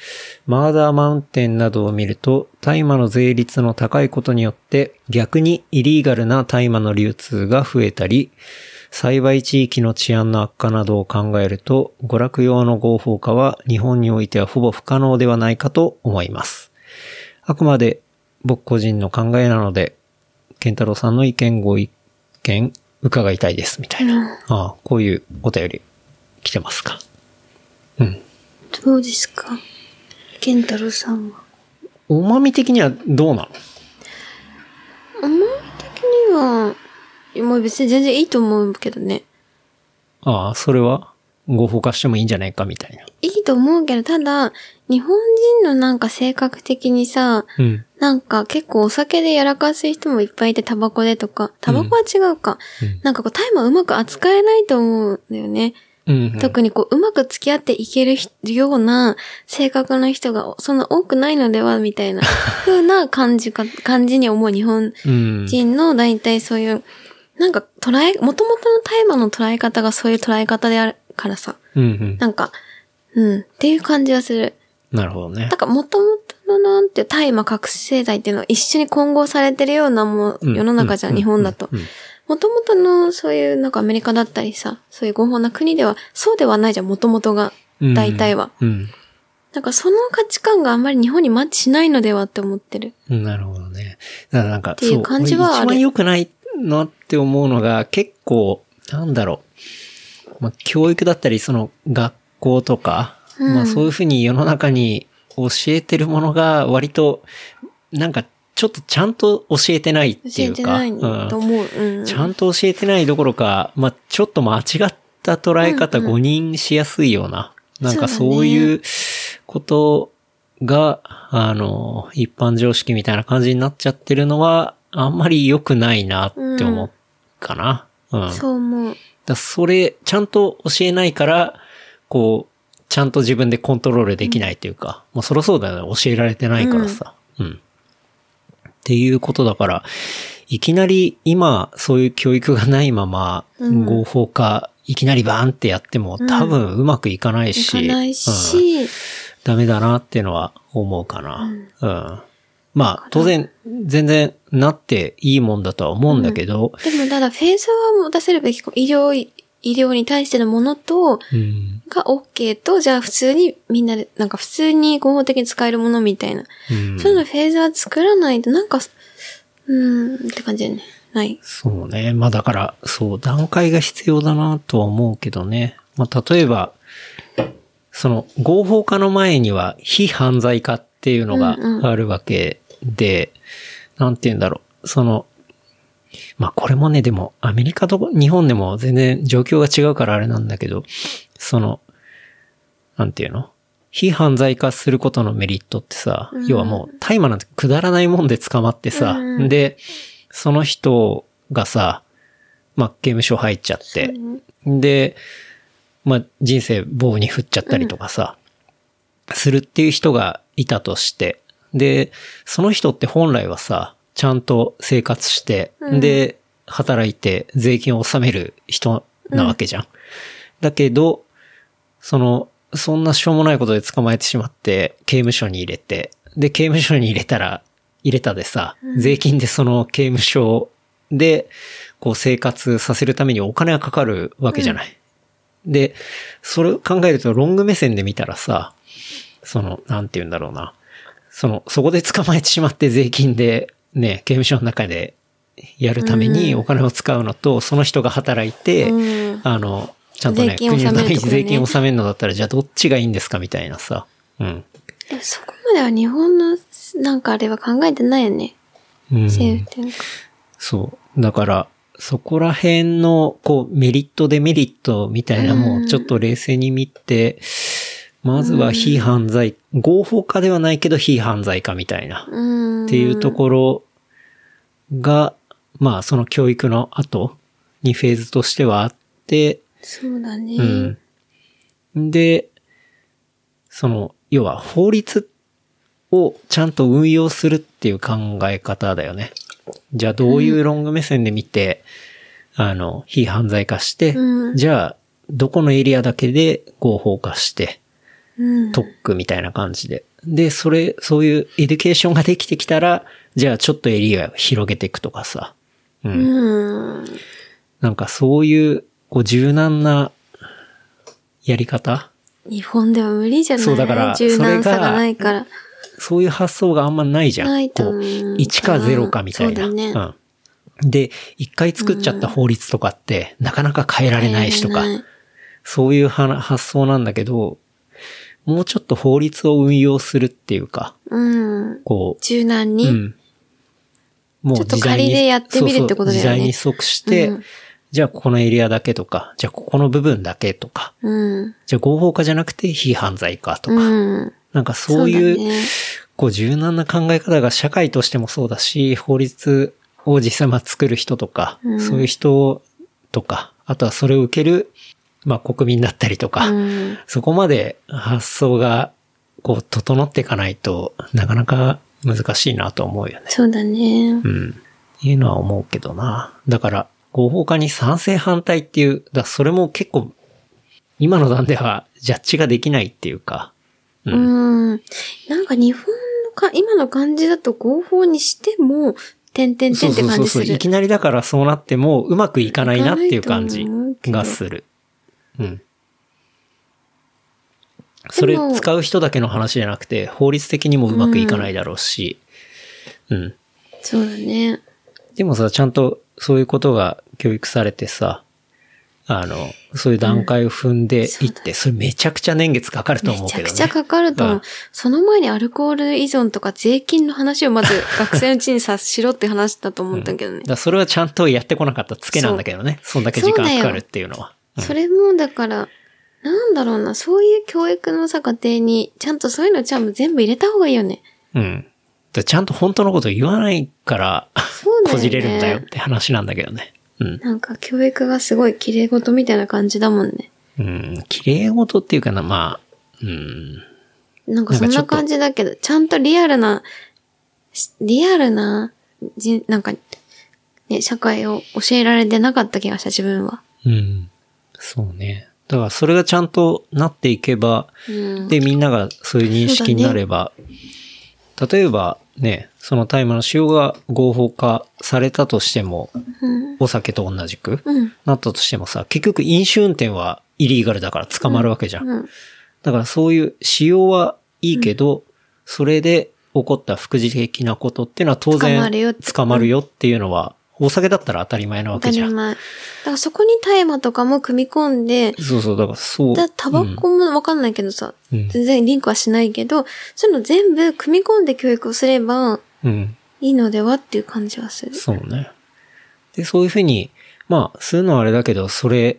[SPEAKER 2] マーダーマウンテンなどを見ると、大麻の税率の高いことによって、逆にイリーガルな大麻の流通が増えたり、栽培地域の治安の悪化などを考えると、娯楽用の合法化は日本においてはほぼ不可能ではないかと思います。あくまで僕個人の考えなので、健太郎さんの意見ご意見伺いたいです、みたいな。ああ、こういうお便り来てますか。うん。
[SPEAKER 3] どうですか健太郎さんは。
[SPEAKER 2] おまみ的にはどうなの
[SPEAKER 3] 思い的には、もう別に全然いいと思うけどね。
[SPEAKER 2] ああ、それは合法化してもいいんじゃないかみたいな。
[SPEAKER 3] いいと思うけど、ただ、日本人のなんか性格的にさ、
[SPEAKER 2] うん。
[SPEAKER 3] なんか結構お酒でやらかす人もいっぱいいて、タバコでとか、タバコは違うか。
[SPEAKER 2] うん
[SPEAKER 3] なんかこう、タイマーうまく扱えないと思うんだよね。
[SPEAKER 2] うん、うん。
[SPEAKER 3] 特にこう、うまく付き合っていけるひような性格の人がそんな多くないのでは、みたいな風な感じか、感じに思う日本
[SPEAKER 2] うん。
[SPEAKER 3] 人の大体そういう、なんか捉え、元々の大麻の捉え方がそういう捉え方であるからさ、
[SPEAKER 2] うん、うん。
[SPEAKER 3] なんか、うん、っていう感じはする。
[SPEAKER 2] なるほどね
[SPEAKER 3] だ。から元々のなんて大麻覚醒剤っていうのは一緒に混合されてるようなも
[SPEAKER 2] うん
[SPEAKER 3] う世の中じゃん、
[SPEAKER 2] うん
[SPEAKER 3] 日本だと
[SPEAKER 2] う。んうん
[SPEAKER 3] 元々のそういうなんかアメリカだったりさ、そういう合法な国ではそうではないじゃん、元々が。
[SPEAKER 2] うん
[SPEAKER 3] 大体は。
[SPEAKER 2] うん。
[SPEAKER 3] なんかその価値観があんまり日本にマッチしないのではって思ってる。
[SPEAKER 2] うんなるほどね。だからなんか、
[SPEAKER 3] ていう感じはあ
[SPEAKER 2] そ
[SPEAKER 3] る
[SPEAKER 2] う一番良くないなって思うのが、結構、なんだろう。まあ、教育だったり、その、学校とか、
[SPEAKER 3] うん
[SPEAKER 2] まあ、そういうふうに世の中に教えてるものが、割と、なんか、ちょっとちゃんと教えてないって
[SPEAKER 3] 教
[SPEAKER 2] い
[SPEAKER 3] え
[SPEAKER 2] う
[SPEAKER 3] て
[SPEAKER 2] か、
[SPEAKER 3] ないと思う。うん。
[SPEAKER 2] ちゃんと教えてないどころか、まあ、ちょっと間違った捉え方
[SPEAKER 3] うんうん
[SPEAKER 2] 誤認しやすいような、なんか
[SPEAKER 3] そうだね
[SPEAKER 2] そういうことが、あの、一般常識みたいな感じになっちゃってるのは、あんまり良くないなって思うかな。うん。だか
[SPEAKER 3] そう思う。
[SPEAKER 2] らそれ、ちゃんと教えないから、こう、ちゃんと自分でコントロールできないというか、もうそろそうだよね。教えられてないからさ。うんっていうことだから、いきなり今そういう教育がないまま
[SPEAKER 3] うん
[SPEAKER 2] 合法化、いきなりバーンってやっても
[SPEAKER 3] うん
[SPEAKER 2] 多分うまくいかない
[SPEAKER 3] い
[SPEAKER 2] し、
[SPEAKER 3] かない
[SPEAKER 2] うん
[SPEAKER 3] し、
[SPEAKER 2] ダメだなっていうのは思うかな。うんまあ当然全然なっていいもんだとは思うんだけど、
[SPEAKER 3] でもただフェーズは持たせるべきこう医療、医療に対してのものと、
[SPEAKER 2] うん
[SPEAKER 3] が OK と、じゃあ普通にみんなで、なんか普通に合法的に使えるものみたいな。
[SPEAKER 2] うん
[SPEAKER 3] そういうのフェーズは作らないと、なんか、うーん、って感じだよね。ない。
[SPEAKER 2] そうね。まあだから、そう、段階が必要だなとは思うけどね。まあ例えば、その合法化の前には非犯罪化っていうのが
[SPEAKER 3] うんうん
[SPEAKER 2] あるわけで、なんて言うんだろう。その、まあこれもね、でもアメリカと日本でも全然状況が違うからあれなんだけど、その、なんていうの非犯罪化することのメリットってさ、
[SPEAKER 3] うん
[SPEAKER 2] 要はもう大麻なんてくだらないもんで捕まってさ、
[SPEAKER 3] うん
[SPEAKER 2] で、その人がさ、まあ、刑務所入っちゃって、で、まあ、人生棒に振っちゃったりとかさ、するっていう人がいたとして、で、その人って本来はさ、ちゃんと生活して、
[SPEAKER 3] うん
[SPEAKER 2] で、働いて税金を納める人なわけじゃん。だけど、その、そんなしょうもないことで捕まえてしまって、刑務所に入れて、で、刑務所に入れたら、入れたでさ、税金でその刑務所で、こう生活させるためにお金がかかるわけじゃない。で、それを考えるとロング目線で見たらさ、その、なんて言うんだろうな。その、そこで捕まえてしまって税金で、ね、刑務所の中でやるためにお金を使うのと、その人が働いて、
[SPEAKER 3] うん
[SPEAKER 2] あの、ちゃんとね、
[SPEAKER 3] 税金を
[SPEAKER 2] 国のために
[SPEAKER 3] 納めるところね
[SPEAKER 2] 税金を納めるのだったら、じゃあどっちがいいんですかみたいなさ。うん。
[SPEAKER 3] でもそこまでは日本の、なんかあれは考えてないよね。
[SPEAKER 2] うん、
[SPEAKER 3] 政府っていうか。
[SPEAKER 2] そう。だから、そこら辺の、こう、メリット、デメリットみたいなも
[SPEAKER 3] う
[SPEAKER 2] を
[SPEAKER 3] ん
[SPEAKER 2] ちょっと冷静に見て、まずは非犯罪、合法化ではないけど非犯罪化みたいな、
[SPEAKER 3] うん。
[SPEAKER 2] っていうところが、まあ、その教育の後にフェーズとしてはあって、
[SPEAKER 3] そうだね。
[SPEAKER 2] うん。で、その、要は法律をちゃんと運用するっていう考え方だよね。じゃあどういうロング目線で見て、あの、非犯罪化して、
[SPEAKER 3] うん
[SPEAKER 2] じゃあどこのエリアだけで合法化して、
[SPEAKER 3] うん。
[SPEAKER 2] 特区みたいな感じで。で、それ、そういうエデュケーションができてきたら、じゃあちょっとエリアを広げていくとかさ。うん
[SPEAKER 3] うん。
[SPEAKER 2] なんかそういう、こう柔軟なやり方
[SPEAKER 3] 日本では無理じゃない
[SPEAKER 2] そうだから
[SPEAKER 3] 柔軟さがないから。
[SPEAKER 2] そういう発想があんまないじゃん。
[SPEAKER 3] ないと
[SPEAKER 2] こ
[SPEAKER 3] 思
[SPEAKER 2] う
[SPEAKER 3] う、
[SPEAKER 2] 1か0かみたいな。
[SPEAKER 3] そうだね
[SPEAKER 2] ん。で、一回作っちゃった法律とかって、なかなか変えられないしとか、
[SPEAKER 3] 変えられない
[SPEAKER 2] そういうは発想なんだけど、もうちょっと法律を運用するっていうか、
[SPEAKER 3] うん。
[SPEAKER 2] こう、
[SPEAKER 3] 柔軟
[SPEAKER 2] う
[SPEAKER 3] に。
[SPEAKER 2] ん。も
[SPEAKER 3] ちょっと仮でやってみるってこ
[SPEAKER 2] そうそう
[SPEAKER 3] とだよね
[SPEAKER 2] 時代に即して、
[SPEAKER 3] うん
[SPEAKER 2] じゃあここのエリアだけとか、じゃあここの部分だけとか、
[SPEAKER 3] うん。
[SPEAKER 2] じゃあ合法化じゃなくて非犯罪化とか、
[SPEAKER 3] うん。
[SPEAKER 2] なんかそういう、
[SPEAKER 3] そうだね
[SPEAKER 2] こう柔軟な考え方が社会としてもそうだし、法律を実際まあ作る人とか、
[SPEAKER 3] うん
[SPEAKER 2] そういう人とか、あとはそれを受ける、まあ国民だったりとか、
[SPEAKER 3] うん
[SPEAKER 2] そこまで発想がこう整っていかないとなかなか難しいなと思うよね。
[SPEAKER 3] そうだね
[SPEAKER 2] う。ん。いうのは思うけどな。だから、合法化に賛成反対っていう、だそれも結構、今の段ではジャッジができないっていうか、う。
[SPEAKER 3] うんん。なんか日本のか、今の感じだと合法にしても、てんてんて
[SPEAKER 2] そ
[SPEAKER 3] ん
[SPEAKER 2] う
[SPEAKER 3] って
[SPEAKER 2] そう
[SPEAKER 3] 感
[SPEAKER 2] そう
[SPEAKER 3] じ
[SPEAKER 2] そ
[SPEAKER 3] す
[SPEAKER 2] う。い
[SPEAKER 3] る。
[SPEAKER 2] きなりだからそうなってもうまくいかないなっていう感
[SPEAKER 3] い
[SPEAKER 2] じ
[SPEAKER 3] かないと思うけど
[SPEAKER 2] がする。うん。それ
[SPEAKER 3] でも
[SPEAKER 2] 使う人だけの話じゃなくて、法律的にもうまくいかないだろうし、うん。
[SPEAKER 3] そうだね。
[SPEAKER 2] でもさ、ちゃんとそういうことが教育されてさ、あの、そういう段階を踏んでいって、それめちゃくちゃ年月かかると思う
[SPEAKER 3] め
[SPEAKER 2] け
[SPEAKER 3] ち
[SPEAKER 2] ど
[SPEAKER 3] ゃ
[SPEAKER 2] ね。
[SPEAKER 3] くちゃかかると思う、
[SPEAKER 2] うん
[SPEAKER 3] その前にアルコール依存とか税金の話をまず学生のうちにさ、しろって話だと思ったけどね
[SPEAKER 2] だか。らそれはちゃんとやってこなかったツケなんだけどね。そんだけ時間かかるっていうのは。
[SPEAKER 3] それもだから、なんだろうな、そういう教育のさ、家庭に、ちゃんとそういうのちゃんと全部入れた方がいいよね。
[SPEAKER 2] うん。だからちゃんと本当のこと言わないから、
[SPEAKER 3] そうだよ
[SPEAKER 2] こ
[SPEAKER 3] ね
[SPEAKER 2] じれるんだよって話なんだけどね。うん。
[SPEAKER 3] なんか教育がすごい綺麗事みたいな感じだもんね。
[SPEAKER 2] うん。綺麗事っていうかな、まあ、うん。
[SPEAKER 3] なんかそ
[SPEAKER 2] なんかちょ
[SPEAKER 3] んな
[SPEAKER 2] っと
[SPEAKER 3] 感じだけど、ちゃんとリアルな、しリアルな、じなんか、ね、社会を教えられてなかった気がした、自分は。
[SPEAKER 2] うん。そうね。だからそれがちゃんとなっていけば、
[SPEAKER 3] うん。
[SPEAKER 2] で、みんながそういう認識になれば、例えばね、その大麻の使用が合法化されたとしても、
[SPEAKER 3] うん。
[SPEAKER 2] お酒と同じく、
[SPEAKER 3] うん。
[SPEAKER 2] なったとしてもさ、結局飲酒運転はイリーガルだから捕まるわけじゃん。
[SPEAKER 3] うん。
[SPEAKER 2] だからそういう使用はいいけど、それで起こった副次的なことっていうのは当然
[SPEAKER 3] 捕まるよ
[SPEAKER 2] 捕まるよっていうのは、お酒だったら当たり前なわ
[SPEAKER 3] 当
[SPEAKER 2] け
[SPEAKER 3] た
[SPEAKER 2] じ
[SPEAKER 3] り
[SPEAKER 2] ゃん。
[SPEAKER 3] 前。だからそこに大麻とかも組み込んで、
[SPEAKER 2] そうそう、だからそう。
[SPEAKER 3] だタバコもわかんないけどさ、
[SPEAKER 2] うん
[SPEAKER 3] 全然リンクはしないけど、そういうの全部組み込んで教育をすれ
[SPEAKER 2] う
[SPEAKER 3] ば
[SPEAKER 2] ん。うん
[SPEAKER 3] いいのではっていう感じはする。
[SPEAKER 2] そうね。で、そういうふうに、まあ、するのはあれだけど、それ、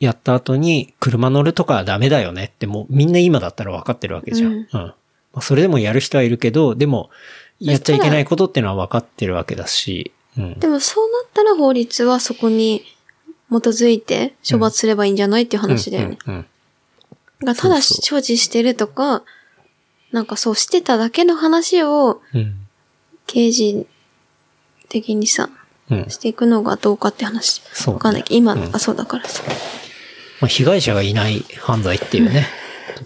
[SPEAKER 2] やった後に、車乗るとかはダメだよねって、もうみんな今だったら分かってるわけじゃん。
[SPEAKER 3] う
[SPEAKER 2] うんん。まあ、それでもやる人はいるけど、でも、やっちゃいけないことってのは分かってるわけだし、うん。
[SPEAKER 3] でもそうなったら法律はそこに基づいて処罰すればいいんじゃないっていう話だよね。
[SPEAKER 2] うんうんうん
[SPEAKER 3] がただ
[SPEAKER 2] そう
[SPEAKER 3] 所持してるとか、なんかそうしてただけの話を
[SPEAKER 2] うん。
[SPEAKER 3] 刑事的にさ、
[SPEAKER 2] うん。
[SPEAKER 3] していくのがどうかって話。
[SPEAKER 2] そうね
[SPEAKER 3] わかんないけど、今
[SPEAKER 2] うん
[SPEAKER 3] がそうだからさ。
[SPEAKER 2] まあ、被害者がいない犯罪っていうね、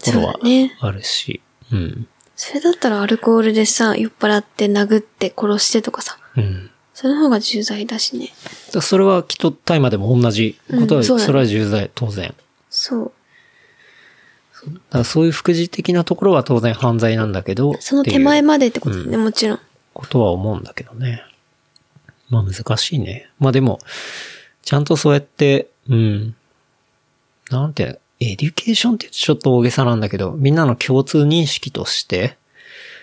[SPEAKER 2] ところは
[SPEAKER 3] そうだね
[SPEAKER 2] あるし、うん。
[SPEAKER 3] それだったらアルコールでさ、酔っ払って殴って殺してとかさ、
[SPEAKER 2] うん。
[SPEAKER 3] その方が重罪だしね。
[SPEAKER 2] だからそれはきっと大麻でも同じことは、
[SPEAKER 3] うんそうだね
[SPEAKER 2] それは重罪、当然。
[SPEAKER 3] そう。
[SPEAKER 2] だからそういう副次的なところは当然犯罪なんだけど、
[SPEAKER 3] その手前
[SPEAKER 2] っていう
[SPEAKER 3] までってことね、もちろん。
[SPEAKER 2] ことは思うんだけどね。まあ難しいね。まあでも、ちゃんとそうやって、うん。なんて、エデュケーションって言うとちょっと大げさなんだけど、みんなの共通認識として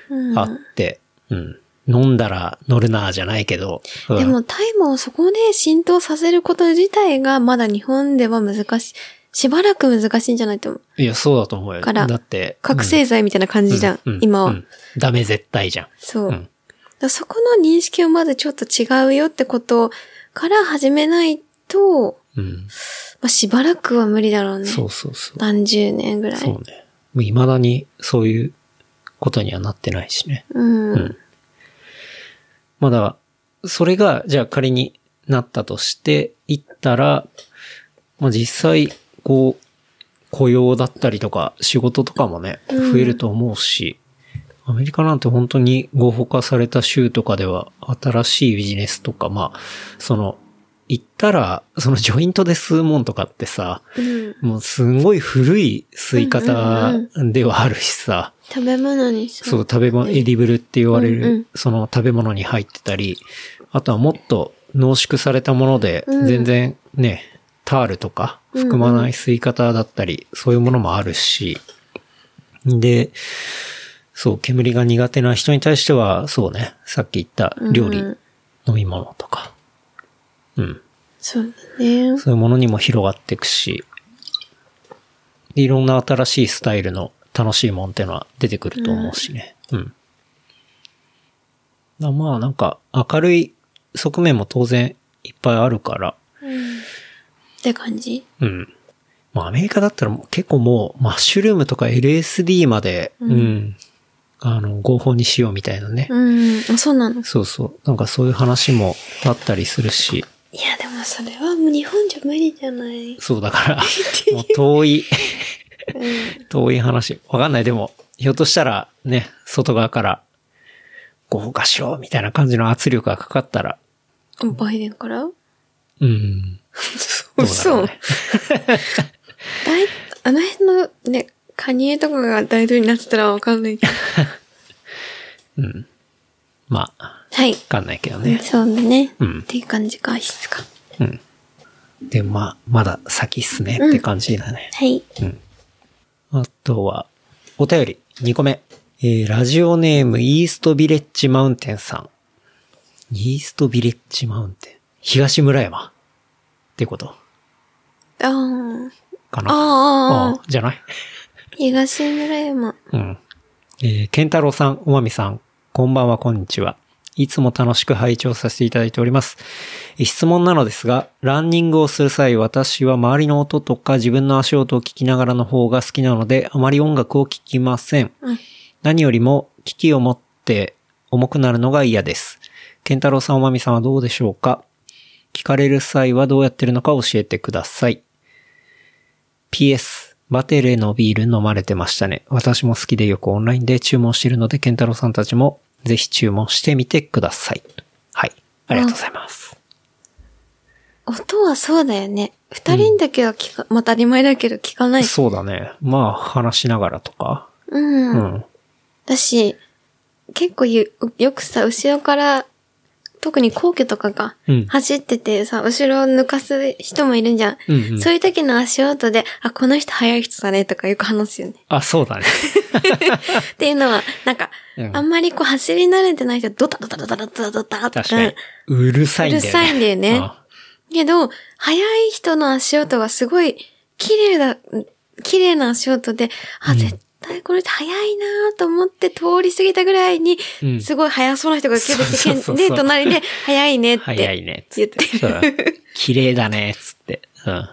[SPEAKER 3] うん
[SPEAKER 2] あって、うん。飲んだら乗るなじゃないけど、うん
[SPEAKER 3] でも、タイムをそこで浸透させること自体が、まだ日本では難しい。しばらく難しいんじゃないと思う。
[SPEAKER 2] いや、そうだと思うよ。
[SPEAKER 3] から
[SPEAKER 2] だって、
[SPEAKER 3] 覚醒剤みたいな感じじゃん、
[SPEAKER 2] うう
[SPEAKER 3] 今は。
[SPEAKER 2] うんダメ絶対じゃん。
[SPEAKER 3] そう。
[SPEAKER 2] う
[SPEAKER 3] だか
[SPEAKER 2] ん
[SPEAKER 3] らそこの認識をまずちょっと違うよってことから始めないと、
[SPEAKER 2] うん。
[SPEAKER 3] まあ、しばらくは無理だろうね。
[SPEAKER 2] そうそうそう。
[SPEAKER 3] 何十年ぐらい。
[SPEAKER 2] そうね。もう未だにそういうことにはなってないしね。
[SPEAKER 3] うん。
[SPEAKER 2] うんまだ、それが、じゃあ仮になったとして、行ったら、まあ実際、こう、雇用だったりとか、仕事とかもね、
[SPEAKER 3] うん
[SPEAKER 2] 増えると思うし、アメリカなんて本当に合法化された州とかでは、新しいビジネスとか、まあ、その、行ったら、そのジョイントで吸うもんとかってさ、
[SPEAKER 3] うん
[SPEAKER 2] もうすんごい古い吸い
[SPEAKER 3] うん
[SPEAKER 2] 方
[SPEAKER 3] うん
[SPEAKER 2] ではあるしさ、
[SPEAKER 3] 食べ物にさ
[SPEAKER 2] そう、食べ物、エディブルって言われる、
[SPEAKER 3] うんうん
[SPEAKER 2] その食べ物に入ってたり、あとはもっと濃縮されたもので、
[SPEAKER 3] うん
[SPEAKER 2] 全然ね、タールとか含まない吸い方だったり、そういうものもあるし、で、そう、煙が苦手な人に対しては、そうね、さっき言った料理、
[SPEAKER 3] うん
[SPEAKER 2] 飲み物とか、うん。
[SPEAKER 3] そうだね。
[SPEAKER 2] そういうものにも広がっていくし、いろんな新しいスタイルの楽しいもんってのは出てくると思うしね。うん。だまあなんか明るい側面も当然いっぱいあるから、
[SPEAKER 3] って感じ
[SPEAKER 2] うん。まあアメリカだったらもう結構もうマッシュルームとか LSD まで、うん、あの、合法にしようみたいなね。
[SPEAKER 3] うん。あ、そうなの
[SPEAKER 2] そうそう。なんかそういう話もあったりするし、
[SPEAKER 3] いや、でもそれはもう日本じゃ無理じゃない。
[SPEAKER 2] そうだから、もう遠い、遠い話。わかんない。でも、ひょっとしたらね、外側から、豪華しろみたいな感じの圧力がかかったら、
[SPEAKER 3] うん。バイデンから
[SPEAKER 2] うん。どうだろ
[SPEAKER 3] そうう。
[SPEAKER 2] ね
[SPEAKER 3] 大あの辺のね、カニエとかが大統領になってたらわかんないけど。
[SPEAKER 2] まあ、わ
[SPEAKER 3] はい。
[SPEAKER 2] かんないけどね。
[SPEAKER 3] そうだね。
[SPEAKER 2] うん
[SPEAKER 3] っていう感じか、質か。
[SPEAKER 2] うん。で、まあ、まだ先っすねって感じだね。
[SPEAKER 3] はい。
[SPEAKER 2] あとは、お便り、2個目。えー、ラジオネーム、イーストビレッジマウンテンさん。イーストビレッジマウンテン。東村山。ってこと
[SPEAKER 3] あー
[SPEAKER 2] かな。
[SPEAKER 3] あーあー、
[SPEAKER 2] じゃない
[SPEAKER 3] 東村山。
[SPEAKER 2] うん。えー、ケンタロウさん、おまみさん、こんばんは、こんにちは。いつも楽しく拝聴させていただいております。えー質問なのですが、ランニングをする際、私は周りの音とか自分の足音を聞きながらの方が好きなので、あまり音楽を聴きません。
[SPEAKER 3] うん
[SPEAKER 2] 何よりも、機器を持って重くなるのが嫌です。ケンタロウさん、おまみさんはどうでしょうか聞かれる際はどうやってるのか教えてください。PS、バテレのビール飲まれてましたね。私も好きでよくオンラインで注文しているので、ケンタロウさんたちもぜひ注文してみてください。はい。ありがとうございます。
[SPEAKER 3] 音はそうだよね。二人だけは聞か、また当たり前だけど聞かない。
[SPEAKER 2] そうだね。まあ、話しながらとか。
[SPEAKER 3] うん。
[SPEAKER 2] うん。
[SPEAKER 3] だし、結構ゆよくさ、後ろから、特に皇居とかが
[SPEAKER 2] うん、
[SPEAKER 3] 走っててさ、後ろを抜かす人もいるじゃん。
[SPEAKER 2] うんうん
[SPEAKER 3] そういう時の足音で、あ、この人速い人だねとかよく話すよね。
[SPEAKER 2] あ、そうだね。
[SPEAKER 3] っていうのは、なんか、
[SPEAKER 2] うん
[SPEAKER 3] あんまりこう走り慣れてない人、ドタドタドタドタドタと
[SPEAKER 2] 確かに。うるさいんだよね。
[SPEAKER 3] うるさいんだよね
[SPEAKER 2] あ
[SPEAKER 3] けど、速い人の足音がすごい綺麗だ、綺麗な足音で、あ、
[SPEAKER 2] うん
[SPEAKER 3] 絶対これって速いなと思って通り過ぎたぐらいに、
[SPEAKER 2] うん
[SPEAKER 3] すごい速そうな人が来て
[SPEAKER 2] そうそう
[SPEAKER 3] き
[SPEAKER 2] そ
[SPEAKER 3] て、
[SPEAKER 2] う
[SPEAKER 3] で、隣で速いねって
[SPEAKER 2] 早いね。つ
[SPEAKER 3] 言
[SPEAKER 2] っ。
[SPEAKER 3] っててる。
[SPEAKER 2] うん綺麗だね。つって。うん。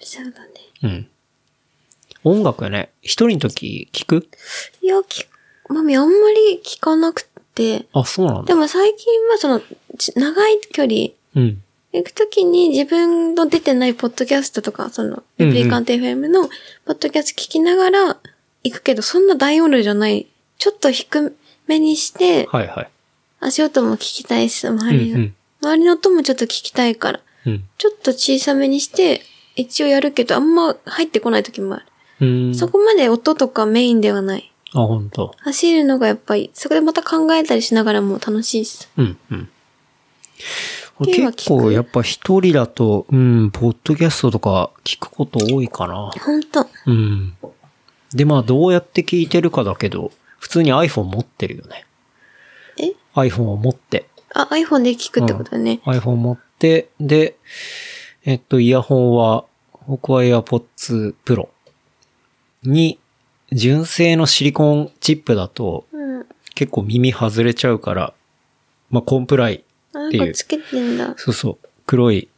[SPEAKER 3] そうだね。
[SPEAKER 2] うん。音楽よね。一人の時聞く
[SPEAKER 3] いや、き、マミあんまり聞かなくて、
[SPEAKER 2] あ、そうなん
[SPEAKER 3] で
[SPEAKER 2] だ。
[SPEAKER 3] も最近はその、ち長い距離、
[SPEAKER 2] うん。
[SPEAKER 3] 行くときに自分の出てないポッドキャストとか、その、
[SPEAKER 2] うんうん
[SPEAKER 3] レプリカント FM のポッドキャスト聞きながら行くけど、そんな大音量じゃない。ちょっと低めにして、
[SPEAKER 2] はいはい。
[SPEAKER 3] 足音も聞きたいし、周りの、
[SPEAKER 2] うんうん
[SPEAKER 3] 周りの音もちょっと聞きたいから、
[SPEAKER 2] うん。
[SPEAKER 3] ちょっと小さめにして、一応やるけど、あんま入ってこない時もある。
[SPEAKER 2] うん。
[SPEAKER 3] そこまで音とかメインではない。
[SPEAKER 2] あ、本当。
[SPEAKER 3] 走るのがやっぱり、そこでまた考えたりしながらも楽しいし。
[SPEAKER 2] うん、うん。
[SPEAKER 3] っていうのは聞く
[SPEAKER 2] 結構やっぱ一人だと、うん、ポッドキャストとか聞くこと多いかな。
[SPEAKER 3] ほんと。
[SPEAKER 2] うん。で、まあどうやって聞いてるかだけど、普通に iPhone 持ってるよね。
[SPEAKER 3] え
[SPEAKER 2] iPhone を持って。
[SPEAKER 3] あ、iPhone で聞くってことだね。
[SPEAKER 2] iPhone 持って、で、えっと、イヤホンは、僕は AirPods Pro に、純正のシリコンチップだと、
[SPEAKER 3] うん。
[SPEAKER 2] 結構耳外れちゃうから、まあコンプライ
[SPEAKER 3] な
[SPEAKER 2] っ
[SPEAKER 3] ん
[SPEAKER 2] てい
[SPEAKER 3] か
[SPEAKER 2] う
[SPEAKER 3] つけてんだ。
[SPEAKER 2] そうそう。黒い、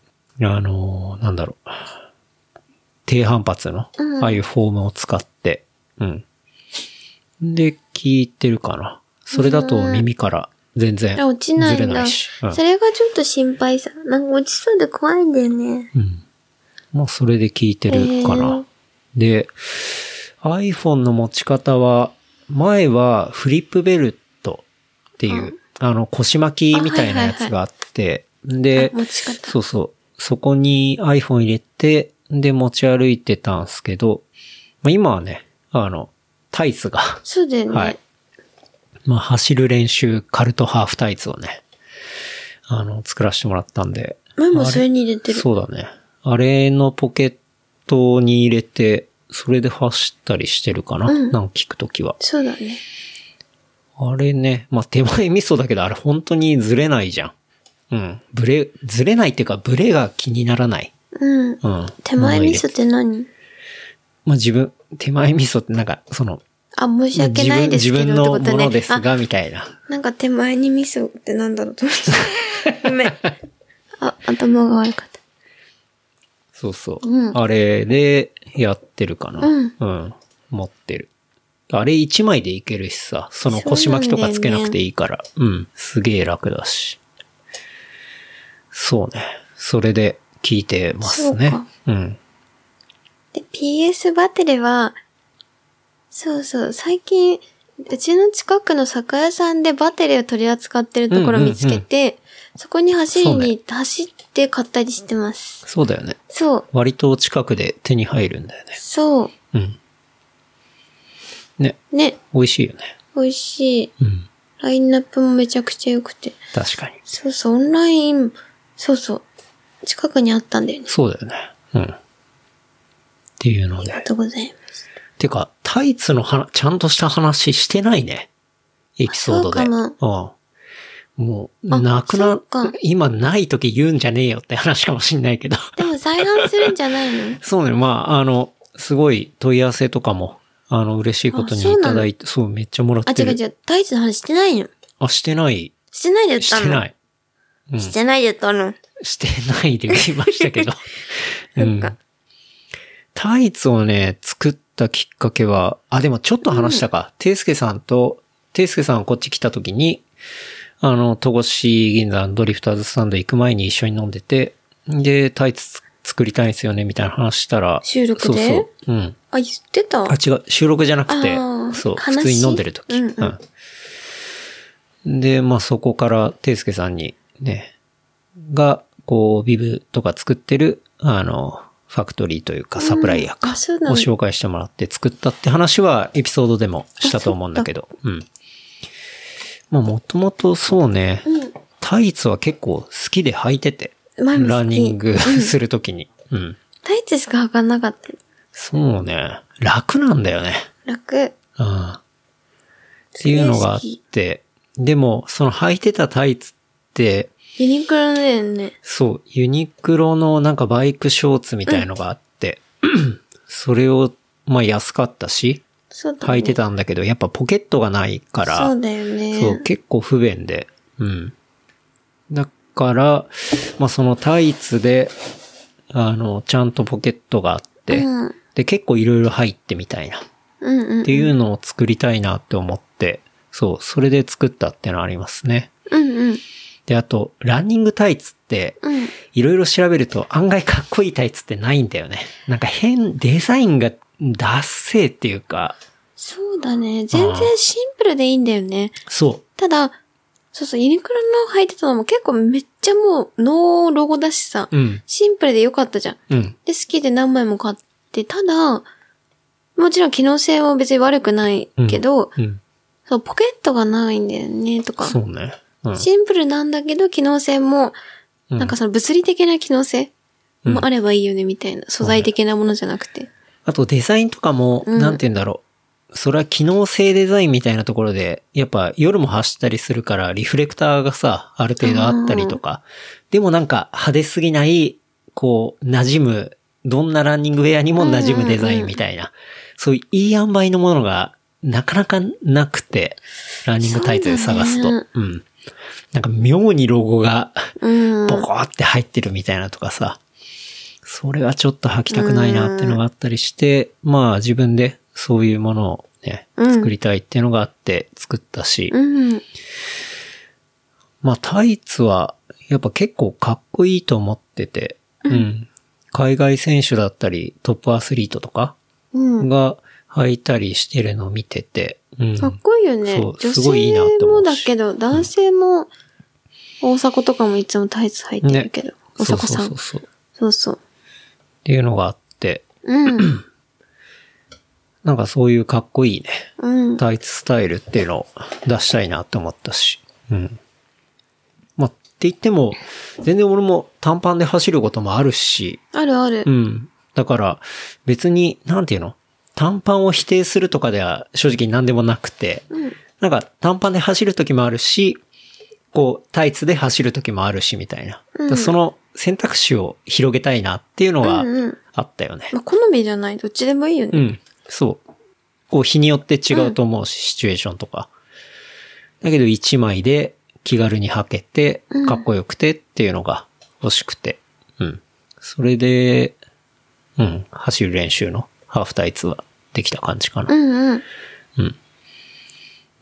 [SPEAKER 2] あのーなんだろう。低反発の、
[SPEAKER 3] うん
[SPEAKER 2] ああいうフォームを使って、うん。で、聞いてるかな。それだと耳から全然
[SPEAKER 3] あ、落ち
[SPEAKER 2] ず
[SPEAKER 3] ない
[SPEAKER 2] れ
[SPEAKER 3] ん
[SPEAKER 2] な
[SPEAKER 3] だ。
[SPEAKER 2] いし。うん
[SPEAKER 3] それがちょっと心配さ。なんか落ちそうで怖いんだよね。
[SPEAKER 2] うん。まあ、それで聞いてるかな。で、iPhone の持ち方は、前はフリップベルトっていう、あの、腰巻きみたいなやつがあって、で
[SPEAKER 3] あ、持ち方
[SPEAKER 2] そうそう、そこに iPhone 入れて、で、持ち歩いてたんすけど、まあ、今はね、あの、タイツが、
[SPEAKER 3] そうだよね。
[SPEAKER 2] はい。まあ、走る練習、カルトハーフタイツをね、あの、作らせてもらったんで、
[SPEAKER 3] 前もそれに入れてる。
[SPEAKER 2] そうだね。あれのポケットに入れて、それで走ったりしてるかな、
[SPEAKER 3] うん
[SPEAKER 2] なんか聞くときは。
[SPEAKER 3] そうだね。
[SPEAKER 2] あれね、まあ、手前味噌だけど、あれ本当にずれないじゃん。うん。ブレ、ずれないっていうか、ブレが気にならない。
[SPEAKER 3] うん。
[SPEAKER 2] うん。
[SPEAKER 3] 手前味
[SPEAKER 2] 物
[SPEAKER 3] 噌っ
[SPEAKER 2] 入れ
[SPEAKER 3] て何
[SPEAKER 2] まあ自分、手前味噌ってなんか、その、
[SPEAKER 3] あ、申し訳
[SPEAKER 2] 自
[SPEAKER 3] ない
[SPEAKER 2] 分、
[SPEAKER 3] です
[SPEAKER 2] 自
[SPEAKER 3] け
[SPEAKER 2] 分
[SPEAKER 3] どって
[SPEAKER 2] のも
[SPEAKER 3] ことね。
[SPEAKER 2] のです
[SPEAKER 3] あ、
[SPEAKER 2] が、みたいな。
[SPEAKER 3] なんか手前に味噌ってなんだろうと思っ て。ごめん。あ、頭が悪かった。
[SPEAKER 2] そうそう。
[SPEAKER 3] うん
[SPEAKER 2] あれでやってるかな。
[SPEAKER 3] うん
[SPEAKER 2] 持ってる。あれ一枚でいけるしさ、その腰巻きとかつけなくていいから。うん。すげえ楽だし。そうね。それで聞いてますね
[SPEAKER 3] そうか。
[SPEAKER 2] うん。
[SPEAKER 3] で、PS バテレは、そうそう、最近、うちの近くの酒屋さんでバテレを取り扱ってるところを見つけて、そこに走り
[SPEAKER 2] そう
[SPEAKER 3] に
[SPEAKER 2] ね
[SPEAKER 3] 行って、走って買ったりしてます。
[SPEAKER 2] そうだよね。
[SPEAKER 3] そう、
[SPEAKER 2] 割と近くで手に入るんだよね。
[SPEAKER 3] そ
[SPEAKER 2] うん。ね、
[SPEAKER 3] う、ね、
[SPEAKER 2] 美味しいよね。
[SPEAKER 3] 美味しい。
[SPEAKER 2] うん。
[SPEAKER 3] ラインナップもめちゃくちゃ良くて。
[SPEAKER 2] 確かに。
[SPEAKER 3] そうそう、オンライン、そうそう、近くにあったんだよね。
[SPEAKER 2] そうだよね。うん。っていうの
[SPEAKER 3] ありが
[SPEAKER 2] で。
[SPEAKER 3] とうございます。
[SPEAKER 2] てか、タイツのはちゃんとした話してないね。エピソードで。
[SPEAKER 3] あそう
[SPEAKER 2] うん。もう、
[SPEAKER 3] あ
[SPEAKER 2] なく
[SPEAKER 3] そ
[SPEAKER 2] な
[SPEAKER 3] っか、
[SPEAKER 2] 今ない時言うんじゃねえよって話かもしんないけど。
[SPEAKER 3] でも再販するんじゃないの
[SPEAKER 2] そうね、まあ、あの、すごい問い合わせとかも、あの、嬉しいことに
[SPEAKER 3] あそう
[SPEAKER 2] い
[SPEAKER 3] なの
[SPEAKER 2] ただいて、そうめっちゃもらっ
[SPEAKER 3] あ、
[SPEAKER 2] て
[SPEAKER 3] 違う
[SPEAKER 2] る。
[SPEAKER 3] 違う、大地の話してないの
[SPEAKER 2] あ、してない。
[SPEAKER 3] してないでやった
[SPEAKER 2] し
[SPEAKER 3] の
[SPEAKER 2] てない。うん
[SPEAKER 3] してないでやったの。
[SPEAKER 2] してないで言いました けど。う
[SPEAKER 3] そっ
[SPEAKER 2] ん
[SPEAKER 3] か。
[SPEAKER 2] タイツをね、作ったきっかけは、あ、でもちょっと話したか。ていすけさんと、ていすけさんがこっち来た時に、あの、戸越銀座のドリフターズスタンド行く前に一緒に飲んでて、で、タイツ作りたいんですよね、みたいな話したら。
[SPEAKER 3] 収録で
[SPEAKER 2] そうそう。うん。
[SPEAKER 3] あ、言ってた
[SPEAKER 2] あ、違う、収録じゃなくて
[SPEAKER 3] あー、
[SPEAKER 2] そう、
[SPEAKER 3] 話
[SPEAKER 2] 普通に飲んでる時。
[SPEAKER 3] うんうん
[SPEAKER 2] うんで、まあそこから、ていすけさんにね、が、こう、ビブとか作ってる、あの、ファクトリーというか、サプライヤー
[SPEAKER 3] うん
[SPEAKER 2] か
[SPEAKER 3] あそう、な
[SPEAKER 2] を
[SPEAKER 3] の
[SPEAKER 2] 紹介してもらって作ったって話は、エピソードでもしたと思うんだけど、うん。まあもともとそうね、タイツは結構好きで履いてて、
[SPEAKER 3] 前も好き
[SPEAKER 2] ランニング するときに。うん。
[SPEAKER 3] タイツしか履かなかった。
[SPEAKER 2] そうね、楽なんだよね。
[SPEAKER 3] 楽。
[SPEAKER 2] うんっていうのがあって、でも、その履いてたタイツって、
[SPEAKER 3] ユニクロだよね。
[SPEAKER 2] そう、ユニクロのなんかバイクショーツみたいのがあって、 それを、まあ安かったし、
[SPEAKER 3] そうだね。
[SPEAKER 2] 履いてたんだけど、やっぱポケットがないから、
[SPEAKER 3] そうだよね。
[SPEAKER 2] そう、結構不便で。うん。だから、まあそのタイツで、あの、ちゃんとポケットがあって、
[SPEAKER 3] うん。
[SPEAKER 2] で、結構いろいろ入ってみたいな。
[SPEAKER 3] うんうん。
[SPEAKER 2] っていうのを作りたいなって思って、そう、それで作ったってのありますね。
[SPEAKER 3] うんうん。
[SPEAKER 2] で、あと、ランニングタイツって、
[SPEAKER 3] うん。
[SPEAKER 2] いろいろ調べると案外かっこいいタイツってないんだよね。なんか変、デザインがダッセーっていうか、
[SPEAKER 3] そうだね。全然シンプルでいいんだよね。
[SPEAKER 2] そ
[SPEAKER 3] ただ、そうそう、ユニクロの履いてたのも結構めっちゃもうノーロゴだしさ。
[SPEAKER 2] う。うん、
[SPEAKER 3] シンプルでよかったじゃん。
[SPEAKER 2] うん、
[SPEAKER 3] で、好きで何枚も買って、ただ、もちろん機能性は別に悪くないけど、
[SPEAKER 2] うん。
[SPEAKER 3] そう、ポケットがないんだよね、とか。
[SPEAKER 2] そうね。うん。
[SPEAKER 3] シンプルなんだけど、機能性も、
[SPEAKER 2] うん
[SPEAKER 3] なんかその物理的な機能性
[SPEAKER 2] うん
[SPEAKER 3] もあればいいよね、みたいな。素材的なものじゃなくて。
[SPEAKER 2] あとデザインとかも、
[SPEAKER 3] うん
[SPEAKER 2] なんて言うんだろう。それは機能性デザインみたいなところで、やっぱ夜も走ったりするから、リフレクターがさ、ある程度あったりとか。でもなんか派手すぎない、こう、馴染む、どんなランニングウェアにも馴染むデザインみたいな。そういういい塩梅のものが、なかなかなくて、ランニングタイツで探すと。
[SPEAKER 3] そうだね
[SPEAKER 2] うん。なんか妙にロゴが、
[SPEAKER 3] うん。
[SPEAKER 2] ボコーって入ってるみたいなとかさ、それはちょっと履きたくないなっていうのがあったりして、まあ自分でそういうものをね、
[SPEAKER 3] うん
[SPEAKER 2] 作りたいっていうのがあって作ったし、
[SPEAKER 3] うん。
[SPEAKER 2] まあタイツはやっぱ結構かっこいいと思ってて、うん。海外選手だったり、トップアスリートとか
[SPEAKER 3] うん。
[SPEAKER 2] が履いたりしてるのを見てて、うん。
[SPEAKER 3] かっこいいよね
[SPEAKER 2] そう。
[SPEAKER 3] 女
[SPEAKER 2] すごいいいなって
[SPEAKER 3] 性
[SPEAKER 2] 思
[SPEAKER 3] も
[SPEAKER 2] うし
[SPEAKER 3] だけど、男性も、大迫とかもいつもタイツ履いてるけど。大
[SPEAKER 2] そう
[SPEAKER 3] 迫
[SPEAKER 2] そう
[SPEAKER 3] さ。
[SPEAKER 2] そうんそう。っ
[SPEAKER 3] そうそう。
[SPEAKER 2] ていうのがあって、
[SPEAKER 3] うん。
[SPEAKER 2] なんかそういうかっこいいね、
[SPEAKER 3] うん。
[SPEAKER 2] タイツスタイルっていうのを出したいなって思ったし。うん。まあ、って言っても、全然俺も短パンで走ることもあるし、
[SPEAKER 3] あるある
[SPEAKER 2] う。ん。だから、別に、なんていうの短パンを否定するとかでは正直何でもなくて、
[SPEAKER 3] うん。
[SPEAKER 2] なんか短パンで走る時もあるし、こう、タイツで走る時もあるし、みたいな。
[SPEAKER 3] う
[SPEAKER 2] だか
[SPEAKER 3] ん
[SPEAKER 2] らその選択肢を広げたいなっていうのが
[SPEAKER 3] うんうん
[SPEAKER 2] あったよね。
[SPEAKER 3] まあ、好みじゃない。どっちでもいいよ
[SPEAKER 2] う
[SPEAKER 3] ね。
[SPEAKER 2] ん、そう。こう、日によって違うと思うし、シチュエーションとか。だけど、一枚で気軽に履けて、かっこよくてっていうのが欲しくて。うん。それで、うん、走る練習のハーフタイツはできた感じかな。
[SPEAKER 3] うん、うん。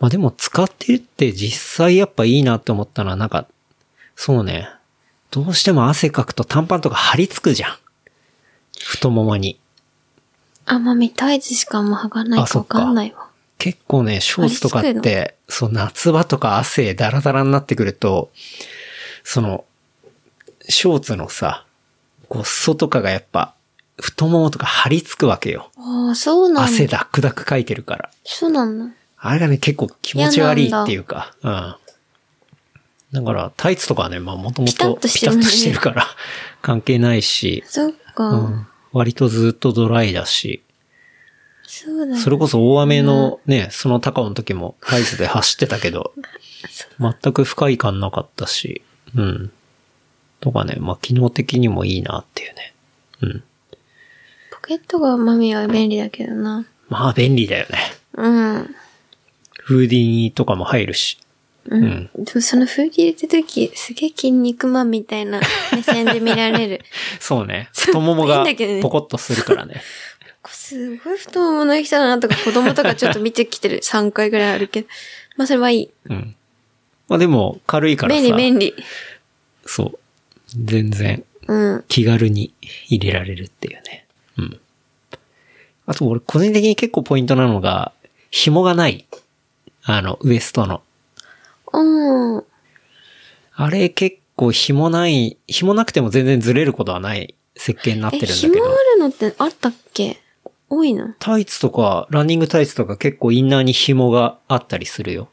[SPEAKER 2] まあでも使ってって実際やっぱいいなって思ったのはなんか、そうね。どうしても汗かくと短パンとか張り付くじゃん。太ももに。
[SPEAKER 3] あんま見たい字しかもう履かない
[SPEAKER 2] あ
[SPEAKER 3] か
[SPEAKER 2] そ
[SPEAKER 3] わ
[SPEAKER 2] っか
[SPEAKER 3] かんないわ。
[SPEAKER 2] 結構ね、ショーツとか
[SPEAKER 3] 張り
[SPEAKER 2] っ
[SPEAKER 3] 付
[SPEAKER 2] て、そう夏場とか汗ダラダラになってくると、その、ショーツのさ、こう、外とかがやっぱ、太ももとか張り付くわけよ。
[SPEAKER 3] ああ、そうなん
[SPEAKER 2] 汗
[SPEAKER 3] だ。
[SPEAKER 2] ダクダクかいてるから。
[SPEAKER 3] そうなんだ。
[SPEAKER 2] あれがね、結構気持ち悪いっていうか、うん。だから、タイツとかはね、まあもとも
[SPEAKER 3] ピタ
[SPEAKER 2] と
[SPEAKER 3] ッとし
[SPEAKER 2] ピ
[SPEAKER 3] て
[SPEAKER 2] タッ
[SPEAKER 3] るね
[SPEAKER 2] としてるから、関係ないし、
[SPEAKER 3] そっか。
[SPEAKER 2] うん。割とずっとドライだし、
[SPEAKER 3] そうだよ。
[SPEAKER 2] それこそ大雨のね、その高尾の時もタイツで走ってたけ ど、全く不快感なかったし、うん。とかね、まあ機能的にもいいなっていうね。うん。
[SPEAKER 3] ポケットがマミは便利だけどな。
[SPEAKER 2] まあ便利だよね。
[SPEAKER 3] うん。
[SPEAKER 2] フーディーとかも入るし。
[SPEAKER 3] うん
[SPEAKER 2] うん
[SPEAKER 3] でもその風景入れてる時、すげえ筋肉マンみたいな目線で見ら れる。
[SPEAKER 2] そうね。太もも
[SPEAKER 3] いい
[SPEAKER 2] が
[SPEAKER 3] んだけどね
[SPEAKER 2] ポコッとするからね。
[SPEAKER 3] これすごい太ももの人だなとか子供とかちょっと見てきてる。3回ぐらいあるけど。まあそれはいい。
[SPEAKER 2] うん。まあでも、軽いからさ。
[SPEAKER 3] 便利便利。
[SPEAKER 2] そう。全然、
[SPEAKER 3] うん。
[SPEAKER 2] 気軽に入れられるっていうね。うん。あと、俺、個人的に結構ポイントなのが、紐がない。あの、ウエストの。
[SPEAKER 3] うん。
[SPEAKER 2] あれ、結構紐ない、紐なくても全然ずれることはない設計になって
[SPEAKER 3] え、
[SPEAKER 2] るんだけど
[SPEAKER 3] 紐あ。るのってあったっけ多いな。
[SPEAKER 2] タイツとか、ランニングタイツとか結構インナーに紐があったりするよ。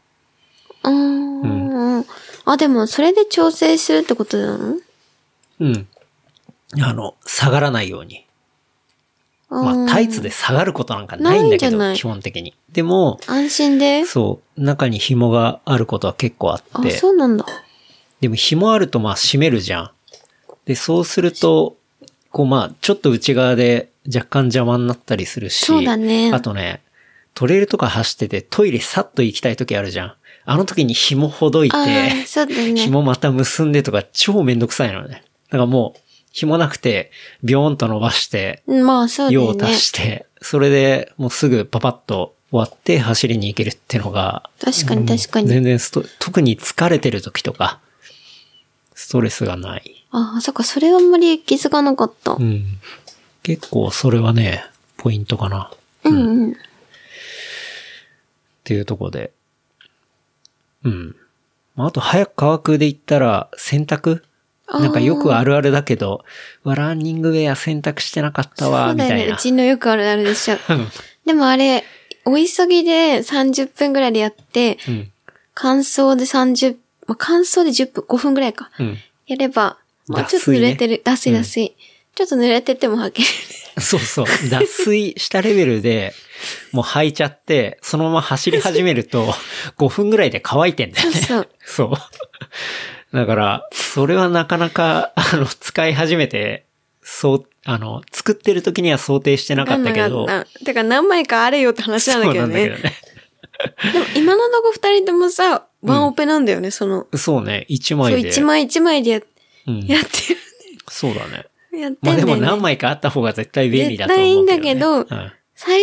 [SPEAKER 3] あー、うん、あ、でもそれで調整するってことなの
[SPEAKER 2] うん。あの、下がらないように。ま
[SPEAKER 3] う
[SPEAKER 2] あ、
[SPEAKER 3] ん
[SPEAKER 2] タイツで下がることなんかないんだけ
[SPEAKER 3] ないんじゃな
[SPEAKER 2] ど、
[SPEAKER 3] い
[SPEAKER 2] 基本的に。でも、
[SPEAKER 3] 安心で
[SPEAKER 2] そう、中に紐があることは結構あっ
[SPEAKER 3] あ、
[SPEAKER 2] て、
[SPEAKER 3] そうなんだ。
[SPEAKER 2] でも紐あるとまあ締めるじゃん。で、そうすると、こうまあ、ちょっと内側で若干邪魔になったりするし、
[SPEAKER 3] そうだね
[SPEAKER 2] あとね、トレイルとか走っててトイレさっと行きたい時あるじゃん。あの時に紐ほどいて、
[SPEAKER 3] あーそうだね。
[SPEAKER 2] 紐また結んでとか超めんどくさいのね。だからもう、紐なくて、ビョーンと伸ばして、
[SPEAKER 3] まあそうだ
[SPEAKER 2] 用を
[SPEAKER 3] よね。
[SPEAKER 2] 足して、それでもうすぐパパッと終わって走りに行けるってのが、
[SPEAKER 3] 確かに確かに。
[SPEAKER 2] 全然スト、特に疲れてる時とか、ストレスがない。
[SPEAKER 3] あ、そっか、それはあんまり気づかなかった
[SPEAKER 2] う。ん。結構それはね、ポイントかな。っ
[SPEAKER 3] うんうん。
[SPEAKER 2] ていうとこで。うん。まあ、あと早く乾くで言ったら、洗濯
[SPEAKER 3] あー
[SPEAKER 2] なんかよくあるあるだけど、うわランニングウェア洗濯してなかったわ、
[SPEAKER 3] そう
[SPEAKER 2] み
[SPEAKER 3] だよ
[SPEAKER 2] た
[SPEAKER 3] ね。
[SPEAKER 2] いうな。
[SPEAKER 3] ちのよくあるあるでしょ。
[SPEAKER 2] うん
[SPEAKER 3] でもあれ、お急ぎで30分ぐらいでやって、
[SPEAKER 2] うん。
[SPEAKER 3] 乾燥で30、まあ、乾燥で10分、5分ぐらいか。
[SPEAKER 2] うん。
[SPEAKER 3] やれば、まあ、ち
[SPEAKER 2] 脱
[SPEAKER 3] ょっ
[SPEAKER 2] 水
[SPEAKER 3] と濡
[SPEAKER 2] ね
[SPEAKER 3] れてる。脱水脱水。ちょっと濡れてても履ける。
[SPEAKER 2] そうそう。脱水したレベルで、もう履いちゃって、そのまま走り始める と、5分ぐらいで乾いてん だよね。
[SPEAKER 3] そう。
[SPEAKER 2] そう。 だから、それはなかなか、あの、使い始めて、そう、あの、作ってる時には想定してなかったけど、
[SPEAKER 3] かった。てか何枚かあれよって話なんだけどね。
[SPEAKER 2] そうなんだけ
[SPEAKER 3] でも今のとこ二人ともさ、ワンオペなんだよね、その。
[SPEAKER 2] どね。そうね、1
[SPEAKER 3] そう、
[SPEAKER 2] 枚で。
[SPEAKER 3] 一枚一枚でや
[SPEAKER 2] うん
[SPEAKER 3] やってる。
[SPEAKER 2] そうだね。
[SPEAKER 3] やってんだ
[SPEAKER 2] まあ
[SPEAKER 3] よ、ね。
[SPEAKER 2] でも何枚かあった方が絶対便利だと思うけど、ね。
[SPEAKER 3] 絶対いいんだけ最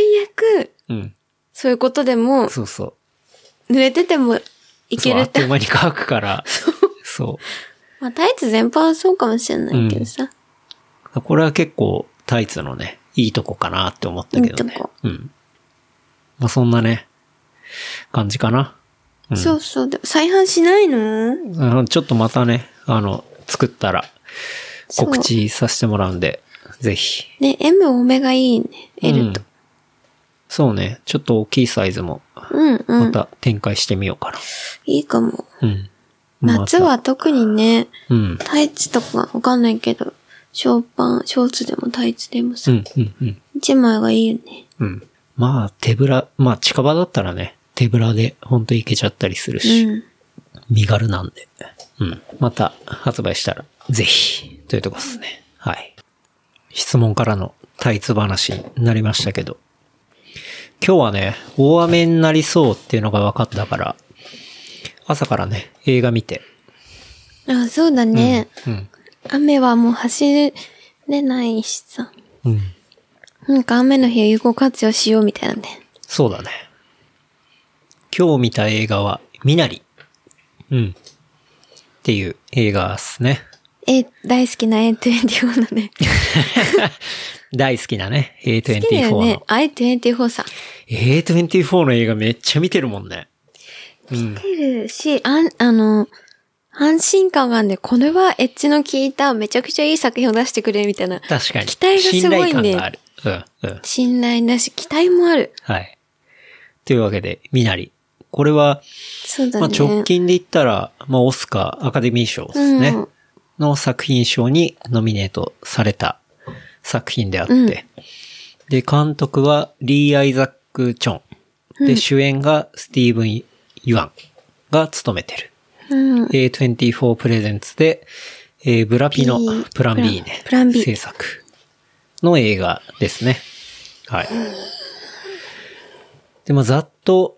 [SPEAKER 3] 悪、
[SPEAKER 2] うん。うん。
[SPEAKER 3] そういうことでも、
[SPEAKER 2] そうそう。
[SPEAKER 3] 濡れててもいけ
[SPEAKER 2] そう
[SPEAKER 3] るっ
[SPEAKER 2] あっとい
[SPEAKER 3] て
[SPEAKER 2] う。間に乾く から。そう。
[SPEAKER 3] まあ、タイツ全般はそうかもしれないけどさ。
[SPEAKER 2] これは結構タイツのね、いいとこかなって思ったけどね。
[SPEAKER 3] いいとこ
[SPEAKER 2] うん。まあ、そんなね、感じかな。うん
[SPEAKER 3] そうそう。でも再販しないの
[SPEAKER 2] あのちょっとまたね、あの、作ったら
[SPEAKER 3] そう
[SPEAKER 2] 告知させてもらうんで、ぜひ。
[SPEAKER 3] ね、M 多めがいいね。L と。
[SPEAKER 2] うんそうね、ちょっと大きいサイズも、
[SPEAKER 3] うん、うん、
[SPEAKER 2] また展開してみようか
[SPEAKER 3] いいかも。
[SPEAKER 2] な。うん。また
[SPEAKER 3] 夏は特にね、
[SPEAKER 2] うん。
[SPEAKER 3] タイツとかわかんないけど、ショーパン、ショーツでもタイツでも
[SPEAKER 2] う
[SPEAKER 3] さ、
[SPEAKER 2] ん、うん、うん。
[SPEAKER 3] 一枚がいいよね。
[SPEAKER 2] うん。まあ、手ぶら、まあ、近場だったらね、手ぶらで本当いけちゃったりするし。
[SPEAKER 3] うん。
[SPEAKER 2] 身軽なんで。うん。また発売したら、ぜひ、というとこですね。はい。質問からのタイツ話になりましたけど。今日はね、大雨になりそうっていうのが分かったから、朝からね、映画見て。
[SPEAKER 3] あ、そうだね。
[SPEAKER 2] うん。
[SPEAKER 3] 雨はもう走れないしさ。
[SPEAKER 2] うん。
[SPEAKER 3] なんか雨の日は有効活用しようみたいなんで。
[SPEAKER 2] そうだね。今日見た映画は、みなり。うん。っていう映画ですね。
[SPEAKER 3] え、大好きな A24 だね。
[SPEAKER 2] 大好きなね、A24 の。
[SPEAKER 3] 好きだよね。A24 さ。
[SPEAKER 2] A24 の映画めっちゃ見てるもんね。
[SPEAKER 3] 見てるし、あん、あの、安心感があるんで、これはエッジの効いた、めちゃくちゃいい作品を出してくれ、みたいな。
[SPEAKER 2] 確かに。
[SPEAKER 3] 期待がすごい
[SPEAKER 2] 信頼感
[SPEAKER 3] んで
[SPEAKER 2] があ。る。うん、うん。
[SPEAKER 3] 信頼だし、期待もある。
[SPEAKER 2] はい。というわけで、みなり。これは、
[SPEAKER 3] そうだ
[SPEAKER 2] ま
[SPEAKER 3] ね。
[SPEAKER 2] あ、直近で言ったら、まあ、オスカー、アカデミー賞ですね。
[SPEAKER 3] うん
[SPEAKER 2] の作品賞にノミネートされた作品であって。
[SPEAKER 3] うん
[SPEAKER 2] で、監督はリー・アイザック・チョン。で、主演がスティーブン・ユアンが務めてる。
[SPEAKER 3] うん。
[SPEAKER 2] A24 プレゼンツで、えーブラピの
[SPEAKER 3] B
[SPEAKER 2] プラン B ね。
[SPEAKER 3] プラン B
[SPEAKER 2] 制作の映画ですね。はい。で、まあ、ざっと、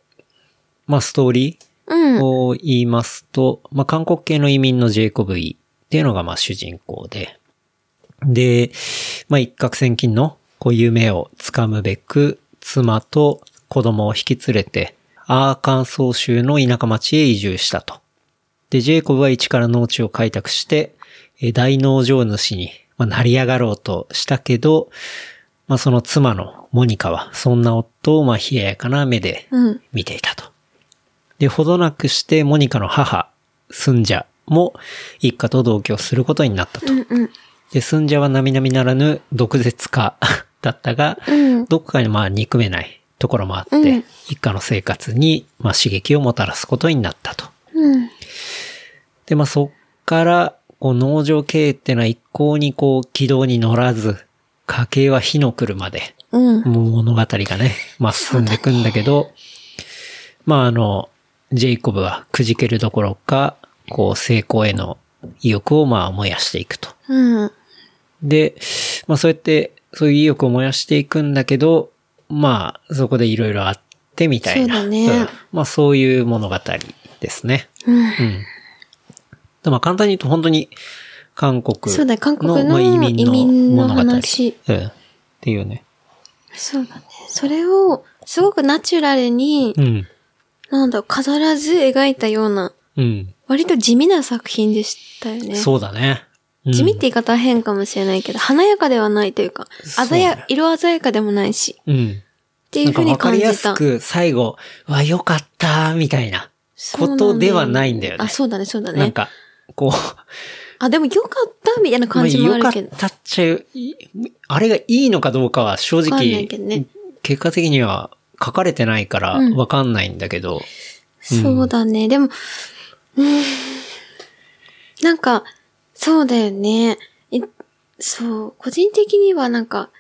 [SPEAKER 2] まあ、ストーリ
[SPEAKER 3] う
[SPEAKER 2] ー
[SPEAKER 3] ん。
[SPEAKER 2] を言いますと、まあ、韓国系の移民のジェイコブ・イっていうのが、まあ、主人公で、で、まあ、一攫千金の、こう、夢をつかむべく、妻と子供を引き連れて、アーカンソー州の田舎町へ移住したと。で、ジェイコブは一から農地を開拓して、えー大農場主に、まあ、成り上がろうとしたけど、まあ、その妻のモニカは、そんな夫を、まあ、冷ややかな目で
[SPEAKER 3] うん。
[SPEAKER 2] 見ていたと。で、ほどなくして、モニカの母、スンジャも、一家と同居することになったと。
[SPEAKER 3] うん。うん。
[SPEAKER 2] で、スンジャは並々ならぬ毒舌家だったが、
[SPEAKER 3] うん。
[SPEAKER 2] どこかにまあ憎めないところもあって、
[SPEAKER 3] うん
[SPEAKER 2] 一家の生活にまあ刺激をもたらすことになったと。
[SPEAKER 3] うん。
[SPEAKER 2] で、まあそっから、こう農場経営ってのは一向にこう軌道に乗らず、家計は火の車で、
[SPEAKER 3] うん。
[SPEAKER 2] もう物語がね、まあ進んでいくんだけど、まああの、ジェイコブはくじけるどころか、こう成功への意欲をまあ燃やしていくと。
[SPEAKER 3] うん。
[SPEAKER 2] で、まあそうやって、そういう意欲を燃やしていくんだけど、まあそこでいろいろあってみたいな。
[SPEAKER 3] そうだね
[SPEAKER 2] んまあそういう物語ですね。
[SPEAKER 3] うん。
[SPEAKER 2] うん。でまあ簡単に言うと本当に韓国
[SPEAKER 3] そうだよ韓国
[SPEAKER 2] の
[SPEAKER 3] の
[SPEAKER 2] まあ
[SPEAKER 3] 移民の
[SPEAKER 2] 物語。
[SPEAKER 3] 話
[SPEAKER 2] うん。っていうね。
[SPEAKER 3] そうだね。それを、すごくナチュラルに
[SPEAKER 2] う、ん。
[SPEAKER 3] なんだろう、飾らず描いたような、
[SPEAKER 2] うん。
[SPEAKER 3] 割と地味な作品でしたよね。
[SPEAKER 2] そうだね。うん
[SPEAKER 3] 地味って言い方は変かもしれないけど、華やかではないというか、
[SPEAKER 2] そう
[SPEAKER 3] 鮮や、色鮮やかでもないし、っ
[SPEAKER 2] うん。
[SPEAKER 3] てい
[SPEAKER 2] な
[SPEAKER 3] うん
[SPEAKER 2] か
[SPEAKER 3] ふうに
[SPEAKER 2] わか
[SPEAKER 3] 感
[SPEAKER 2] り
[SPEAKER 3] じ
[SPEAKER 2] やす
[SPEAKER 3] た。
[SPEAKER 2] く最後、わ、よかった、みたいな
[SPEAKER 3] そう
[SPEAKER 2] こ
[SPEAKER 3] なんだよ
[SPEAKER 2] とではないんだよね。
[SPEAKER 3] あ、そうだね、そうだ
[SPEAKER 2] なん
[SPEAKER 3] ね。
[SPEAKER 2] か、こう、
[SPEAKER 3] あ、でもよかった、みたいな感じもある
[SPEAKER 2] ま。あ
[SPEAKER 3] けど
[SPEAKER 2] よかったっちゃ、いあれがいいのかどうかは正
[SPEAKER 3] わかんない
[SPEAKER 2] 直、
[SPEAKER 3] けどね
[SPEAKER 2] 結果的には書かれてないから
[SPEAKER 3] うん
[SPEAKER 2] わかんないんだけど、
[SPEAKER 3] そうだね。でも、うーんなんか、そうだよね。えそう、個人的にはなんか、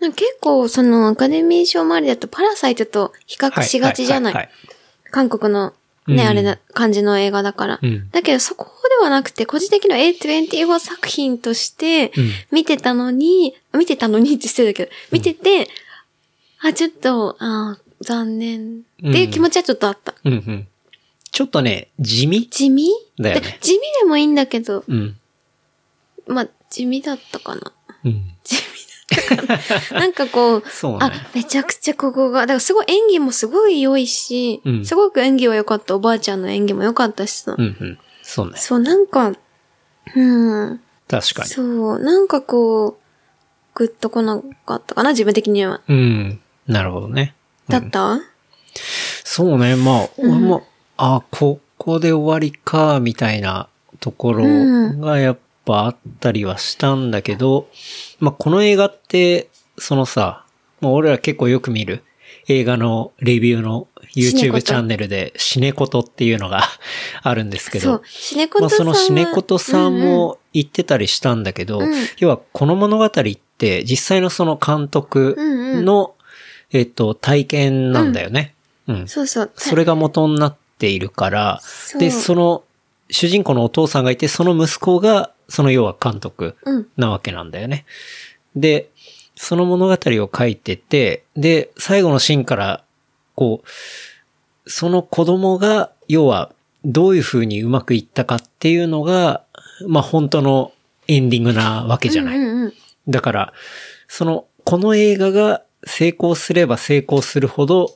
[SPEAKER 3] なんか結構そのアカデミー賞周りだとパラサイトと比較しがちじゃない。
[SPEAKER 2] はは
[SPEAKER 3] 韓国のね、
[SPEAKER 2] うん
[SPEAKER 3] あれな感じの映画だから。
[SPEAKER 2] はいはいうん。
[SPEAKER 3] だけどそこではなくて、個人的には A24 作品として
[SPEAKER 2] うん、
[SPEAKER 3] 見てたのに、見てたのにってしてるけど、見てて、あ、ちょっと、あー残念っていう気持ちはちょっとあった。
[SPEAKER 2] うんうん。ちょっとね、地味
[SPEAKER 3] 地味
[SPEAKER 2] だよね
[SPEAKER 3] で地味でもいいんだけど、
[SPEAKER 2] うん。
[SPEAKER 3] まあ、地味だったか な。
[SPEAKER 2] うん。
[SPEAKER 3] 地味だったかな。なんかこう、
[SPEAKER 2] そうね
[SPEAKER 3] あ、めちゃくちゃここが、だからすごい演技もすごい良いし、
[SPEAKER 2] うん
[SPEAKER 3] すごく演技は良かった、おばあちゃんの演技も良かったしさ。
[SPEAKER 2] うんうん。そうね。
[SPEAKER 3] そう、なんか、うん、
[SPEAKER 2] 確かに。
[SPEAKER 3] そう、なんかこう、グッとこなかったかな、自分的には。
[SPEAKER 2] うん。なるほどね。
[SPEAKER 3] だった、
[SPEAKER 2] そうね、まあ、俺も、あ、ここで終わりか、みたいなところがやっぱあったりはしたんだけど、まあこの映画って、そのさ、まあ俺ら結構よく見る映画のレビューの
[SPEAKER 3] シネ
[SPEAKER 2] YouTube
[SPEAKER 3] コト
[SPEAKER 2] チャンネルでシネコトっていうのが あるんですけ
[SPEAKER 3] そ
[SPEAKER 2] ど
[SPEAKER 3] う、、シネコ
[SPEAKER 2] ま
[SPEAKER 3] ト
[SPEAKER 2] あ
[SPEAKER 3] さ
[SPEAKER 2] そ
[SPEAKER 3] んは。
[SPEAKER 2] のシネコトさんも言ってたりしたんだけど、
[SPEAKER 3] うん
[SPEAKER 2] 要はこの物語って実際のその監督
[SPEAKER 3] うんうん
[SPEAKER 2] の、えっと、体験なんだよね。うん
[SPEAKER 3] うん、そうそう。
[SPEAKER 2] それが元になっっているから、
[SPEAKER 3] そう
[SPEAKER 2] で、その、主人公のお父さんがいて、その息子が、その要は監督
[SPEAKER 3] うん。
[SPEAKER 2] なわけなんだよね。で、その物語を書いてて、で、最後のシーンから、こう、その子供が、要は、どういう風にうまくいったかっていうのが、まあ本当のエンディングなわけじゃない。
[SPEAKER 3] うんうんうん。
[SPEAKER 2] だから、その、この映画が成功すれば成功するほど、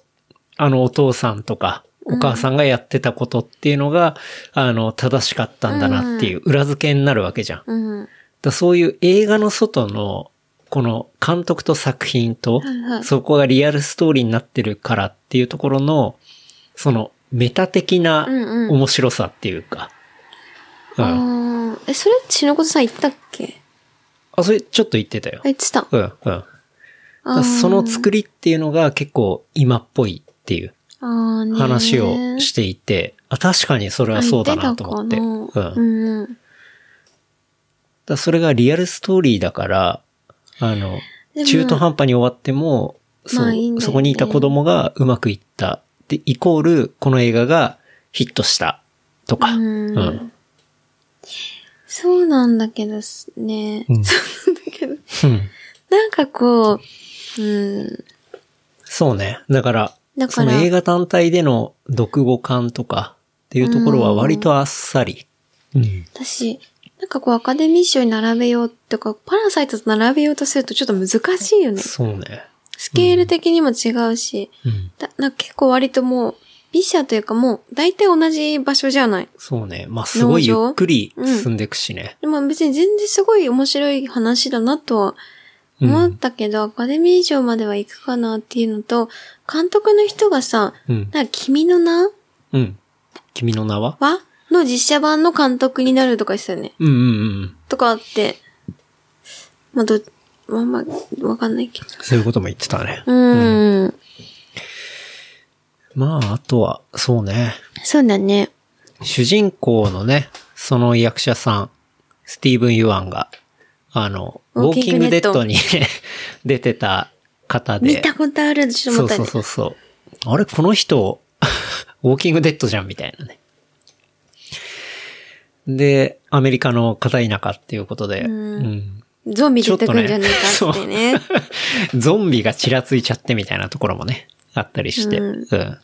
[SPEAKER 2] あの、お父さんとか、お母さんがやってたことっていうのが、あの、正しかったんだなっていう裏付けになるわけじゃん。だか
[SPEAKER 3] うん。
[SPEAKER 2] らそういう映画の外の、この監督と作品と
[SPEAKER 3] はいは、い
[SPEAKER 2] そこがリアルストーリーになってるからっていうところの、その、メタ的な
[SPEAKER 3] うんうん
[SPEAKER 2] 面白さっていうか。うん。
[SPEAKER 3] ああ。え、それ、篠子さん言ったっけ
[SPEAKER 2] あ、それちょっと言ってたよ
[SPEAKER 3] あ、。言ってた。
[SPEAKER 2] うん、うん。だか
[SPEAKER 3] あ
[SPEAKER 2] ら
[SPEAKER 3] ー
[SPEAKER 2] その作りっていうのが結構今っぽいっていう
[SPEAKER 3] あーねー
[SPEAKER 2] 話をしていて、あ確かにそれはそうだなと思って。
[SPEAKER 3] あ
[SPEAKER 2] うん。
[SPEAKER 3] 言
[SPEAKER 2] だ
[SPEAKER 3] たか
[SPEAKER 2] か
[SPEAKER 3] なうん。
[SPEAKER 2] らそれがリアルストーリーだから、あの
[SPEAKER 3] で、も
[SPEAKER 2] 中途半端に終わっても、そう
[SPEAKER 3] まあいいんだよね
[SPEAKER 2] そこにいた子供がうまくいった。で、イコール、この映画がヒットしたとか。う
[SPEAKER 3] う
[SPEAKER 2] ん。
[SPEAKER 3] んそうなんだけどすね。
[SPEAKER 2] うん
[SPEAKER 3] そうなんだけど。
[SPEAKER 2] うん
[SPEAKER 3] なんかこう、うん。
[SPEAKER 2] そうね。だから、
[SPEAKER 3] だ
[SPEAKER 2] そ
[SPEAKER 3] か
[SPEAKER 2] の
[SPEAKER 3] ら、
[SPEAKER 2] 映画単体での読語感とかっていうところは割とあっさり。うん。
[SPEAKER 3] 私、なんかこうアカデミー賞に並べようとか、パラサイトと並べようとするとちょっと難しいよね。
[SPEAKER 2] そうね。
[SPEAKER 3] スケール的にも違うし、
[SPEAKER 2] うん。
[SPEAKER 3] だなんか結構割ともう、美写というかもう、大体同じ場所じゃない。
[SPEAKER 2] そうね。まあ、すごいゆ
[SPEAKER 3] 農場
[SPEAKER 2] っくり進んでいくしね。
[SPEAKER 3] でも別に全然すごい面白い話だなとは
[SPEAKER 2] うん
[SPEAKER 3] 思ったけど、アカデミー賞までは行くかなっていうのと、監督の人がさ、
[SPEAKER 2] うん。
[SPEAKER 3] なんか君の名
[SPEAKER 2] うん。君の名は
[SPEAKER 3] はの実写版の監督になるとかしたよね。
[SPEAKER 2] うんうんうん。
[SPEAKER 3] とかあって、まあ、ど、まあまあ、わかんないけど。
[SPEAKER 2] そういうことも言ってたね。
[SPEAKER 3] うーん。
[SPEAKER 2] まあ、あとは、そうね。
[SPEAKER 3] そうだね。
[SPEAKER 2] 主人公のね、その役者さん、スティーブン・ユアンが、あの、ウ
[SPEAKER 3] ウォ
[SPEAKER 2] ォ
[SPEAKER 3] ー
[SPEAKER 2] ー
[SPEAKER 3] キ
[SPEAKER 2] キ
[SPEAKER 3] ン
[SPEAKER 2] ン
[SPEAKER 3] グ
[SPEAKER 2] グデ
[SPEAKER 3] デッド
[SPEAKER 2] ッドに 出てた方で。
[SPEAKER 3] 見たことあるちょっと
[SPEAKER 2] そ
[SPEAKER 3] 思
[SPEAKER 2] う
[SPEAKER 3] った
[SPEAKER 2] そうそうそう。あれこの人、 ウォーキングデッドじゃんみたいなね。で、アメリカの片田舎っていうことで、うん
[SPEAKER 3] ゾンビ出てくんじゃねえかってね。
[SPEAKER 2] ゾンビがちらついちゃってみたいなところもね、あったりして。
[SPEAKER 3] うん
[SPEAKER 2] うん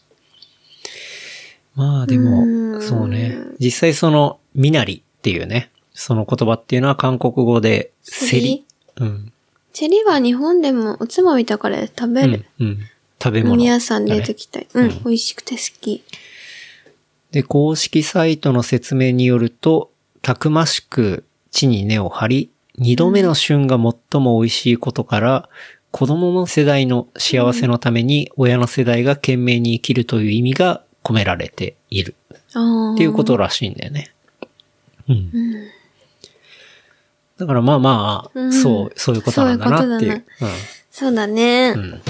[SPEAKER 2] まあで
[SPEAKER 3] う
[SPEAKER 2] も、
[SPEAKER 3] ん
[SPEAKER 2] そうね。実際その、みなりっていうね、その言葉っていうのは韓国語で、
[SPEAKER 3] セ
[SPEAKER 2] セ
[SPEAKER 3] リ
[SPEAKER 2] リ。うん。
[SPEAKER 3] チェリは日本でもおつまみだから食
[SPEAKER 2] う
[SPEAKER 3] べる
[SPEAKER 2] ん。。うん。食べ物。
[SPEAKER 3] 飲み屋さんで出てきたい。うん、
[SPEAKER 2] うん
[SPEAKER 3] 美味しくて好き。
[SPEAKER 2] で、公式サイトの説明によると、たくましく地に根を張り、二度目の旬が最も美味しいことから、子供の世代の幸せのために親の世代が懸命に生きるという意味が込められている。
[SPEAKER 3] ああ。
[SPEAKER 2] っていうことらしいんだよね。うん。
[SPEAKER 3] ん
[SPEAKER 2] だからまあまあ、
[SPEAKER 3] うん
[SPEAKER 2] そう、そういうことなんだなっていう。
[SPEAKER 3] そうだね。
[SPEAKER 2] うんうん。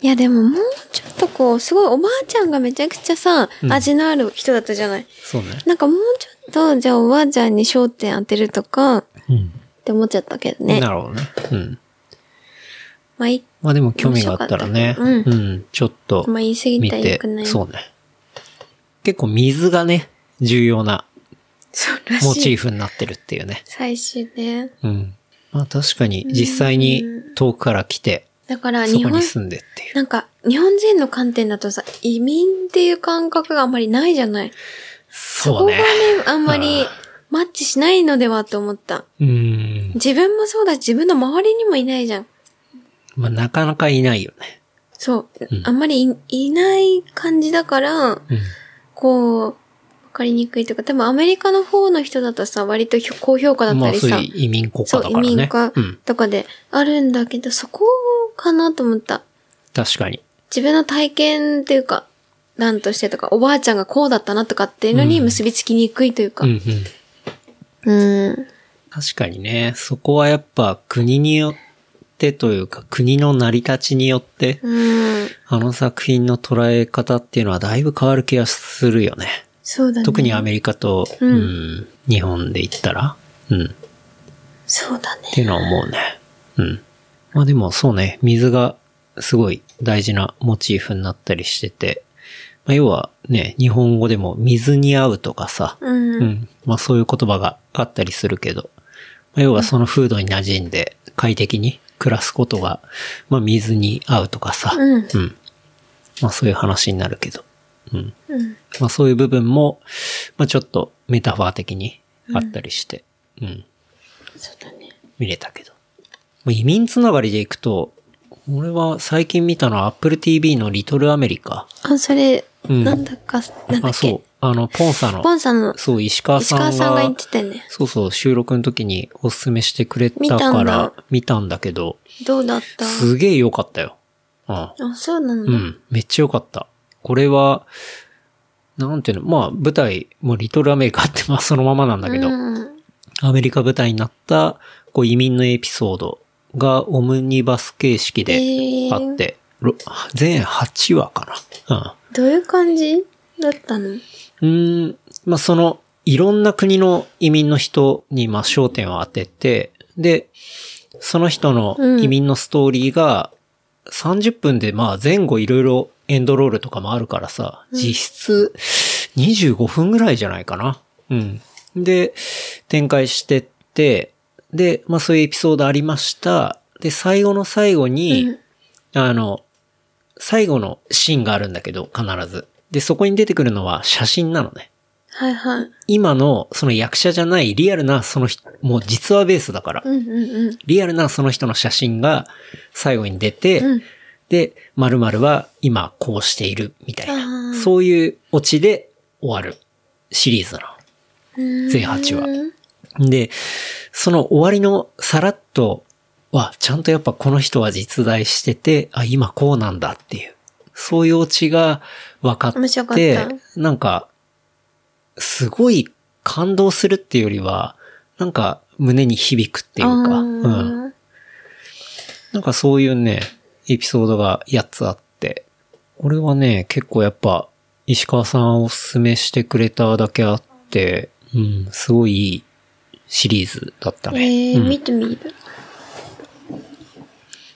[SPEAKER 3] いやでももうちょっとこう、すごいおばあちゃんがめちゃくちゃさ、
[SPEAKER 2] うん
[SPEAKER 3] 味のある人だったじゃない。
[SPEAKER 2] そうね。
[SPEAKER 3] なんかもうちょっと、じゃあおばあちゃんに焦点当てるとか、っ
[SPEAKER 2] うん。
[SPEAKER 3] て思っちゃったけどね。
[SPEAKER 2] なるほどね。うん。
[SPEAKER 3] まあ、い、
[SPEAKER 2] まあでも興味があったらね、
[SPEAKER 3] 面白かった
[SPEAKER 2] うん、ちょっと。
[SPEAKER 3] まあ、言い過ぎ
[SPEAKER 2] 見
[SPEAKER 3] たらよ
[SPEAKER 2] て
[SPEAKER 3] くない。、
[SPEAKER 2] そうね。結構水がね、重要な
[SPEAKER 3] そうら
[SPEAKER 2] モチ
[SPEAKER 3] し
[SPEAKER 2] ー
[SPEAKER 3] い。
[SPEAKER 2] フになってるっていうね。
[SPEAKER 3] 最終ね。
[SPEAKER 2] うん。まあ確かに実際に遠くから来て、
[SPEAKER 3] だから
[SPEAKER 2] そ
[SPEAKER 3] 日
[SPEAKER 2] こ
[SPEAKER 3] 本
[SPEAKER 2] に、住んでっていう。
[SPEAKER 3] なんか日本人の観点だとさ、移民っていう感覚があんまりないじゃない。そ
[SPEAKER 2] そ
[SPEAKER 3] こ
[SPEAKER 2] う
[SPEAKER 3] がね
[SPEAKER 2] ね。、
[SPEAKER 3] あんまりマッチしないのではと思った。
[SPEAKER 2] うん。
[SPEAKER 3] 自分もそうだし、自分の周りにもいないじゃん。
[SPEAKER 2] まあなかなかいないよね。
[SPEAKER 3] そう。
[SPEAKER 2] うん
[SPEAKER 3] あんまりいいない感じだから、
[SPEAKER 2] うん。
[SPEAKER 3] こう、わかりにくいというか、多分アメリカの方の人だとさ、割とひょ高評価だっ
[SPEAKER 2] ま
[SPEAKER 3] た
[SPEAKER 2] あ
[SPEAKER 3] り
[SPEAKER 2] そ
[SPEAKER 3] さ、
[SPEAKER 2] ういう移民国家
[SPEAKER 3] そ
[SPEAKER 2] だ
[SPEAKER 3] う、
[SPEAKER 2] から
[SPEAKER 3] 移
[SPEAKER 2] ね。
[SPEAKER 3] 民化
[SPEAKER 2] うん。
[SPEAKER 3] とかであるんだけど、そこかなと思った。
[SPEAKER 2] 確かに。
[SPEAKER 3] 自分の体験っていうか、なんとしてとか、おばあちゃんがこうだったなとかっていうのに
[SPEAKER 2] うん
[SPEAKER 3] 結びつきにくいというか。
[SPEAKER 2] う
[SPEAKER 3] うん。
[SPEAKER 2] うんん。確かにね、そこはやっぱ国によってというか国の成り立ちによって、
[SPEAKER 3] うん。
[SPEAKER 2] あの作品の捉え方っていうのはだいぶ変わる気がするよね。
[SPEAKER 3] そうだね。
[SPEAKER 2] 特にアメリカと、
[SPEAKER 3] うん
[SPEAKER 2] うん日本で言ったら、うん、っ
[SPEAKER 3] そうだね。
[SPEAKER 2] ていうのは思うね。うん。まあでもそうね、水がすごい大事なモチーフになったりしてて、まあ、要はね、日本語でも水に合うとかさ、
[SPEAKER 3] うん。
[SPEAKER 2] う。ん。まあそういう言葉があったりするけど、まあ要はその風土に馴染んで快適に暮らすことが、まあ水に合うとかさ、
[SPEAKER 3] うん
[SPEAKER 2] うん。まあそういう話になるけど、うん。
[SPEAKER 3] うん。
[SPEAKER 2] まあそういう部分も、まあちょっとメタファー的にあったりして、うん。
[SPEAKER 3] そうだね。
[SPEAKER 2] 見れたけど。まあ移民つながりでいくと、俺は最近見たのは Apple TV のリトルアメリカ。
[SPEAKER 3] あ、それ、
[SPEAKER 2] うん
[SPEAKER 3] なんだか、なんだ
[SPEAKER 2] あ、
[SPEAKER 3] っ
[SPEAKER 2] そ
[SPEAKER 3] け
[SPEAKER 2] う。。あの、ポンサの
[SPEAKER 3] ポ、ンさんの、
[SPEAKER 2] そう、石川
[SPEAKER 3] 石
[SPEAKER 2] さんが、
[SPEAKER 3] 川さんが言ってたよね。
[SPEAKER 2] そうそう、収録の時におすすめしてくれた
[SPEAKER 3] 見た
[SPEAKER 2] から
[SPEAKER 3] んだ
[SPEAKER 2] 見たんだけど、
[SPEAKER 3] どうだった
[SPEAKER 2] すげえ良かったよ。うん。
[SPEAKER 3] あ、そうなんだ。
[SPEAKER 2] うん、めっちゃ良かった。これは、なんていうの、まあ舞台、もうリトルアメリカってまあそのままなんだけど、
[SPEAKER 3] うん。
[SPEAKER 2] アメリカ舞台になった、こう移民のエピソードがオムニバス形式
[SPEAKER 3] え
[SPEAKER 2] であ
[SPEAKER 3] ー
[SPEAKER 2] っ、て、ろ全8話かな。
[SPEAKER 3] どういう感じだった
[SPEAKER 2] う
[SPEAKER 3] の
[SPEAKER 2] ん。うーん、まあその、いろんな国の移民の人にまあ焦点を当てて、で、その人の
[SPEAKER 3] うん
[SPEAKER 2] 移民のストーリーが、30分でまあ前後いろいろエンドロールとかもあるからさ、
[SPEAKER 3] ん
[SPEAKER 2] 実質25分ぐらいじゃないかな。うん。で、展開してって、で、まあそういうエピソードありました。で、最後の最後に、
[SPEAKER 3] うん
[SPEAKER 2] あの、最後のシーンがあるんだけど、必ず。で、そこに出てくるのは写真なのね。
[SPEAKER 3] はいはい。
[SPEAKER 2] 今のその役者じゃないリアルなその人、もう実話ベースだから。
[SPEAKER 3] うんうんうん。
[SPEAKER 2] リアルなその人の写真が最後に出て、
[SPEAKER 3] うん
[SPEAKER 2] で、〇〇は今こうしているみたい
[SPEAKER 3] あ
[SPEAKER 2] な、
[SPEAKER 3] ー
[SPEAKER 2] そういうオチで終わるシリーズなの。全8話。
[SPEAKER 3] うん
[SPEAKER 2] で、その終わりのさらっとは、ちゃんとやっぱこの人は実在してて、あ、今こうなんだっていう、そういうオチが分かっ、
[SPEAKER 3] 面白かってた
[SPEAKER 2] なんか、すごい感動するっていうよりは、なんか胸に響くっていうか、
[SPEAKER 3] あ
[SPEAKER 2] うん。
[SPEAKER 3] ー
[SPEAKER 2] なんかそういうね、エピソードが8つあって、これはね、結構やっぱ、石川さんおすすめしてくれただけあって、うん、すごいいいシリーズだったね。
[SPEAKER 3] えー、
[SPEAKER 2] うん
[SPEAKER 3] 見てみる。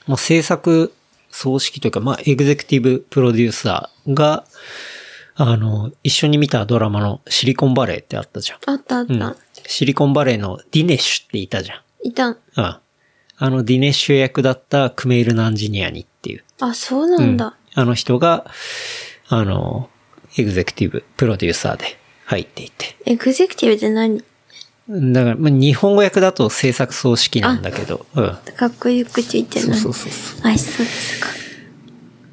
[SPEAKER 2] まあ、制作総指揮というか、まあ、エグゼクティブプロデューサーが、あの、一緒に見たドラマのシリコンバレーってあったじゃん。
[SPEAKER 3] あったあった。
[SPEAKER 2] うん。シリコンバレーのディネッシュっていたじゃん。
[SPEAKER 3] いた。
[SPEAKER 2] うん。あのディネッシュ役だったクメール・ナンジニアニっていう。
[SPEAKER 3] あ、そうなんだ。
[SPEAKER 2] うんあの人が、あの、エグゼクティブ、プロデューサーで入っていて。
[SPEAKER 3] エグゼクティブって何
[SPEAKER 2] だから、まあ、日本語訳だと制作総指揮なんだけど、うん。
[SPEAKER 3] かっこよくついて
[SPEAKER 2] そう
[SPEAKER 3] ない。
[SPEAKER 2] そうそうそう。
[SPEAKER 3] あ、そうですか。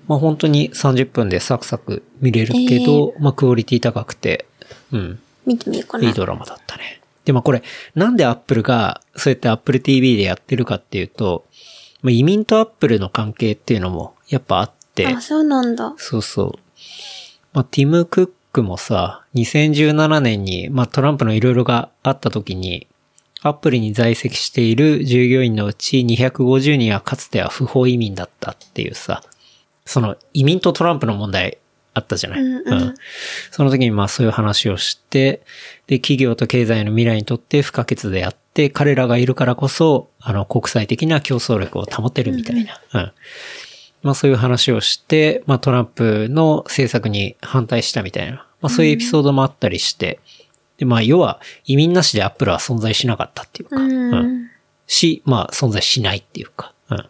[SPEAKER 2] まあ、本当に30分でサクサク見れるけど、まあ、クオリティ高くて、うん。
[SPEAKER 3] 見てみようかな。
[SPEAKER 2] いいドラマだったね。で、まあこれ、なんでアップルが、そうやってアップル TV でやってるかっていうと、まあ、移民とアップルの関係っていうのもやっぱあって、
[SPEAKER 3] あ、そうなんだ。
[SPEAKER 2] そうそう。まあ、ティム・クックもさ、2017年に、まあ、トランプのいろいろがあった時に、アップルに在籍している従業員のうち250人はかつては不法移民だったっていうさ、その移民とトランプの問題あったじゃない。
[SPEAKER 3] うんうん
[SPEAKER 2] その時にまあそういう話をして、で、企業と経済の未来にとって不可欠であって、彼らがいるからこそ、あの、国際的な競争力を保てるみたいな。うんまあそういう話をして、まあトランプの政策に反対したみたいな、まあそういうエピソードもあったりして、でまあ要は移民なしでアップルは存在しなかったっていうか、
[SPEAKER 3] うん。
[SPEAKER 2] し、まあ存在しないっていうか、うん。っ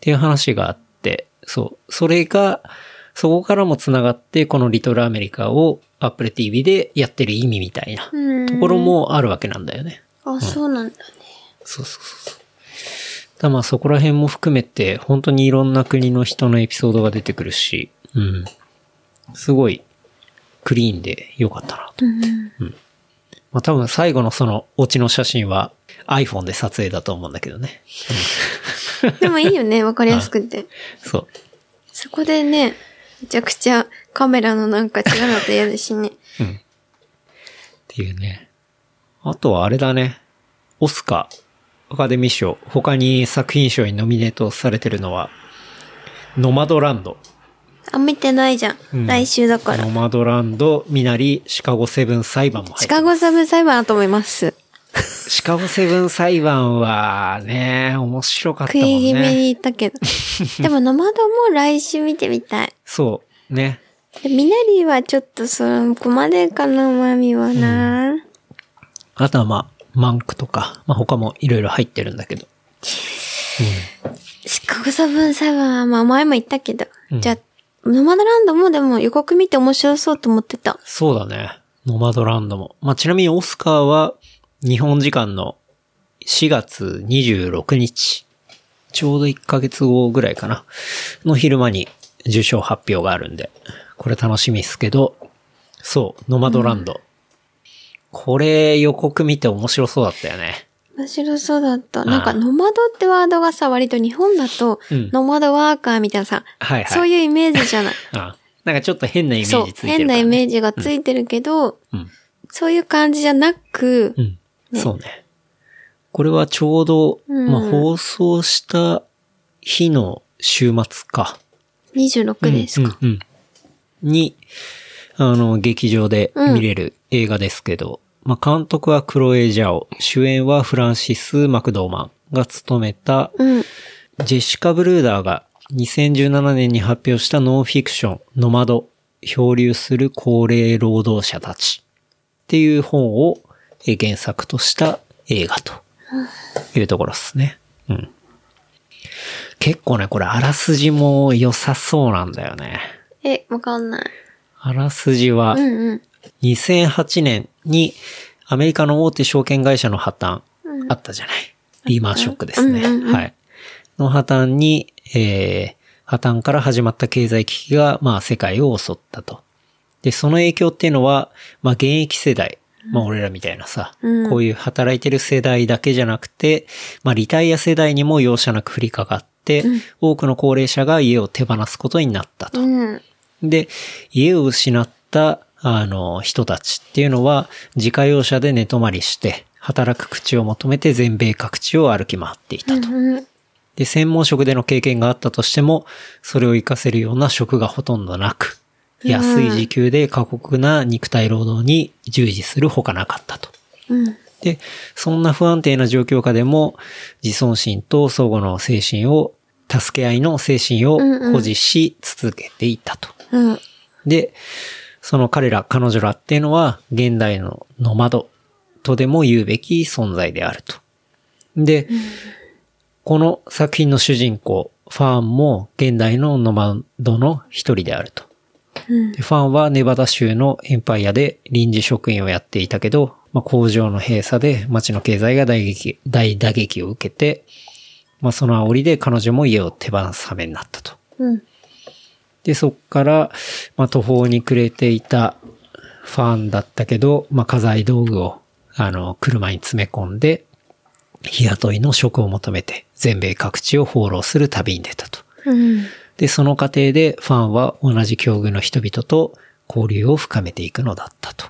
[SPEAKER 2] ていう話があって、そう。それが、そこからも繋がって、このリトルアメリカを Apple TV でやってる意味みたいな
[SPEAKER 3] うん
[SPEAKER 2] ところもあるわけなんだよね。
[SPEAKER 3] あ、そうなんだね。
[SPEAKER 2] そうそうそうそう。だからまあそこら辺も含めて、本当にいろんな国の人のエピソードが出てくるし、うん。すごい、クリーンで良かったなと。
[SPEAKER 3] うん。
[SPEAKER 2] まあ多分最後のそのオチの写真は iPhone で撮影だと思うんだけどね。
[SPEAKER 3] でもいいよね、わかりやすくて。
[SPEAKER 2] そう。
[SPEAKER 3] そこでね、めちゃくちゃカメラのなんか違うのと嫌だ しね。
[SPEAKER 2] っていうね。あとはあれだね。オスカー、アカデミー賞、他に作品賞にノミネートされてるのは、ノマドランド。
[SPEAKER 3] あ、見てないじゃん。
[SPEAKER 2] うん
[SPEAKER 3] 来週だから
[SPEAKER 2] ノ。マドランド、ミナリ、シカゴセブン裁判も入って
[SPEAKER 3] シ
[SPEAKER 2] る
[SPEAKER 3] カゴサブ裁判だと思います。
[SPEAKER 2] シカゴセブン裁判はね、面白かった
[SPEAKER 3] 食
[SPEAKER 2] もん
[SPEAKER 3] い
[SPEAKER 2] ね。
[SPEAKER 3] 気味に言ったけど。でも、ノマドも来週見てみたい。
[SPEAKER 2] そう。ね。
[SPEAKER 3] みなりはちょっとそこまでかな、まみはな。
[SPEAKER 2] あとはまあ、マンクとか、まあ他もいろいろ入ってるんだけど。
[SPEAKER 3] 四国差分裁判はまあ前も言ったけど。
[SPEAKER 2] うん
[SPEAKER 3] じゃあ、ノマドランドもでも予告見て面白そうと思ってた。
[SPEAKER 2] そうだね。ノマドランドも。まあちなみにオスカーは、日本時間の4月26日、ちょうど1ヶ月後ぐらいかな、の昼間に受賞発表があるんで、これ楽しみですけど、そう、ノマドランド。これ予告見て面白そうだったよね。
[SPEAKER 3] 面白そうだった。なんか、
[SPEAKER 2] うん
[SPEAKER 3] ノマドってワードがさ、割と日本だと
[SPEAKER 2] うん、
[SPEAKER 3] ノマドワーカーみたいなさ、
[SPEAKER 2] はいはい。
[SPEAKER 3] そういうイメージじゃない。
[SPEAKER 2] あなんかちょっと変な イメー
[SPEAKER 3] そう
[SPEAKER 2] ジ、ついてるから、ね。
[SPEAKER 3] 変なイメージがついてるけど、
[SPEAKER 2] うん。
[SPEAKER 3] そういう感じじゃなく、
[SPEAKER 2] うん。そうね。これはちょうど、
[SPEAKER 3] うん
[SPEAKER 2] まあ、放送した日の週末か。
[SPEAKER 3] 26ですか。
[SPEAKER 2] うん、うんに、あの、劇場で見れる映画ですけど、まあ、監督はクロエ・ジャオ、主演はフランシス・マクドーマンが務めた、
[SPEAKER 3] うん。
[SPEAKER 2] ジェシカ・ブルーダーが2017年に発表したノンフィクション、ノマド、漂流する高齢労働者たちっていう本をえー原作とした映画というところですね。うん。結構ね、これあらすじも良さそうなんだよね。
[SPEAKER 3] え、わかんない。
[SPEAKER 2] あらすじは
[SPEAKER 3] うんうん。
[SPEAKER 2] 2008年にアメリカの大手証券会社の破綻あったじゃない。リーマンショックですね。
[SPEAKER 3] うんうんうん
[SPEAKER 2] はい。の破綻に、えー、破綻から始まった経済危機が、まあ世界を襲ったと。で、その影響っていうのは、まあ現役世代、まあ俺らみたいなさ、
[SPEAKER 3] うん
[SPEAKER 2] こういう働いてる世代だけじゃなくて、まあリタイア世代にも容赦なく降りかかって、多くの高齢者が家を手放すことになったと。
[SPEAKER 3] うん。
[SPEAKER 2] で、家を失った、あの、人たちっていうのは、自家用車で寝泊まりして、働く口を求めて全米各地を歩き回っていたと。
[SPEAKER 3] うん。
[SPEAKER 2] で、専門職での経験があったとしても、それを活かせるような職がほとんどなく、安い時給で過酷な肉体労働に従事するほかなかったと。
[SPEAKER 3] うん。
[SPEAKER 2] で、そんな不安定な状況下でも、自尊心と相互の精神を、助け合いの精神を保持し続けていたと。
[SPEAKER 3] うん。
[SPEAKER 2] で、その彼ら、彼女らっていうのは、現代のノマドとでも言うべき存在であると。で、この作品の主人公、ファンも現代のノマドの一人であると。
[SPEAKER 3] うん
[SPEAKER 2] でファンはネバダ州のエンパイアで臨時職員をやっていたけど、まあ、工場の閉鎖で町の経済が大撃大打撃を受けて、まあ、その煽りで彼女も家を手放す羽目になったと。
[SPEAKER 3] うん。
[SPEAKER 2] で、そっから、まあ、途方に暮れていたファンだったけど、まあ、家財道具を、あの、車に詰め込んで、日雇いの職を求めて、全米各地を放浪する旅に出たと。
[SPEAKER 3] うん。
[SPEAKER 2] で、その過程でファンは同じ境遇の人々と交流を深めていくのだったと。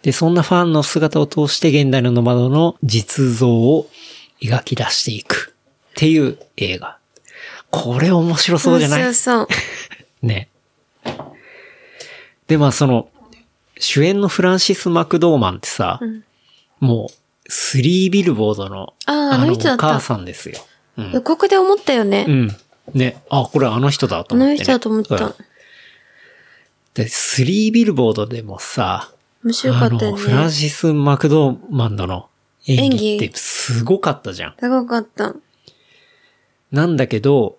[SPEAKER 2] で、そんなファンの姿を通して現代のノマドの実像を描き出していくっていう映画。これ面白そうじゃない
[SPEAKER 3] そうそう。
[SPEAKER 2] ね。で、まあその、主演のフランシス・マクドーマンってさ、
[SPEAKER 3] ん
[SPEAKER 2] もう、スリービルボードの、
[SPEAKER 3] あーあの人だ
[SPEAKER 2] お
[SPEAKER 3] った
[SPEAKER 2] 母さんですよ。うん
[SPEAKER 3] 予。告で思ったよね。
[SPEAKER 2] うん。ね、あ、これあの人だと
[SPEAKER 3] あ
[SPEAKER 2] 思って、
[SPEAKER 3] の
[SPEAKER 2] ね。
[SPEAKER 3] 人だと思っ
[SPEAKER 2] うん
[SPEAKER 3] た。
[SPEAKER 2] で、スリービルボードでもさ、
[SPEAKER 3] 面白かった
[SPEAKER 2] あ
[SPEAKER 3] よ
[SPEAKER 2] の、
[SPEAKER 3] ね。
[SPEAKER 2] フランシス・マクドーマンドの演技っ
[SPEAKER 3] 演
[SPEAKER 2] てすごかったじゃん。
[SPEAKER 3] 高かった。
[SPEAKER 2] なんだけど、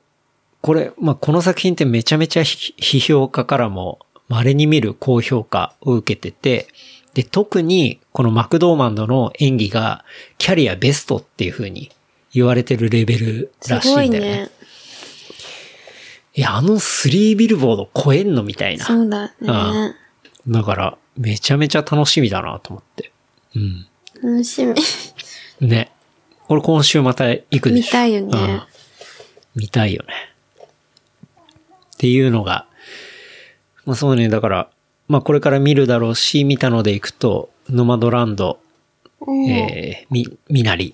[SPEAKER 2] これ、まあ、この作品ってめちゃめちゃひ批評家からも稀に見る高評価を受けてて、で、特にこのマクドーマンドの演技がキャリアベストっていう風に言われてるレベル
[SPEAKER 3] す
[SPEAKER 2] らしいんだ
[SPEAKER 3] ご
[SPEAKER 2] よ
[SPEAKER 3] い
[SPEAKER 2] ね。い
[SPEAKER 3] ね。
[SPEAKER 2] や、あの3ビルボード超えんのみたいな。
[SPEAKER 3] そうだね。
[SPEAKER 2] だから、めちゃめちゃ楽しみだなと思って。うん。
[SPEAKER 3] 楽しみ。
[SPEAKER 2] ね。これ今週また行くでしょ。
[SPEAKER 3] 見たいよね
[SPEAKER 2] うん見たいよね。っていうのが、まあそうね、だから、まあこれから見るだろうし、見たので行くと、ノマドランド、えー、み、みなり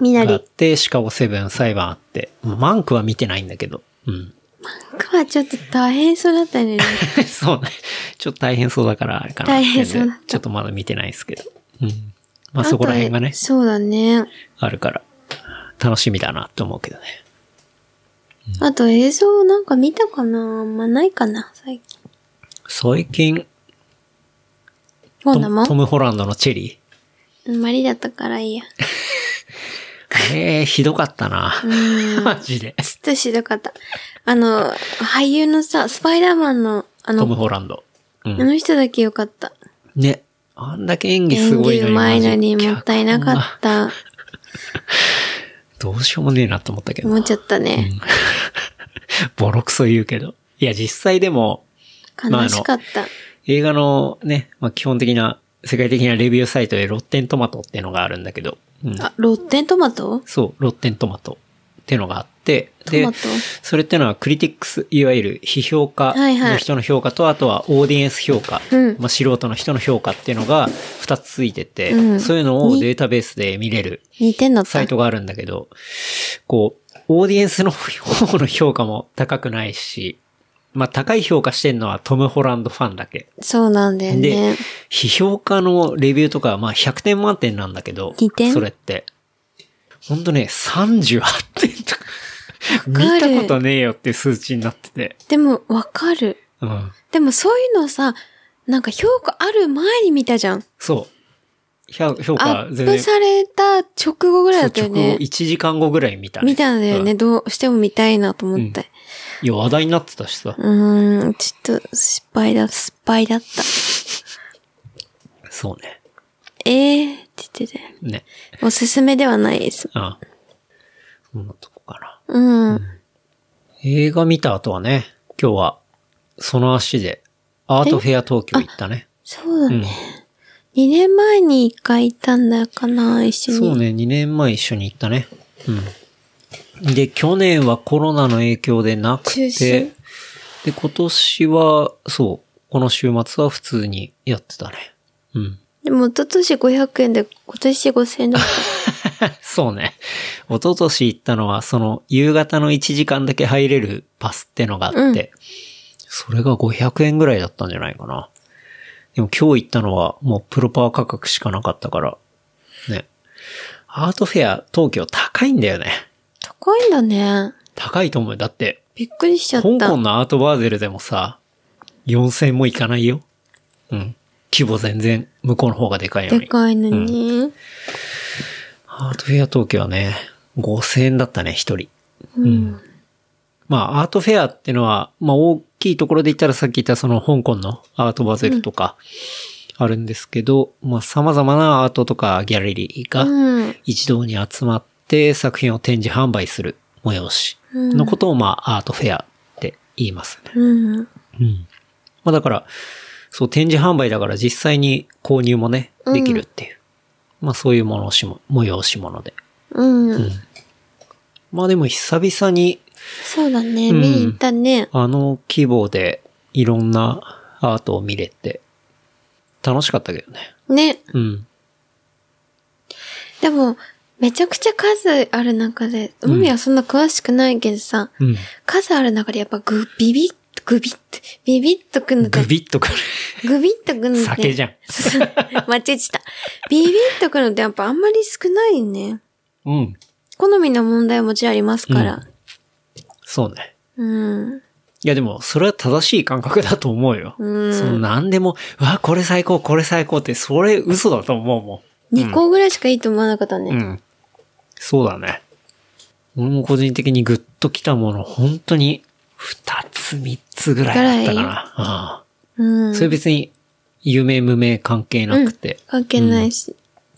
[SPEAKER 3] みな
[SPEAKER 2] があっ
[SPEAKER 3] り。
[SPEAKER 2] て、シカゴセブン裁判あって、まあマンクは見てないんだけど、うん。
[SPEAKER 3] 僕はちょっと大変そうだったよね。
[SPEAKER 2] そうね。ちょっと大変そうだから、あれかな。
[SPEAKER 3] 大変そうだった
[SPEAKER 2] ちょっとまだ見てないですけど。うん。 まあそこら辺がね
[SPEAKER 3] あと。そうだね。
[SPEAKER 2] あるから、楽しみだなと思うけどね。
[SPEAKER 3] あと映像なんか見たかなあんまないかな最近。
[SPEAKER 2] 最近、
[SPEAKER 3] もう
[SPEAKER 2] ト
[SPEAKER 3] な
[SPEAKER 2] ム
[SPEAKER 3] も
[SPEAKER 2] トム・ホランドのチェリ
[SPEAKER 3] んまりだったからいいや。
[SPEAKER 2] ー。ええひどかったな。マジで。
[SPEAKER 3] ちょっとしどかった。あの、俳優のさ、スパイダーマンの、あ
[SPEAKER 2] トム・
[SPEAKER 3] の、
[SPEAKER 2] ホランド。う
[SPEAKER 3] あ
[SPEAKER 2] ん。
[SPEAKER 3] の人だけよかった。
[SPEAKER 2] ね。あんだけ演技す
[SPEAKER 3] 演
[SPEAKER 2] ごい
[SPEAKER 3] 技
[SPEAKER 2] の
[SPEAKER 3] う
[SPEAKER 2] に。
[SPEAKER 3] まいのに
[SPEAKER 2] マジ
[SPEAKER 3] もったいなかっ。
[SPEAKER 2] 脚
[SPEAKER 3] た。
[SPEAKER 2] 本がどうしようもねえなと思ったけど
[SPEAKER 3] 思っ
[SPEAKER 2] な。
[SPEAKER 3] ちゃったね。
[SPEAKER 2] ボロクソ言うけど。いや、実際でも、まあ
[SPEAKER 3] 悲しかった。
[SPEAKER 2] 映画のね、まあ、基本的な、世界的なレビューサイトでロッテントマトってのがあるんだけど、うん、
[SPEAKER 3] あ、ロッテントマト
[SPEAKER 2] そう、ロッテントマトってのがあって、で
[SPEAKER 3] トマト、
[SPEAKER 2] それってのはクリティックス、いわゆる批評家
[SPEAKER 3] はいはい
[SPEAKER 2] の人の評価と、あとはオーディエンス評価、
[SPEAKER 3] うん
[SPEAKER 2] まあ、素人の人の評価っていうのが2つついてて、
[SPEAKER 3] うん
[SPEAKER 2] そういうのをデータベースで見れる
[SPEAKER 3] 似てんだった。
[SPEAKER 2] サイトがあるんだけど、こう、オーディエンスの方の評価も高くないし、まあ高い評価してんのはトム・ホランドファンだけ。
[SPEAKER 3] そうなんだよ
[SPEAKER 2] で
[SPEAKER 3] ね。、
[SPEAKER 2] 批評家のレビューとかはまあ100点満点なんだけど
[SPEAKER 3] 2点、
[SPEAKER 2] それって。ほんとね、38点とか、見
[SPEAKER 3] かる
[SPEAKER 2] たことねえよっていう数値になってて。
[SPEAKER 3] でも、わかる。
[SPEAKER 2] うん。
[SPEAKER 3] でもそういうのさ、なんか評価ある前に見たじゃん。
[SPEAKER 2] そう。評評
[SPEAKER 3] ア
[SPEAKER 2] 価
[SPEAKER 3] ッ
[SPEAKER 2] 全
[SPEAKER 3] プ
[SPEAKER 2] 然。
[SPEAKER 3] された直後ぐらいだったよ
[SPEAKER 2] そう直
[SPEAKER 3] ね
[SPEAKER 2] 後。1時間後ぐらい見たね、
[SPEAKER 3] 見たんだよね。
[SPEAKER 2] うん。
[SPEAKER 3] どうしても見たいなと思って。
[SPEAKER 2] いや、話題になってたしさ。
[SPEAKER 3] うーん、ちょっと失敗だ、失敗だった。
[SPEAKER 2] そうね。
[SPEAKER 3] ええー、って言ってて。
[SPEAKER 2] ね。
[SPEAKER 3] おすすめではないです。
[SPEAKER 2] うん。そんなとこかな。
[SPEAKER 3] うん。
[SPEAKER 2] 映画見た後はね、今日は、その足で、アートフェア東京行ったね。
[SPEAKER 3] そうだ
[SPEAKER 2] う
[SPEAKER 3] ね。
[SPEAKER 2] ん。
[SPEAKER 3] 2年前に一回行ったんだかな、一緒に。
[SPEAKER 2] そうね、2年前一緒に行ったね。うん。で、去年はコロナの影響でなく
[SPEAKER 3] 中止
[SPEAKER 2] て、で、今年は、そう、この週末は普通にやってたね。うん。
[SPEAKER 3] でも、一昨年500円で、今年5000円だっ
[SPEAKER 2] そうね。一昨年行ったのは、その、夕方の1時間だけ入れるパスってのがあって、
[SPEAKER 3] うん
[SPEAKER 2] それが500円ぐらいだったんじゃないかな。でも今日行ったのは、もうプロパワー価格しかなかったから、ね。アートフェア、東京高いんだよね。
[SPEAKER 3] た。高いんだね。
[SPEAKER 2] 高いと思うよ。だって、
[SPEAKER 3] びっくりしちゃ
[SPEAKER 2] 香
[SPEAKER 3] った。
[SPEAKER 2] 港のアートバーゼルでもさ、4000もいかないよ。うん。規模全然、向こうの方がでかいの
[SPEAKER 3] で
[SPEAKER 2] に。
[SPEAKER 3] かいのに。
[SPEAKER 2] アートフェア東京はね、5000円だったね、一人。
[SPEAKER 3] うん。
[SPEAKER 2] まあ、アートフェアってのは、まあ、大きいところで言ったらさっき言ったその香港のアートバゼルとか、あるんですけど、まあ、様々なアートとかギャラリー
[SPEAKER 3] う
[SPEAKER 2] が
[SPEAKER 3] ん。
[SPEAKER 2] 一堂に集まって作品を展示販売する催し
[SPEAKER 3] うん
[SPEAKER 2] のことを、まあ、アートフェアって言いますね。
[SPEAKER 3] うん。
[SPEAKER 2] うん。まあ、だから、そう、展示販売だから実際に購入もね、できるっていう。まあ、そういうものをしも、催し物で。
[SPEAKER 3] うん。
[SPEAKER 2] まあ、でも久々に
[SPEAKER 3] そうだね。
[SPEAKER 2] うん
[SPEAKER 3] 見に行ったね。
[SPEAKER 2] あの規模でいろんなアートを見れて、楽しかったけどね。
[SPEAKER 3] ね。
[SPEAKER 2] うん。
[SPEAKER 3] でも、めちゃくちゃ数ある中で、
[SPEAKER 2] ん
[SPEAKER 3] 海はそんな詳しくないけどさ、
[SPEAKER 2] うん。
[SPEAKER 3] 数ある中でやっぱグビビッ、グビッと、ビビッとくんの
[SPEAKER 2] グ
[SPEAKER 3] と、
[SPEAKER 2] ビッとくる。
[SPEAKER 3] グビッとくんのね
[SPEAKER 2] 酒じゃん。
[SPEAKER 3] 間違えちゃった。ビビッとくるのってやっぱあんまり少ないね。
[SPEAKER 2] うん。
[SPEAKER 3] 好みの問題はもちろんありますから。
[SPEAKER 2] そうね。
[SPEAKER 3] うん。
[SPEAKER 2] いやでも、それは正しい感覚だと思うよ。
[SPEAKER 3] うん
[SPEAKER 2] その何でも、うわ、これ最高、これ最高って、それ嘘だと思うもん。
[SPEAKER 3] 二2個ぐらいしかいいと思わなかったね。
[SPEAKER 2] うん。そうだね。俺も個人的にグッときたもの、本当に、二つ三つぐらいだったかな。
[SPEAKER 3] うん。
[SPEAKER 2] うん。それ別に、有名無名関係なくて、
[SPEAKER 3] 関係ないし。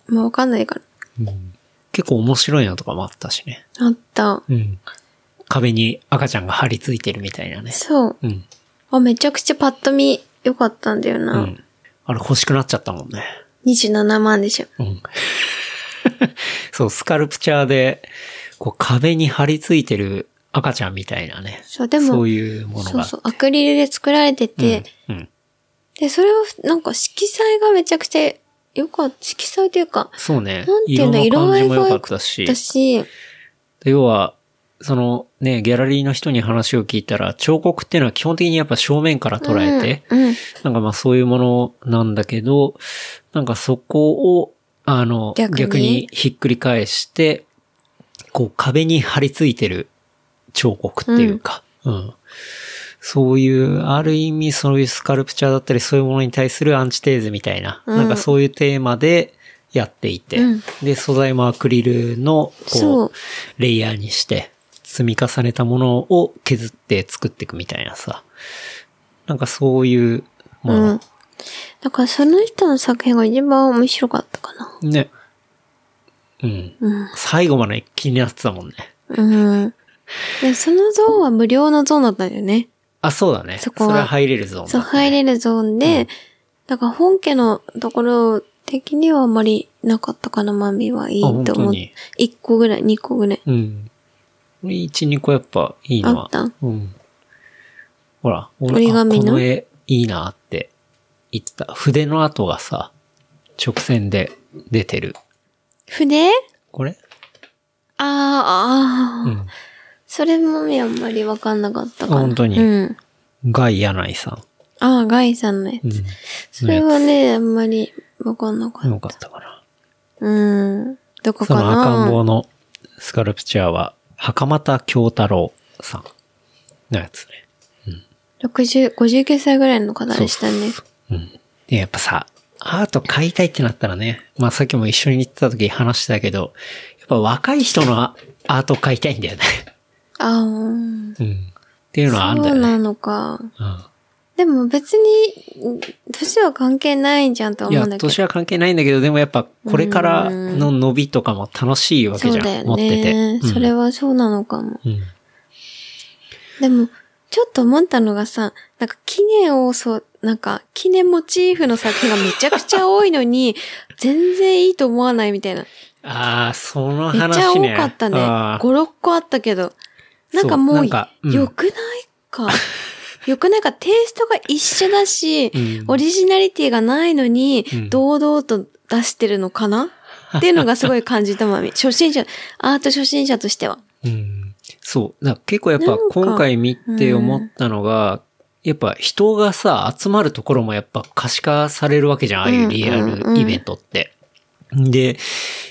[SPEAKER 3] もうわかんないから。
[SPEAKER 2] 結構面白いのとかもあったしね。
[SPEAKER 3] あった。
[SPEAKER 2] うん。壁に赤ちゃんが張り付いてるみたいなね。
[SPEAKER 3] そう。
[SPEAKER 2] うん。
[SPEAKER 3] あ、めちゃくちゃパッと見良かったんだよ
[SPEAKER 2] う
[SPEAKER 3] な。
[SPEAKER 2] ん。あれ欲しくなっちゃったもんね。
[SPEAKER 3] 27万でしょ。
[SPEAKER 2] うん。 そう、スカルプチャーで、こう壁に張り付いてる赤ちゃんみたいなね。
[SPEAKER 3] そう、でも、
[SPEAKER 2] そういうもの
[SPEAKER 3] そう
[SPEAKER 2] が。
[SPEAKER 3] そうアクリルで作られてて、
[SPEAKER 2] うん。うん。
[SPEAKER 3] で、それを、なんか色彩がめちゃくちゃ良かった。色彩というか、
[SPEAKER 2] そうね
[SPEAKER 3] なん。てい
[SPEAKER 2] 色
[SPEAKER 3] うんだ
[SPEAKER 2] の
[SPEAKER 3] 色
[SPEAKER 2] 感
[SPEAKER 3] 合
[SPEAKER 2] じ
[SPEAKER 3] い
[SPEAKER 2] も
[SPEAKER 3] が
[SPEAKER 2] 良かったし
[SPEAKER 3] だ。し、
[SPEAKER 2] 要は、そのね、ギャラリーの人に話を聞いたら、彫刻っていうのは基本的にやっぱ正面から捉えて、
[SPEAKER 3] うん、うん
[SPEAKER 2] なんかまあそういうものなんだけど、なんかそこを、あの、逆
[SPEAKER 3] 逆
[SPEAKER 2] に
[SPEAKER 3] に
[SPEAKER 2] ひっくり返して、こう壁に張り付いてる彫刻っていうか、うん。そういう、ある意味そういうスカルプチャーだったりそういうものに対するアンチテーゼみたいな、
[SPEAKER 3] うん
[SPEAKER 2] なんかそういうテーマでやっていて、
[SPEAKER 3] うん
[SPEAKER 2] で、素材もアクリルの、
[SPEAKER 3] そ
[SPEAKER 2] こ
[SPEAKER 3] う
[SPEAKER 2] う、レイヤーにして、積み重ねたものを削って作っていくみたいなさ、なんかそういうもの、
[SPEAKER 3] だからその人の作品が一番面白かったかな。
[SPEAKER 2] ね。うん。
[SPEAKER 3] うん。
[SPEAKER 2] 最後まで気になってたもんね。
[SPEAKER 3] うん。で、そのゾーンは無料のゾーンだったんだよね。
[SPEAKER 2] あ、そうだね。
[SPEAKER 3] そ
[SPEAKER 2] そ
[SPEAKER 3] こは
[SPEAKER 2] れは入れるゾーンだ、ね。
[SPEAKER 3] そう、入れるゾーンで、だから本家のところ的にはあまりなかったかな、マミはいい
[SPEAKER 2] あ本
[SPEAKER 3] と
[SPEAKER 2] 当
[SPEAKER 3] 思っ
[SPEAKER 2] に
[SPEAKER 3] て。1個ぐらい、2個ぐらい。
[SPEAKER 2] うん。1、2個やっぱいいのは。
[SPEAKER 3] あった
[SPEAKER 2] うん。ほら、俺
[SPEAKER 3] 折り紙
[SPEAKER 2] あ
[SPEAKER 3] の
[SPEAKER 2] この絵いいなって言ってた。筆の跡がさ、直線で出てる。
[SPEAKER 3] 筆
[SPEAKER 2] これ
[SPEAKER 3] あーあー、
[SPEAKER 2] うん。
[SPEAKER 3] それもね、あんまりわかんなかったかな。
[SPEAKER 2] あ本当に
[SPEAKER 3] うん。
[SPEAKER 2] ガイ柳井さ
[SPEAKER 3] ああ、ガイさんのや
[SPEAKER 2] ん。う
[SPEAKER 3] つ。
[SPEAKER 2] ん。
[SPEAKER 3] それはね、あんまりわかんなかっ
[SPEAKER 2] よかったかな。
[SPEAKER 3] た。うん。どこ
[SPEAKER 2] そ
[SPEAKER 3] か
[SPEAKER 2] の赤ん坊
[SPEAKER 3] な
[SPEAKER 2] のスカルプチャーは、袴田京太郎さんのやつね。
[SPEAKER 3] ?60、59歳ぐらいの方でしたね。
[SPEAKER 2] うん。で、やっぱさ、アート買いたいってなったらね、まあさっきも一緒に行ってた時話してたけど、やっぱ若い人のアアート買いたいんだよね。
[SPEAKER 3] ああ、うん
[SPEAKER 2] うん。っていうのはあるんだ
[SPEAKER 3] そう
[SPEAKER 2] よね。
[SPEAKER 3] なのか。
[SPEAKER 2] うん
[SPEAKER 3] でも別に、うん年は関係ないじゃん
[SPEAKER 2] い
[SPEAKER 3] と思
[SPEAKER 2] や
[SPEAKER 3] うんだ、けど。
[SPEAKER 2] 年は関係ないんだけど、でもやっぱこれからの伸びとかも楽しいわけ
[SPEAKER 3] そ
[SPEAKER 2] じ
[SPEAKER 3] う
[SPEAKER 2] ゃん。
[SPEAKER 3] だよ
[SPEAKER 2] 持ってて。
[SPEAKER 3] ね。
[SPEAKER 2] うん
[SPEAKER 3] それはそうなのかも。
[SPEAKER 2] うん。
[SPEAKER 3] でも、ちょっと思ったのがさ、なんか、記念をそう、なんか、記念モチーフの作品がめちゃくちゃ多いのに、 全然いいと思わないみたいな。
[SPEAKER 2] ああ、その
[SPEAKER 3] めっちゃ
[SPEAKER 2] 話
[SPEAKER 3] 多
[SPEAKER 2] ね。
[SPEAKER 3] かったね。5、
[SPEAKER 2] あー
[SPEAKER 3] 6個あったけど。なんかも
[SPEAKER 2] そう
[SPEAKER 3] う、
[SPEAKER 2] なんかうん
[SPEAKER 3] よくないか。よくないか、テイストが一緒だし、
[SPEAKER 2] うん
[SPEAKER 3] オリジナリティがないのに
[SPEAKER 2] う、ん
[SPEAKER 3] 堂々と出してるのかな、っていうのがすごい感じた まみ。初心者、アート初心者としては。
[SPEAKER 2] うん。そう。だから結構やっ
[SPEAKER 3] な
[SPEAKER 2] ぱ
[SPEAKER 3] んか
[SPEAKER 2] 今回見て思ったのが、やっぱ人がさ、集まるところもやっぱ可視化されるわけじゃん、ああいうリアルイベントって。で、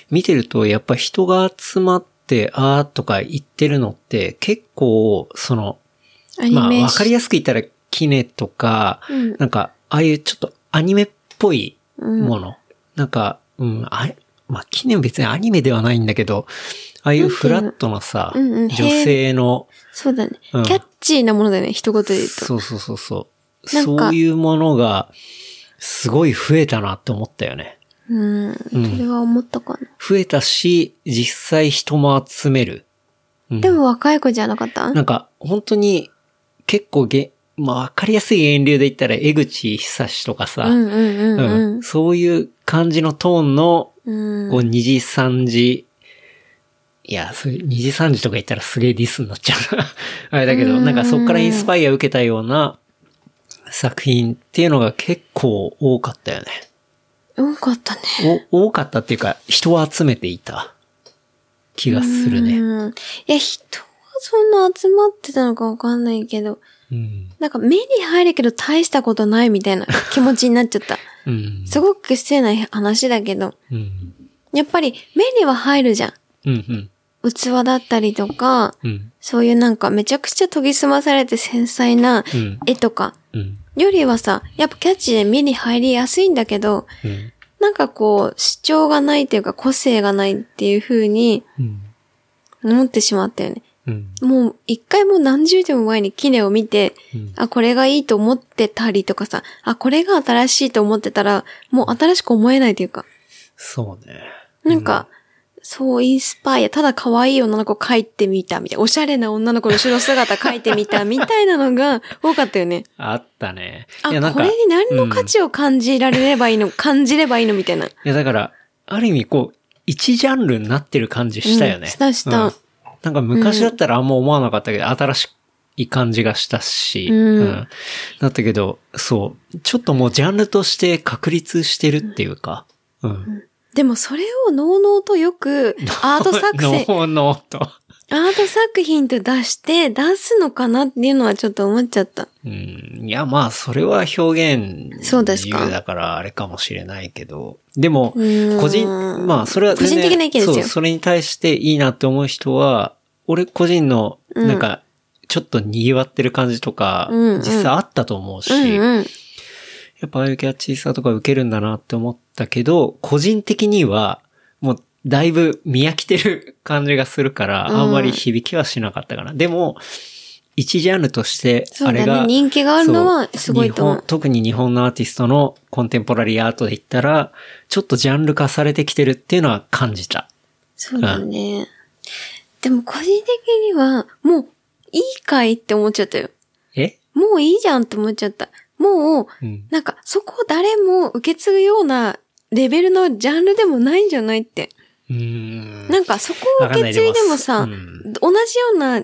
[SPEAKER 2] 見てるとやっぱ人が集まって、あーとか言ってるのって結構、その、
[SPEAKER 3] アニメ
[SPEAKER 2] まあ
[SPEAKER 3] ー
[SPEAKER 2] わ
[SPEAKER 3] シ
[SPEAKER 2] か
[SPEAKER 3] ョン
[SPEAKER 2] りやすく言ったらキネとか、
[SPEAKER 3] うん
[SPEAKER 2] なんか、ああいうちょっとアニメっぽい
[SPEAKER 3] うん
[SPEAKER 2] もの。なんか、うん、あれ、まあ、記念別にアニメではないんだけど、ああいうフラットなさ、
[SPEAKER 3] うんうん
[SPEAKER 2] 女性の、
[SPEAKER 3] そうだね、
[SPEAKER 2] うん
[SPEAKER 3] キャッチーなものだよね、一言で言うと。
[SPEAKER 2] そうそうそうそう。
[SPEAKER 3] なんか
[SPEAKER 2] そういうものが、すごい増えたなって思ったよね。
[SPEAKER 3] うん。
[SPEAKER 2] うん
[SPEAKER 3] それは思ったかな。
[SPEAKER 2] 増えたし、実際人も集める。うん
[SPEAKER 3] でも若い子じゃなかった
[SPEAKER 2] なんか、本当に、結構げ、まあ、わかりやすい源流で言ったら、江口久志とかさ、
[SPEAKER 3] うんうんうん
[SPEAKER 2] うんそういう感じのトーンの
[SPEAKER 3] うん。う。
[SPEAKER 2] こうん2時3時、いや、そういう2時3時とか言ったらすげえディスになっちゃうな。 あれだけ
[SPEAKER 3] う
[SPEAKER 2] ど、
[SPEAKER 3] ん
[SPEAKER 2] なんかそっからインスパイア受けたような作品っていうのが結構多かったよね。
[SPEAKER 3] 多かったね。
[SPEAKER 2] お、多かったっていうか、人を集めていた気がするね。
[SPEAKER 3] うん。いや、人はそんな集まってたのかわかんないけど、
[SPEAKER 2] うん。
[SPEAKER 3] なんか目に入るけど大したことないみたいな気持ちになっちゃった。
[SPEAKER 2] うん。
[SPEAKER 3] すごく失礼な話だけど、
[SPEAKER 2] うん。
[SPEAKER 3] やっぱり目には入るじゃん。
[SPEAKER 2] うん。うん。
[SPEAKER 3] 器だったりとか、
[SPEAKER 2] うん。
[SPEAKER 3] そういうなんかめちゃくちゃ研ぎ澄まされて繊細な
[SPEAKER 2] うん。
[SPEAKER 3] 絵とか、
[SPEAKER 2] うん。
[SPEAKER 3] よりはさ、やっぱキャッチで目に入りやすいんだけど、
[SPEAKER 2] うん。
[SPEAKER 3] なんかこう、主張がないというか個性がないっていう風に
[SPEAKER 2] うん。
[SPEAKER 3] 思ってしまったよね。
[SPEAKER 2] うん。
[SPEAKER 3] もう一回もう何十年も前にキネを見て、
[SPEAKER 2] うん
[SPEAKER 3] あ、これがいいと思ってたりとかさ、あ、これが新しいと思ってたら、もう新しく思えないというか、
[SPEAKER 2] そうね。
[SPEAKER 3] なんか、そう、インスパイア、ただ可愛い女の子描いてみたみたいな、おしゃれな女の子の後ろ姿描いてみたみたいなのが 多かったよね。
[SPEAKER 2] あったね。
[SPEAKER 3] あ、
[SPEAKER 2] いやなん
[SPEAKER 3] こ
[SPEAKER 2] か
[SPEAKER 3] れに何の
[SPEAKER 2] うん
[SPEAKER 3] 価値を感じられればいいの、感じればいいのみたいな。
[SPEAKER 2] いや、だから、ある意味、こう、一ジャンルになってる感じしたよね。
[SPEAKER 3] うんしたした
[SPEAKER 2] うんなんか昔だったらあんま思わなかったけど、新しい感じがしたし、
[SPEAKER 3] うん
[SPEAKER 2] だったけど、そう。ちょっともうジャンルとして確立してるっていうか、うん。
[SPEAKER 3] でもそれをのうのうとよ くアート作戦、
[SPEAKER 2] ノーノーと。
[SPEAKER 3] アート作品と出して出すのかなっていうのはちょっと思っちゃった。
[SPEAKER 2] うん。いや、まあ、それは表現
[SPEAKER 3] そうですか
[SPEAKER 2] 自由だから、あれかもしれないけど、でも、
[SPEAKER 3] うん
[SPEAKER 2] 個人、まあ、それは全然
[SPEAKER 3] 個人的な意見ですよ
[SPEAKER 2] そう、それに対していいなって思う人は、俺個人の、なんか、ちょっと賑わってる感じとか、
[SPEAKER 3] うんうん
[SPEAKER 2] 実際あったと思うし、
[SPEAKER 3] うんうん。
[SPEAKER 2] やっぱああいうキャッチーさとか受けるんだなって思ったけど、個人的には、もうだいぶ見飽きてる感じがするから、
[SPEAKER 3] うん
[SPEAKER 2] あんまり響きはしなかったかな。でも、一ジャンルとして、
[SPEAKER 3] そ
[SPEAKER 2] あ
[SPEAKER 3] う
[SPEAKER 2] れ
[SPEAKER 3] だ
[SPEAKER 2] が、
[SPEAKER 3] ね。人気があるのは
[SPEAKER 2] そう
[SPEAKER 3] すごいと思
[SPEAKER 2] 日
[SPEAKER 3] う
[SPEAKER 2] 本。特に日本のアーティストのコンテンポラリーアートで言ったら、ちょっとジャンル化されてきてるっていうのは感じた。
[SPEAKER 3] そうだね。でも個人的には、もういいかいって思っちゃったよ。
[SPEAKER 2] え
[SPEAKER 3] もういいじゃんって思っちゃった。もう、
[SPEAKER 2] うん。
[SPEAKER 3] なんかそこを誰も受け継ぐようなレベルのジャンルでもないんじゃないって。
[SPEAKER 2] うーん。
[SPEAKER 3] なんかそこを
[SPEAKER 2] わか
[SPEAKER 3] 受
[SPEAKER 2] んな
[SPEAKER 3] け
[SPEAKER 2] い
[SPEAKER 3] 継いでも
[SPEAKER 2] う
[SPEAKER 3] さ、
[SPEAKER 2] ん
[SPEAKER 3] 同じような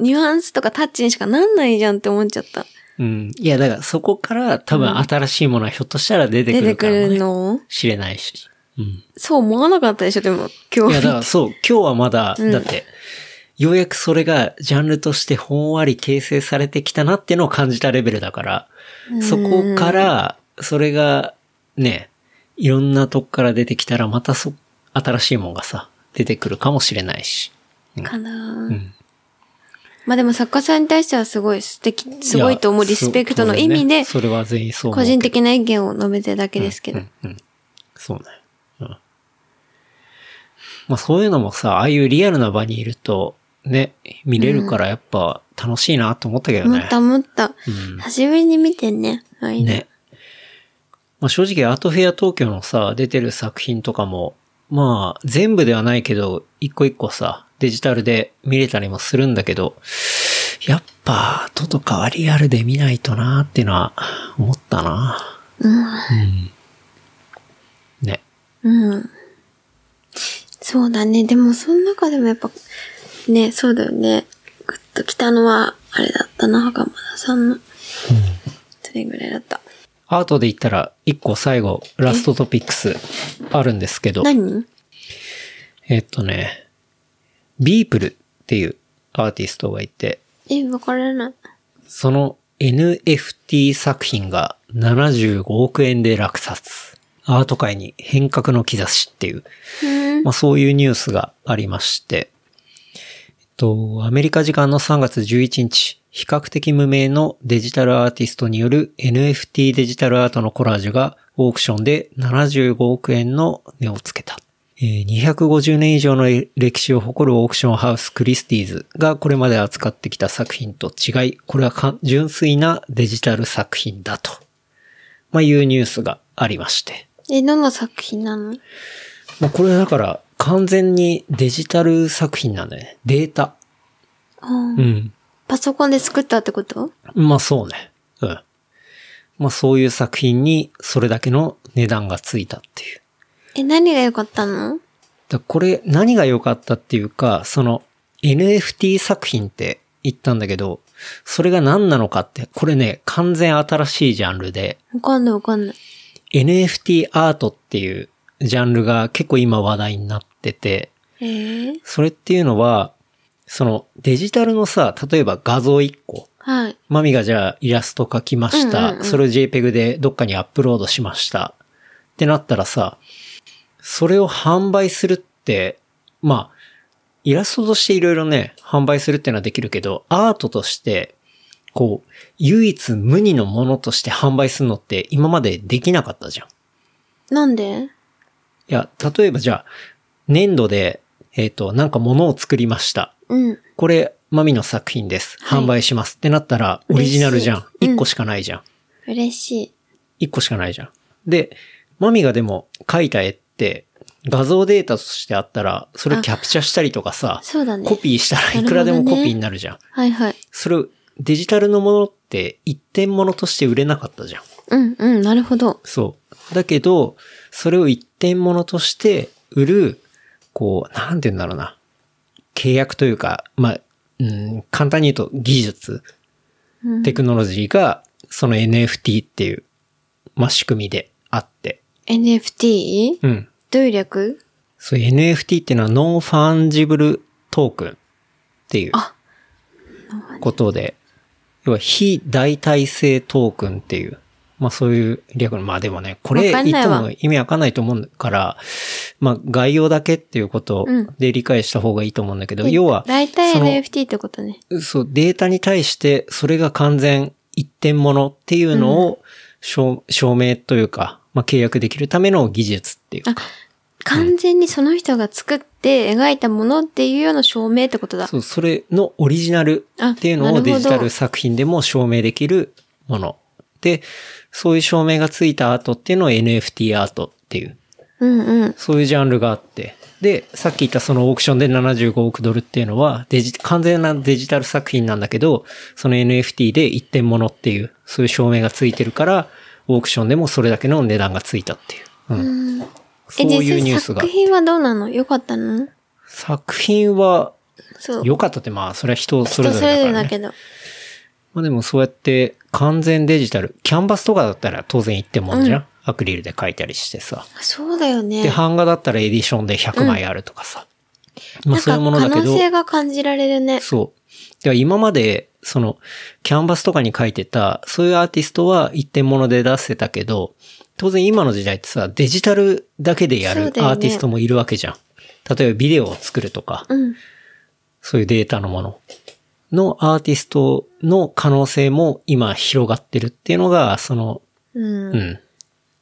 [SPEAKER 3] ニュアンスとかタッチにしかなんないじゃんって思っちゃった。
[SPEAKER 2] うん。いや、だからそこから多分新しいものはひょっとしたら出て
[SPEAKER 3] 出
[SPEAKER 2] く
[SPEAKER 3] て
[SPEAKER 2] るか
[SPEAKER 3] く
[SPEAKER 2] も、ね。
[SPEAKER 3] るの
[SPEAKER 2] 知れないし。うん。
[SPEAKER 3] そう思わなかったでしょ、でも今
[SPEAKER 2] い
[SPEAKER 3] 日。
[SPEAKER 2] や、だからそう、今日はまだ、
[SPEAKER 3] うん
[SPEAKER 2] だって、ようやくそれがジャンルとしてほんわり形成されてきたなっていうのを感じたレベルだから、そこから、それが、ね、いろんなとこから出てきたら、またそ、新しいもんがさ、出てくるかもしれないし。
[SPEAKER 3] かな、
[SPEAKER 2] うん。
[SPEAKER 3] まあでも作家さんに対してはすごい素敵、すごいと思う
[SPEAKER 2] や
[SPEAKER 3] リスペクト
[SPEAKER 2] そ
[SPEAKER 3] の
[SPEAKER 2] うだ
[SPEAKER 3] 意
[SPEAKER 2] よね
[SPEAKER 3] 味で、
[SPEAKER 2] それは全員そう思
[SPEAKER 3] 個
[SPEAKER 2] うけど。
[SPEAKER 3] 人的な意見を述べてるだけですけ
[SPEAKER 2] う
[SPEAKER 3] ど。
[SPEAKER 2] んうんうんそうね。うん。まあそういうのもさ、ああいうリアルな場にいると、ね、見れるからやっぱ楽しいなと思ったけど
[SPEAKER 3] 思
[SPEAKER 2] ね
[SPEAKER 3] っ。た思った。
[SPEAKER 2] うん
[SPEAKER 3] 久しぶりに見てね。はい。
[SPEAKER 2] ね。まあ正直アートフェア東京のさ、出てる作品とかも、まあ全部ではないけど、一個一個さ、デジタルで見れたりもするんだけど、やっぱ、ととかはリアルで見ないとなーっていうのは思ったな。うん。ね。
[SPEAKER 3] うん。そうだね。でもその中でもやっぱ、ね、そうだよね。グッと来たのは、あれだったな、袴田さんの。それぐらいだった。
[SPEAKER 2] アートで言ったら、一個最後、ラストトピックスあるんですけど、
[SPEAKER 3] 何
[SPEAKER 2] えっとね、ビープルっていうアーティストがいて、
[SPEAKER 3] え、わからない。
[SPEAKER 2] その NFT 作品が75億円で落札。アート界に変革の兆しっていう、
[SPEAKER 3] うん。
[SPEAKER 2] まあそういうニュースがありまして、えっと、アメリカ時間の3月11日、比較的無名のデジタルアーティストによる NFT デジタルアートのコラージュがオークションで75億円の値をつけた。えー250年以上の歴史を誇るオークションハウスクリスティーズがこれまで扱ってきた作品と違い、これはか純粋なデジタル作品だと、まあ、いうニュースがありまして。
[SPEAKER 3] え、どんな作品なの
[SPEAKER 2] まあ、これはだから完全にデジタル作品なんだよね。データ。
[SPEAKER 3] あ
[SPEAKER 2] う
[SPEAKER 3] ー
[SPEAKER 2] ん。
[SPEAKER 3] パソコンで作ったってこと
[SPEAKER 2] まあそうね。うん。まあそういう作品にそれだけの値段がついたっていう。
[SPEAKER 3] え、何が良かったの
[SPEAKER 2] だこれ何が良かったっていうか、その NFT 作品って言ったんだけど、それが何なのかって、これね、完全新しいジャンルで、
[SPEAKER 3] わかんないわかんない。
[SPEAKER 2] NFT アートっていうジャンルが結構今話題になってて、
[SPEAKER 3] えー、
[SPEAKER 2] それっていうのは、そのデジタルのさ、例えば画像1個。
[SPEAKER 3] はい。
[SPEAKER 2] マミがじゃあイラスト描きました。
[SPEAKER 3] うんうんうん
[SPEAKER 2] それを JPEG でどっかにアップロードしました。ってなったらさ、それを販売するって、まあ、イラストとしていろいろね、販売するっていうのはできるけど、アートとして、こう、唯一無二のものとして販売するのって今までできなかったじゃん。
[SPEAKER 3] なんで
[SPEAKER 2] いや、例えばじゃあ、粘土で、えっ、と、なんか物を作りました。
[SPEAKER 3] うん。
[SPEAKER 2] これ、マミの作品です。
[SPEAKER 3] はい
[SPEAKER 2] 販売します。ってなったら、オリジナルじゃん。
[SPEAKER 3] 嬉しいうん
[SPEAKER 2] 1個しかないじゃん。
[SPEAKER 3] 嬉しい。
[SPEAKER 2] 1個しかないじゃん。で、マミがでも描いた絵って、画像データとしてあったら、それをキャプチャしたりとかさ、
[SPEAKER 3] そうだね。
[SPEAKER 2] コピーしたら
[SPEAKER 3] なるほどね
[SPEAKER 2] いくらでもコピーになるじゃん。
[SPEAKER 3] はいはい。
[SPEAKER 2] それをデジタルのものって一点ものとして売れなかったじゃん。
[SPEAKER 3] うんうん、なるほど。
[SPEAKER 2] そう。だけど、それを一点ものとして売る、こう、なんて言うんだろうな。契約というか、まあ、うん、簡単に言うと技術、
[SPEAKER 3] うん
[SPEAKER 2] テクノロジーが、その NFT っていう、まあ、仕組みであって。
[SPEAKER 3] NFT?
[SPEAKER 2] うん。
[SPEAKER 3] どういう略
[SPEAKER 2] そう、NFT っていうのはノンファンジブルトークンっていう
[SPEAKER 3] あ
[SPEAKER 2] ことで、要は非代替性トークンっていうまあそういう略の、まあでもね、これ
[SPEAKER 3] わかん
[SPEAKER 2] 言
[SPEAKER 3] な
[SPEAKER 2] って
[SPEAKER 3] いわ
[SPEAKER 2] も意味わかんないと思うから、まあ概要だけっていうこと
[SPEAKER 3] うん
[SPEAKER 2] で理解した方がいいと思うんだけど、要は、
[SPEAKER 3] 大体
[SPEAKER 2] その
[SPEAKER 3] NFT ってことね。
[SPEAKER 2] そう、データに対してそれが完全一点ものっていうのを証証明というか、まあ契約できるための技術っていうか、
[SPEAKER 3] 完全にその人が作って描いたものっていうような証明ってことだ。
[SPEAKER 2] そう、それのオリジナルっていう
[SPEAKER 3] あ
[SPEAKER 2] の
[SPEAKER 3] な
[SPEAKER 2] を
[SPEAKER 3] るほど
[SPEAKER 2] デジタル作品でも証明できるもの。で、そういう証明がついたアートっていうのを NFT アートっていう、
[SPEAKER 3] うんうん。
[SPEAKER 2] そういうジャンルがあって。で、さっき言ったそのオークションで75億ドルっていうのはデジ、完全なデジタル作品なんだけど、その NFT で一点物っていう、そういう証明がついてるから、オークションでもそれだけの値段がついたっていう。うん。そういうニュースが
[SPEAKER 3] 作。品はどうなの良かったの
[SPEAKER 2] 作品は、
[SPEAKER 3] そう。
[SPEAKER 2] 良かったってまあ、それは人それ
[SPEAKER 3] 人
[SPEAKER 2] ぞ
[SPEAKER 3] それぞ
[SPEAKER 2] れだから
[SPEAKER 3] れだ
[SPEAKER 2] ね
[SPEAKER 3] け。ど。
[SPEAKER 2] まあでもそうやって完全デジタル、キャンバスとかだったら当然一点もんじゃん、アクリルで描いたりしてさ。
[SPEAKER 3] あそうだよね。
[SPEAKER 2] で、版画だったらエディションで100枚あるとかさ。ま
[SPEAKER 3] な
[SPEAKER 2] あ
[SPEAKER 3] ん
[SPEAKER 2] そう
[SPEAKER 3] か
[SPEAKER 2] いうものだ
[SPEAKER 3] 可
[SPEAKER 2] け
[SPEAKER 3] 能
[SPEAKER 2] ど、
[SPEAKER 3] 性が感じられるね。
[SPEAKER 2] そう。では今まで、その、キャンバスとかに描いてた、そういうアーティストは一点物で出せたけど、当然今の時代ってさ、デジタルだけでやる
[SPEAKER 3] そ
[SPEAKER 2] ア
[SPEAKER 3] うだよね
[SPEAKER 2] ーティストもいるわけじゃん。例えばビデオを作るとか、
[SPEAKER 3] うん。
[SPEAKER 2] そういうデータのもののアーティストの可能性も今広がってるっていうのが、その、
[SPEAKER 3] う。
[SPEAKER 2] うんん。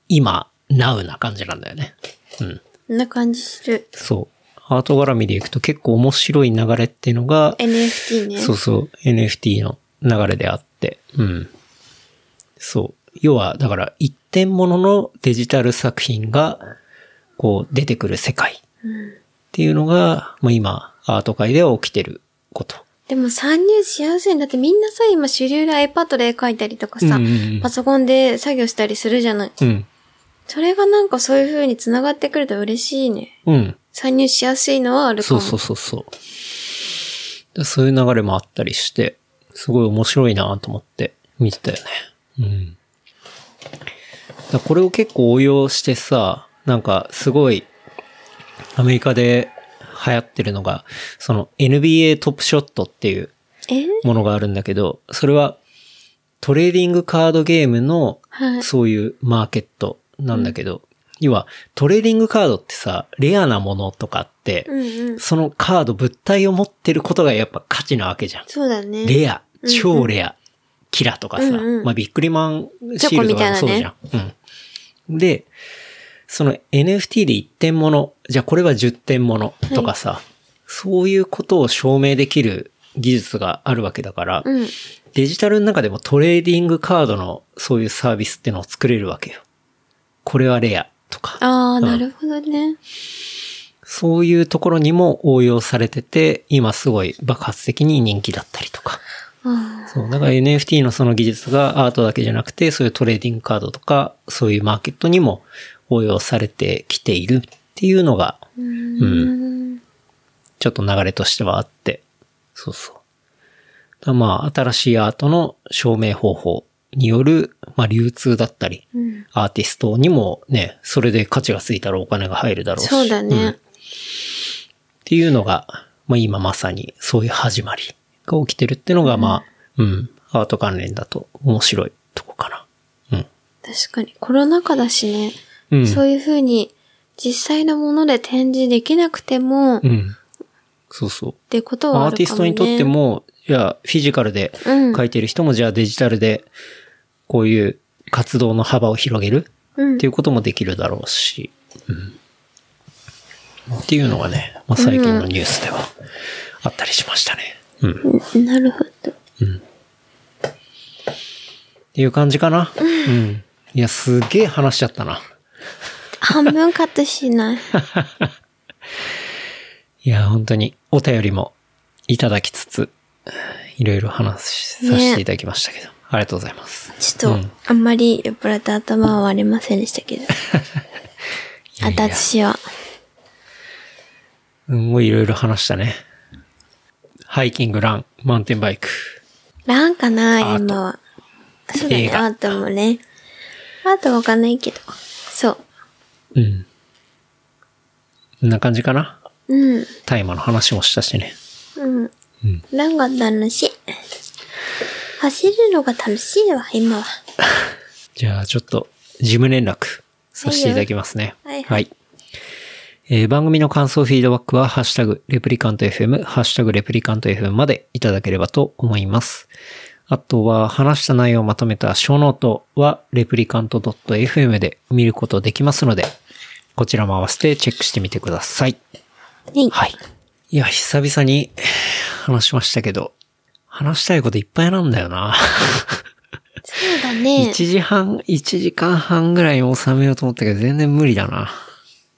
[SPEAKER 2] 今、ナウな感じなんだよね。うん。
[SPEAKER 3] こんな感じする。
[SPEAKER 2] そう。アート絡みでいくと結構面白い流れっていうのが、
[SPEAKER 3] NFT ね。
[SPEAKER 2] そうそう、NFT の流れであって、うん。そう。要は、だから、一点もののデジタル作品が、こう、出てくる世界っていうのが、まあ今、アート界では起きてること。
[SPEAKER 3] でも参入しやすいんだってみんなさ、今主流で iPad で絵描いたりとかさ、
[SPEAKER 2] うんうんうん
[SPEAKER 3] パソコンで作業したりするじゃない。
[SPEAKER 2] うん。
[SPEAKER 3] それがなんかそういう風に繋がってくると嬉しいね。
[SPEAKER 2] うん。
[SPEAKER 3] 参入しやすいのはあるか
[SPEAKER 2] そ
[SPEAKER 3] も。
[SPEAKER 2] うそうそうそう。だそういう流れもあったりして、すごい面白いなと思って見てたよね。うん。だこれを結構応用してさ、なんかすごいアメリカで流行ってるのが、その NBA トップショットっていう
[SPEAKER 3] え
[SPEAKER 2] ものがあるんだけど、それはトレーディングカードゲームの
[SPEAKER 3] はい。
[SPEAKER 2] そういうマーケットなんだけど、要はトレーディングカードってさ、レアなものとかって、
[SPEAKER 3] うんうん。
[SPEAKER 2] そのカード物体を持ってることがやっぱ価値なわけじゃん。
[SPEAKER 3] そうだね。
[SPEAKER 2] レア、超レア、キラとかさ、
[SPEAKER 3] うんうん
[SPEAKER 2] まあビックリマンシールとかもそうじゃん。うん。で、その NFT で1点もの、じゃあこれは10点ものとかさ、そういうことを証明できる技術があるわけだから、
[SPEAKER 3] うん。
[SPEAKER 2] デジタルの中でもトレーディングカードのそういうサービスってのを作れるわけよ。これはレアとか。
[SPEAKER 3] ああ、
[SPEAKER 2] うん
[SPEAKER 3] なるほどね。
[SPEAKER 2] そういうところにも応用されてて、今すごい爆発的に人気だったりとか。
[SPEAKER 3] あ
[SPEAKER 2] そう。だから NFT のその技術がアートだけじゃなくて、そういうトレーディングカードとか、そういうマーケットにも応用されてきているっていうのが、
[SPEAKER 3] ーうん。
[SPEAKER 2] ちょっと流れとしてはあって。そうそう。だからまあ、新しいアートの証明方法による、まあ、流通だったり、
[SPEAKER 3] うん。
[SPEAKER 2] アーティストにもね、それで価値がついたらお金が入るだろうし。
[SPEAKER 3] そうだ
[SPEAKER 2] ん
[SPEAKER 3] ね。
[SPEAKER 2] っていうのが、まあ今まさにそういう始まりが起きてるってのが、まあ、うん、アート関連だと面白いとこかな。
[SPEAKER 3] 確かに。コロナ禍だしね。
[SPEAKER 2] うん。うん。
[SPEAKER 3] そういう風に、実際のもので展示できなくても、っ
[SPEAKER 2] うん。そうそう。
[SPEAKER 3] てことはあ
[SPEAKER 2] アー
[SPEAKER 3] る
[SPEAKER 2] ティ
[SPEAKER 3] かもね。
[SPEAKER 2] ストにとっても、いや、フィジカルで
[SPEAKER 3] うん
[SPEAKER 2] 書いてる人も、じゃあデジタルで、こういう活動の幅を広げる
[SPEAKER 3] うん
[SPEAKER 2] っていうこともできるだろうし、うん。っていうのがね、まあ最近のニュースではあったりしましたね。うん。
[SPEAKER 3] なるほど。
[SPEAKER 2] っていう感じかな。うん。いや、すげえ話しちゃったな。
[SPEAKER 3] 半分カットしない。
[SPEAKER 2] いや、本当にお便りもいただきつつ、いろいろ話しさせていただきましたけど、ありがとうございます。
[SPEAKER 3] ちょっと、あんまり酔っ払って頭は割れませんでした けど。
[SPEAKER 2] いやいや
[SPEAKER 3] あたしは。
[SPEAKER 2] うん、もういろいろ話したね。ハイキング、ラン、マウンテンバイク。
[SPEAKER 3] ランかな、
[SPEAKER 2] アート
[SPEAKER 3] 今は。そうだね
[SPEAKER 2] 映、画
[SPEAKER 3] アートもね。アートわかんないけど。そう。
[SPEAKER 2] うん。こんな感じかな。
[SPEAKER 3] うん。
[SPEAKER 2] 大麻の話もしたしね。
[SPEAKER 3] うん
[SPEAKER 2] うん。
[SPEAKER 3] ランが楽しい。走るのが楽しいわ、今は。
[SPEAKER 2] じゃあちょっと事務連絡させていただきますね。
[SPEAKER 3] はいよ
[SPEAKER 2] は
[SPEAKER 3] はい
[SPEAKER 2] い。えー番組の感想、フィードバックは、ハッシュタグ、レプリカント FM、ハッシュタグ、レプリカント FM までいただければと思います。あとは、話した内容をまとめた小ノートは、レプリカント .fm で見ることできますので、こちらも合わせてチェックしてみてください。
[SPEAKER 3] はい。
[SPEAKER 2] はい。いや、久々に話しましたけど、話したいこといっぱいなんだよな。
[SPEAKER 3] そうだ
[SPEAKER 2] 1
[SPEAKER 3] ね。
[SPEAKER 2] 時半、1時間半ぐらいに収めようと思ったけど、全然無理だな。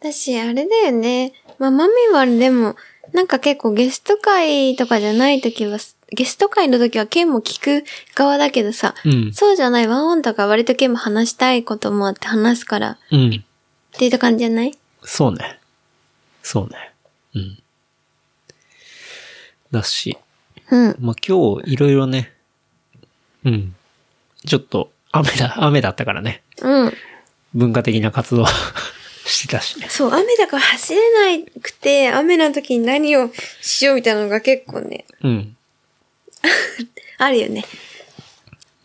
[SPEAKER 3] 私、あれだよね。まあ、マミはでも、なんか結構ゲスト会とかじゃない時は、ゲスト会の時はケンも聞く側だけどさ、
[SPEAKER 2] うん。
[SPEAKER 3] そうじゃないワンオンとか割とケンも話したいこともあって話すから、
[SPEAKER 2] うん。
[SPEAKER 3] っていう感じじゃない
[SPEAKER 2] そうね。そうね。うん。だし、
[SPEAKER 3] うん。
[SPEAKER 2] まあ、今日いろいろね、うん。ちょっと、雨だ、雨だったからね。
[SPEAKER 3] うん。
[SPEAKER 2] 文化的な活動 してたしね。
[SPEAKER 3] そう、雨だから走れなくて、雨の時に何をしようみたいなのが結構ね、
[SPEAKER 2] うん。
[SPEAKER 3] あるよね。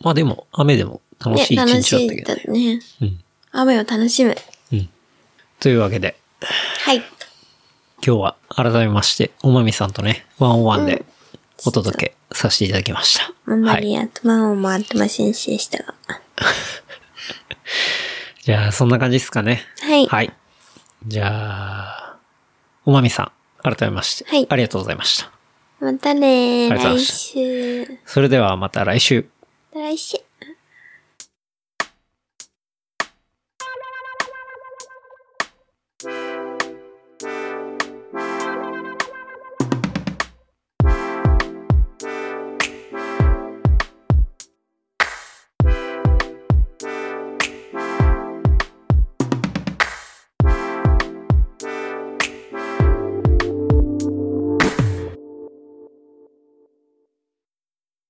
[SPEAKER 2] まあでも、雨でも楽
[SPEAKER 3] ね
[SPEAKER 2] しい一
[SPEAKER 3] 楽
[SPEAKER 2] 日だ
[SPEAKER 3] し
[SPEAKER 2] った
[SPEAKER 3] い
[SPEAKER 2] けど
[SPEAKER 3] だ
[SPEAKER 2] ね。
[SPEAKER 3] ね。
[SPEAKER 2] うん。
[SPEAKER 3] 雨を楽しむ。
[SPEAKER 2] うん。というわけで、
[SPEAKER 3] はい。
[SPEAKER 2] 今日は改めまして、おまみさんとね、ワンオンワンでお届けさせていただきました。
[SPEAKER 3] あんま
[SPEAKER 2] はい
[SPEAKER 3] り。頭を回ってませんしでしたが。
[SPEAKER 2] じゃあ、そんな感じですかね。
[SPEAKER 3] はい。
[SPEAKER 2] はい。じゃあ、おまみさん、改めまして、
[SPEAKER 3] はい
[SPEAKER 2] ありがとうございました。
[SPEAKER 3] またね
[SPEAKER 2] ありがとうござい
[SPEAKER 3] 来
[SPEAKER 2] ま
[SPEAKER 3] 週。
[SPEAKER 2] それではまた来週。
[SPEAKER 3] また来週。